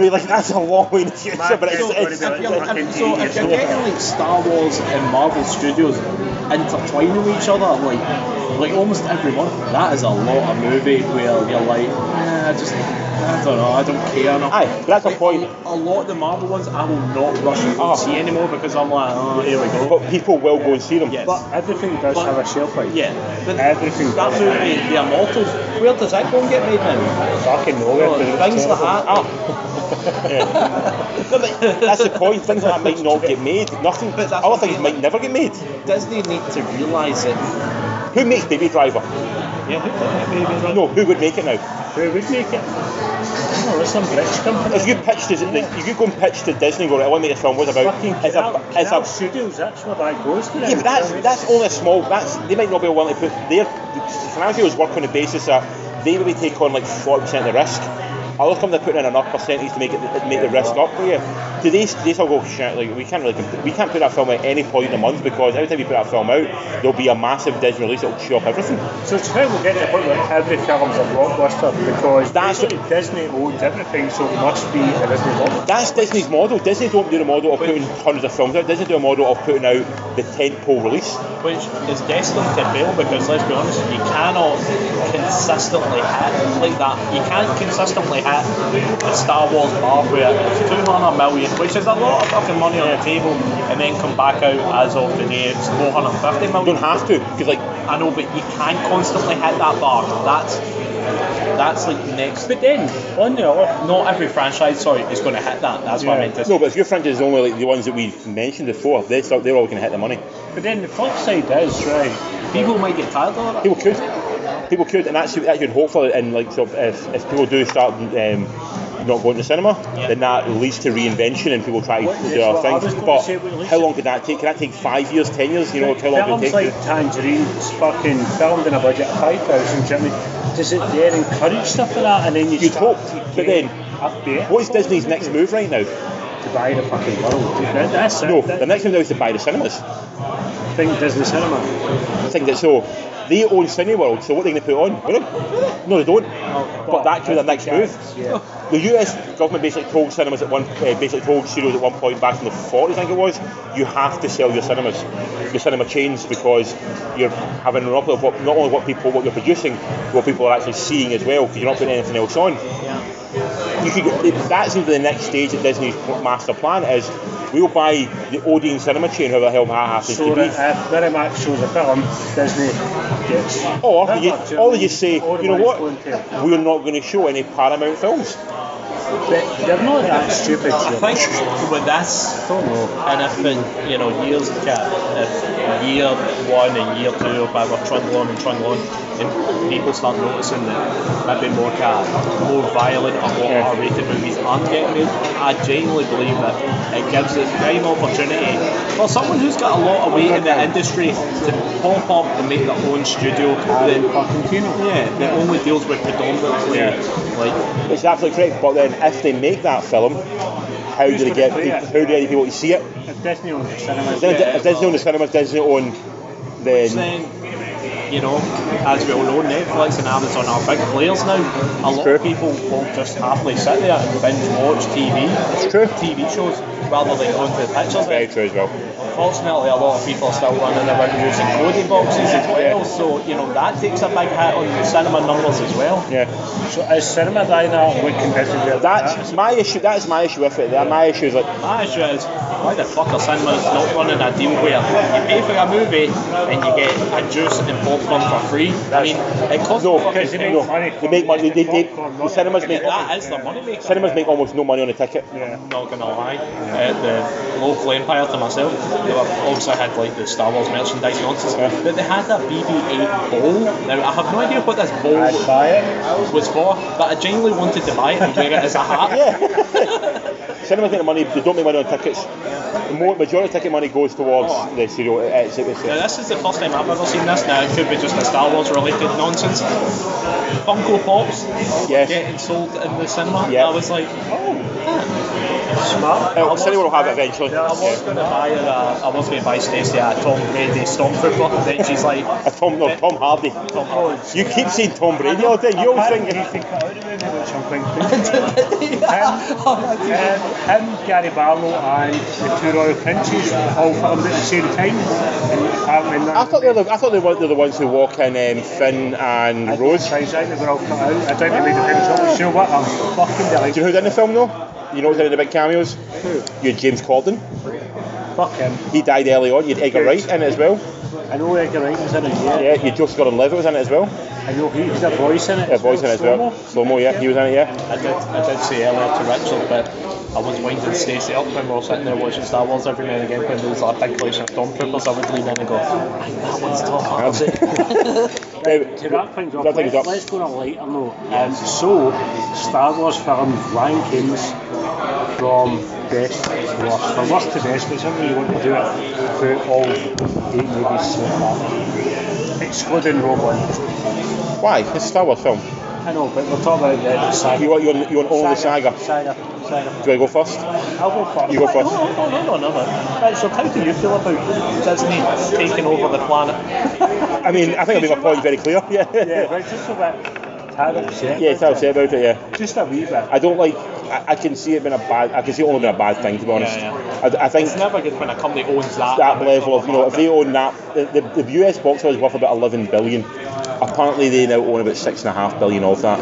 B: You're like that's a long way in the future,
C: My
B: but it's,
C: kids
B: it's,
C: already
B: it's,
C: be
B: it's,
C: like,
D: Yeah, and so if you're
B: Yeah.
D: getting like Star Wars and Marvel Studios intertwining with each other, like like almost every month, that is a lot of movie where you're like, nah, just I don't know, I don't care. enough."
B: Aye, but that's the
D: Like,
B: point.
D: A lot of the Marvel ones, I will not rush and
B: Oh.
D: see anymore because I'm like, oh, here we go.
B: but people will go and see them.
D: Yes.
C: But everything does
D: But-
C: have a shelf life.
D: yeah, but
C: Everything.
D: That movie, The Immortals, where does that go and get made now?
C: Fucking nowhere.
D: Oh,
C: because it's
D: things like
C: terrible.
D: that. Oh.
B: Yeah. No, but that's the point. Things like that might not get made. Nothing.
D: But that's
B: Other
D: what I
B: things
D: mean,
B: might never get made.
D: Disney need to realise it.
B: Who makes Baby Driver?
C: Yeah,
B: No, who would make it now?
C: Who would make it? No, there's some British company.
B: If you pitch to, like, if you go and pitch to Disney, and go right, I want to make this film. What's it about?
C: Fucking
B: it's
C: Canal,
B: a, it's
C: Canal
B: a
C: Studios, that's where that goes to.
B: Yeah, but that's that's only a small. That's they might not be willing to put their financials work on the basis that they maybe take on like forty percent of the risk. Other companies are putting in enough percentage to make it to make the risk up for you. Do they they still go shit? Like we can't really comp- we can't put that film out any point in the month because every time you put that film out, there'll be a massive digital release that'll chew up everything.
C: So it's how we get to the point where every film's a blockbuster because
B: That's-
C: basically Disney owns everything, so it must be a Disney blockbuster.
B: That's Disney's model. Disney don't do the model of putting hundreds of films out. Disney do a model of putting out the tentpole release.
D: which is destined to fail because let's be honest, you cannot consistently hit like that. You can't consistently hit the Star Wars bar where it's 200 million, which is a lot of fucking money on the table, and then come back out as of today it's 450
B: You don't
D: million.
B: have to because like
D: I know, but you can constantly hit that bar. That's that's like next.
C: But then, on the other,
D: Not every franchise, sorry, is going to hit that. That's what I meant to say.
B: no, but if your franchise is only like the ones that we mentioned before, they're still- they're all going to hit the money.
C: but then the flip side is right.
D: People might get tired of that.
B: People could. People could, and that's that you'd hope for. And like, so if, if people do start um, not going to cinema,
D: Yeah.
B: then that leads to reinvention, and people try to
C: What-
B: do
C: that's
B: other
C: what I was
B: things.
C: gonna
B: But
C: say, what leads
B: how
C: to-
B: long could that take? Can that take five years, ten years? You know, how long could it take?
C: films like Tangerine's fucking filmed in a budget of five thousand. Do you know what I mean? Does it then encourage stuff like that, and then you
B: You'd
C: start
B: hope,
C: to
B: but
C: get
B: then,
C: up there?
B: What's Disney's next move right now?
C: to buy the fucking world? That- That's it.
B: No,
C: That-
B: the next move now is to buy the cinemas.
C: I think Disney Cinema.
B: I think that so they own Cineworld, so what are they going to put on? They don't. No, they don't. But that could be the next move.
C: Yeah.
B: The US government basically told cinemas at one, uh, basically told studios at one point back in the 40s, I think it was, you have to sell your cinemas, your cinema chains, because you're having a monopoly of what, not only what people, what you're producing, but what people are actually seeing as well, because you're not putting anything else on. You could, it- that seems to be the next stage of Disney's master plan is we'll buy the Odeon cinema chain, however the hell that happens
C: So
B: to be.
C: that uh, if Miramax shows a film, Disney gets.
B: Or
C: that
B: you,
C: much,
B: or you
C: mean,
B: say,
C: all the
B: you know
C: money's
B: what,
C: going to-
B: we're not going to show any Paramount films.
C: But they're not that stupid.
D: I
C: really.
D: think with this,
C: I don't know.
D: and if in, you know years, ca- if year one and year two, if I were trundle on and trundle on, and people start noticing that maybe more cat, more violent or more
C: Yeah.
D: R-rated movies aren't getting made, I genuinely believe that it gives a prime opportunity for someone who's got a lot of weight in the industry to pop up and make their own studio
C: Aaron
D: that,
C: Carpentino.
D: yeah, that only deals with predominantly
C: Yeah.
D: like
B: It's absolutely correct, but then if they make that film, how do
C: Who's
B: they
C: gonna
B: get
C: play
B: pe-
C: it?
B: how do they get people to see it?
C: If Disney owns the cinemas.
B: Then
D: Yeah,
B: if Disney own the cinemas, Disney own
D: Which
B: the
D: then, you know, as we all know, Netflix and Amazon are big players now. A lot
B: true.
D: of people will just happily sit there and binge watch TV,
B: It's true.
D: TV shows, rather than going to the pictures.
B: Very true as well.
D: Unfortunately, a lot of people are still running around using coding boxes as well, so, you know, that takes a big hit on the cinema numbers as well.
B: Yeah,
C: So is cinema dying out? We can disagree with that.
B: that's my issue. That's my issue with it. That my issue is like
D: My issue is, why the fuck are cinemas not running a deal where you pay for a movie and you get a juice and popcorn for free? I mean, it costs
B: No,
D: fucking
C: Because they make
B: No,
C: money.
B: they make money. They- they- the cinemas make-
D: That is the money maker.
B: cinemas make almost no money on a ticket.
C: Yeah.
D: not gonna lie, uh, the local empire to myself, they were, obviously had like the Star Wars merchandise nonsense, but they had a BB-8 bowl. Now I have no idea what this bowl
C: I'd buy it.
D: was for, but I genuinely wanted to buy it and wear it as a hat.
B: Yeah. cinemas make the money. They don't make money on tickets. The more, majority of ticket money goes towards the serial. It's, it's,
D: Now, this is the first time I've ever seen this. Now, it could be just a Star Wars related nonsense. Funko Pops
B: Yes.
D: getting sold in the cinema.
B: Yeah.
D: I was like, oh,
C: Smart.
B: Oh, cinema will have it eventually.
D: I
B: Yeah.
D: was going to buy her a, I was going to buy Stacey a Tom Brady Stormtrooper. Then she's like,
B: A Tom, no, Tom Hardy.
D: Tom Holland.
B: You keep saying Tom Brady all day. You always
C: Apparently
B: think
C: he's been cut out of the movie, which I'm quite pleased
D: yeah.
C: Um, him, Gary Barlow, and the two Royal Pinches all filmed at the same time. And apparently none
B: I
C: of
B: thought
C: them
B: they're the, I thought they were they're the ones who walk in um, Finn
C: made
B: and
C: it.
B: Rose.
C: I think they were all cut out. I don't think they made the film. So, you know what? I'm fucking
B: Do you
C: delighted.
B: know who's in the film though? You know who's in the big cameos? You had James Corden.
C: Fuck him.
B: He died early on. You had Edgar Wright in it as well.
C: I know Edgar Wright was in it, yeah.
B: Yeah, you had Joseph Gordon-Levitt was in it as well.
C: I know he was a voice in it.
B: Yeah, voice in it as well.
C: Slow-mo.
B: Slow mo. Yeah, he was in it. Yeah.
D: I did, I did say earlier to Richard that I was winding Stacey up when we were sitting there watching Star Wars every now and again when there was a big collection of Stormtroopers. I would lean in and go, "Aye, that one's Tom Hardy.
C: To wrap things up,
B: Wrap things up.
C: let's, let's go on a lighter note. Um, so, Star Wars film rankings from best to worst. From worst to best, whichever you want to do it, through all eight movies so far. Excluding Rogue One.
B: Why? It's a Star Wars film.
C: I know, but we're talking about the saga.
B: You want you want, you
D: Oh,
B: want only the saga.
C: saga.
B: Do
C: Saga.
B: you
C: Saga.
B: want to go first?
C: I'll go first.
B: You go first.
D: No, no, no, no, no, no. Richard, how do you feel about Disney taking over the planet?
B: I mean, I think I made my point very clear. Yeah.
C: Yeah, right, just a bit. Tad upset.
B: Yeah, tell us about it. Yeah.
C: Just a wee bit.
B: I don't like. I, I can see it being a bad. I can see it only being a bad thing to be honest.
D: Yeah,
B: I, I think
D: It's never good when a company owns that.
B: that level of you know if they own that the, the, the US box office is worth about 11 billion apparently they now own about six and a half billion of that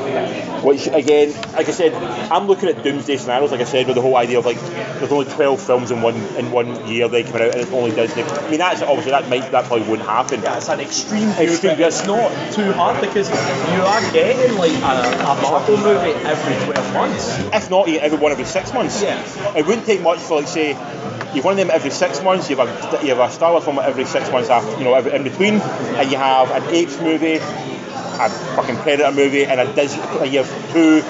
B: which again like I said I'm looking at doomsday scenarios like I said with the whole idea of like there's only 12 films in one in one year they come out and it's only Disney I mean that's obviously that might that probably wouldn't happen
D: Yeah, it's an extreme view,
B: Extreme
D: but it's not too hard because you are getting like a, a Marvel movie every 12 months.
B: if not you- every one every six months
D: Yeah.
B: it wouldn't take much for like say you've one of them every six months you've a, you have a Star Wars film every six months after you know every, in between and you have an Apes movie a fucking Predator movie and a Disney and you have two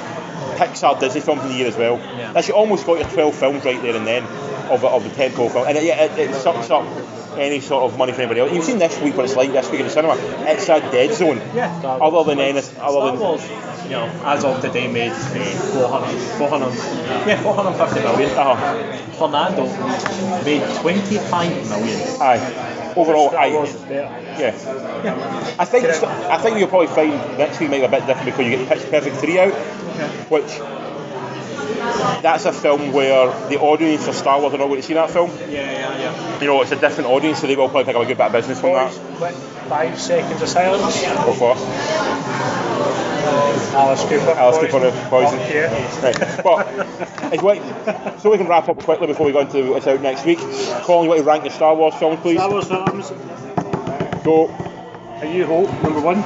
B: Pixar Disney films in the year as well
D: Yeah.
B: that's you almost got your 12 films right there and then of, the- of the tempo film and it, yeah, it, it sucks up any sort of money for anybody else you've seen this week what it's like this week in the cinema it's a dead zone other than anything other
D: Star
B: than
D: Wars, you know, as of today made uh, 400, 400, yeah, 450 million. Oh,
B: uh-huh.
D: Fernando made 25 million.
B: aye overall
C: Star
B: aye
C: Wars is better.
B: yeah I think it's, I think you'll probably find next week might be a bit different because you get Pitch Perfect 3 out, which that's a film where the audience for Star Wars are not going to see that film.
D: Yeah, yeah, yeah.
B: You know, it's a different audience, so they will probably pick up a good bit of business from
C: Boys,
B: that.
C: quick, five seconds of silence.
B: Go for it.
C: Alice Cooper.
B: Alice Cooper, Poison.
C: Fuck yeah.
B: Right, but it's what, so we can wrap up quickly before we go into what's out next week. Colin, you want to rank the Star Wars films, please?
C: Star Wars films.
B: Go.
C: A New Hope, number one.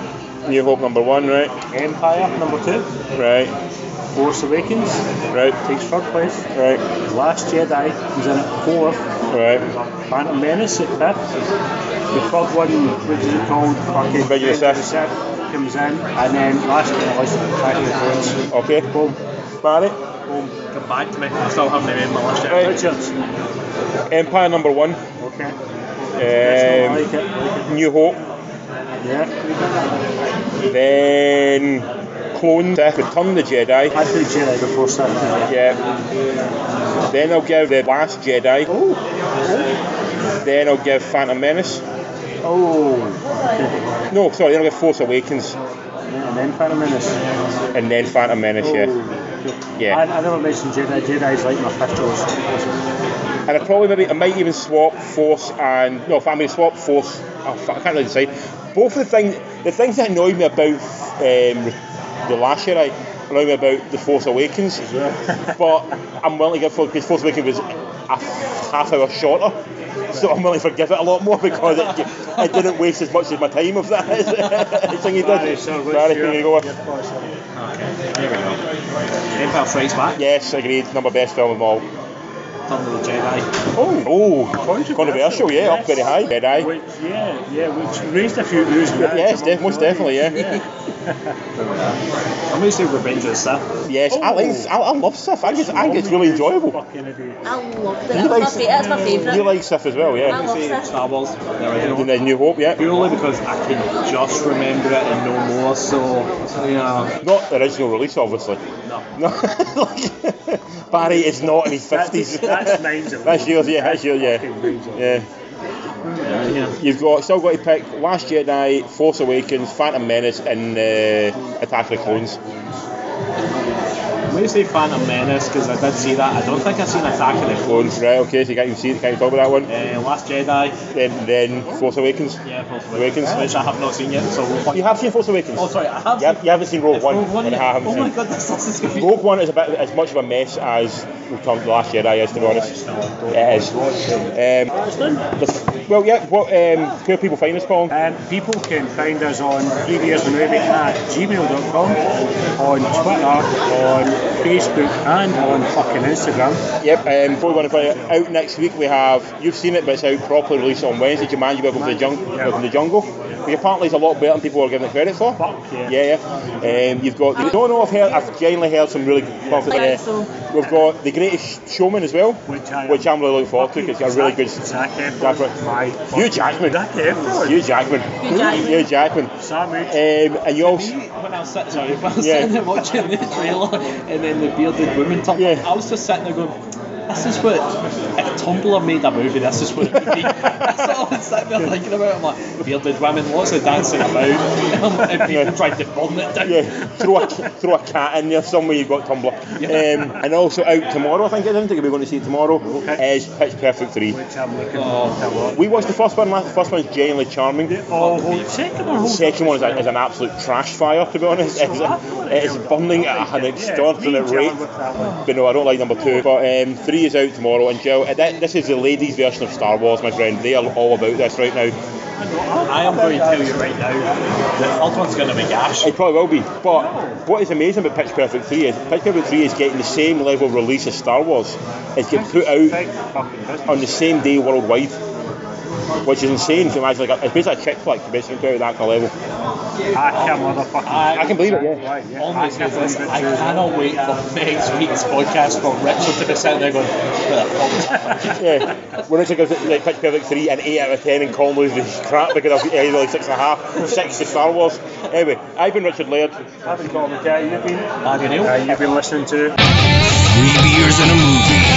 B: New Hope number one, right?
C: Empire, number two.
B: Right.
C: Force Awakens
B: Right.
C: takes third place.
B: Right.
C: Last Jedi was in at fourth.
B: Right.
C: Phantom Menace at fifth. The third one, which is called fucking
B: Revenge of the Sith.
C: Sith, comes in, and then last on the list, Attack of the Clones.
B: Okay.
C: Boom.
B: Barry.
C: Boom.
D: Come back to me. I still haven't remembered my last
B: Right.
D: year.
C: Richards.
B: Empire number one.
C: Okay. That's not
B: Um,
C: like it. Like
B: New Hope.
C: it. Yeah.
B: Then Clone Sith Return of the Jedi.
C: I put Jedi before Sith.
B: Yeah. Then I'll give the Last Jedi.
C: Oh.
B: Then I'll give Phantom Menace.
C: Oh.
B: No, sorry. Then I'll give Force Awakens,
C: Yeah, and then Phantom Menace.
B: and then Phantom Menace. Yeah.
C: Oh.
B: Yeah.
C: I, I never mentioned Jedi. Jedi is like my fifth choice.
B: And I probably maybe I might even swap Force and no, if I'm going to swap Force. Oh, fuck, I can't really decide. Both of the things, the things that annoyed me about um, the last year, I annoyed me about the Force Awakens. but I'm willing to give for because Force Awakens was a half hour shorter. So I'm willing to forgive it a lot more because it, it didn't waste as much of my time of that thing he did.
C: Barry, sir, what's
B: Barry,
C: your-
B: here you go.
C: your thoughts on it?
D: Okay, there we go. Empire Strikes Back,
B: Yes, agreed. Number best film of all.
D: Return of the Jedi.
B: Oh,
D: Controversial.
B: controversial, yeah, up very high, Jedi.
C: Which, yeah, yeah, which raised a few oohs and ahs
B: Yes,
C: among
B: def- most
C: the
B: definitely, yeah.
C: audience,
D: I'm going to say Revenge of the Sith.
B: Yes, I like. I, I love Sif. I think I think it's really enjoyable.
C: Fucking idiot.
E: I loved it.
B: You
E: That's
B: like-
E: my, fa- that's my favourite.
B: You like Sif as well,
E: I
B: yeah.
E: love that.
D: Star Wars, the
B: And
D: original.
B: then New Hope, yeah.
D: Purely because I can just remember it and no more, so, you know.
B: Not the original release, obviously.
D: No.
B: No, like, Barry is not in his fifties.
C: That's, that's mine's a
B: That's yours, yeah. That's yours, yeah.
C: fucking mine's a-
B: Yeah.
D: Yeah.
B: You've got still got to pick Last Jedi, Force Awakens, Phantom Menace, and uh, Attack of the Clones.
D: I'm going to say Phantom Menace because I did see that. I don't think I've seen Attack of the Clones.
B: Clones, right? Okay, so you can't even see it. Can't even talk about that one.
D: Uh, Last Jedi.
B: Then, then Force Awakens.
D: Yeah, Force
B: Awakens.
D: Which I have not seen yet, so we'll
B: You have seen Force Awakens.
D: Oh, sorry, I have
B: You, have, you haven't seen Rogue One.
D: Rogue One
B: and I
D: yet.
B: haven't
D: Oh
B: seen
D: my god, this is confusing.
B: Rogue One is about as much of a mess as Return to the Last Jedi is, to be honest. It is. Um, the- well, yeah. What? Um, where people find us, Colin?
C: Um, people can find us on previewsmovie at gmail.com, on Twitter, on Facebook, and on fucking Instagram.
B: Yep. Um, before we want to find out, out next week, we have you've seen it, but it's out properly released on Wednesday. Jumanji: Welcome to the Jungle. Welcome to the Jungle. Which apparently is a lot better than people are giving it credit for.
C: Fuck yeah.
B: Yeah, yeah. Um, you've got. The, no, no. I've heard. I've genuinely heard some really good stuff.
E: I
B: Yeah.
E: think so.
B: We've got the Greatest Showman as well,
C: Which I am-
B: which I'm really looking forward to. 'cause it's got a really good.
C: Zac Efron.
B: That's right.
C: My
B: Hugh Jackman.
C: Zac Efron.
B: Hugh Jackman.
E: Hugh Jackman.
B: Hugh Jackman.
C: Sammy.
B: Um, and you also,
D: Me, when I was sitting, sorry, when I was
B: Yeah.
D: sitting there watching the trailer and then the bearded woman turned
B: Yeah.
D: up, I was just sitting there going, this is what, if Tumblr made a movie, this is what it would be. That's all I'm sitting there thinking about. I'm like, bearded women, lots of dancing about, and people
B: Yeah.
D: tried to burn it down.
B: yeah, throw a throw a cat in there somewhere. You've got Tumblr, um, and also out tomorrow. I think I don't think we're going to see it tomorrow. Is Pitch Perfect three?
C: Which I'm looking forward to watching.
B: We watched the first one. last- The first one's genuinely charming.
C: Oh, hold second or
B: The
C: hold
B: second one is, a, is an absolute trash fire, to be honest. It's, it's burning at an extortionate rate. But no, I don't like number two. But um, three is out tomorrow, and Jill, uh, that, this is the ladies' version of Star Wars, my friend. They are all about this right now.
D: I am going to tell you right now, the third one's going to be gash.
B: It probably will be. But what is amazing about Pitch Perfect 3 is Pitch Perfect 3 is getting the same level of release as Star Wars. It's getting put out on the same day worldwide, which is insane. If you imagine, like, a, it's basically a chick flick, basically put out that kind of level.
C: Hacker Ah, motherfucking.
B: I can believe it, yeah.
C: Right, yeah.
D: Almost
C: Hacker
D: this.
C: believe it
D: I
C: too.
D: cannot wait for next week's podcast for Richard to be sitting there going, "Where the fuck was that?"
B: Yeah, we're going to give like, Pitch Perfect 3 an 8 out of 10 and Colin loses his crap because eh, I've either like 6.5, 6 to Star Wars. Anyway, I've been Richard Laird.
C: Haven't got me, Jay, you've been-
D: Barry Neil.
C: Uh, you've been listening to.
A: Three beers and a movie.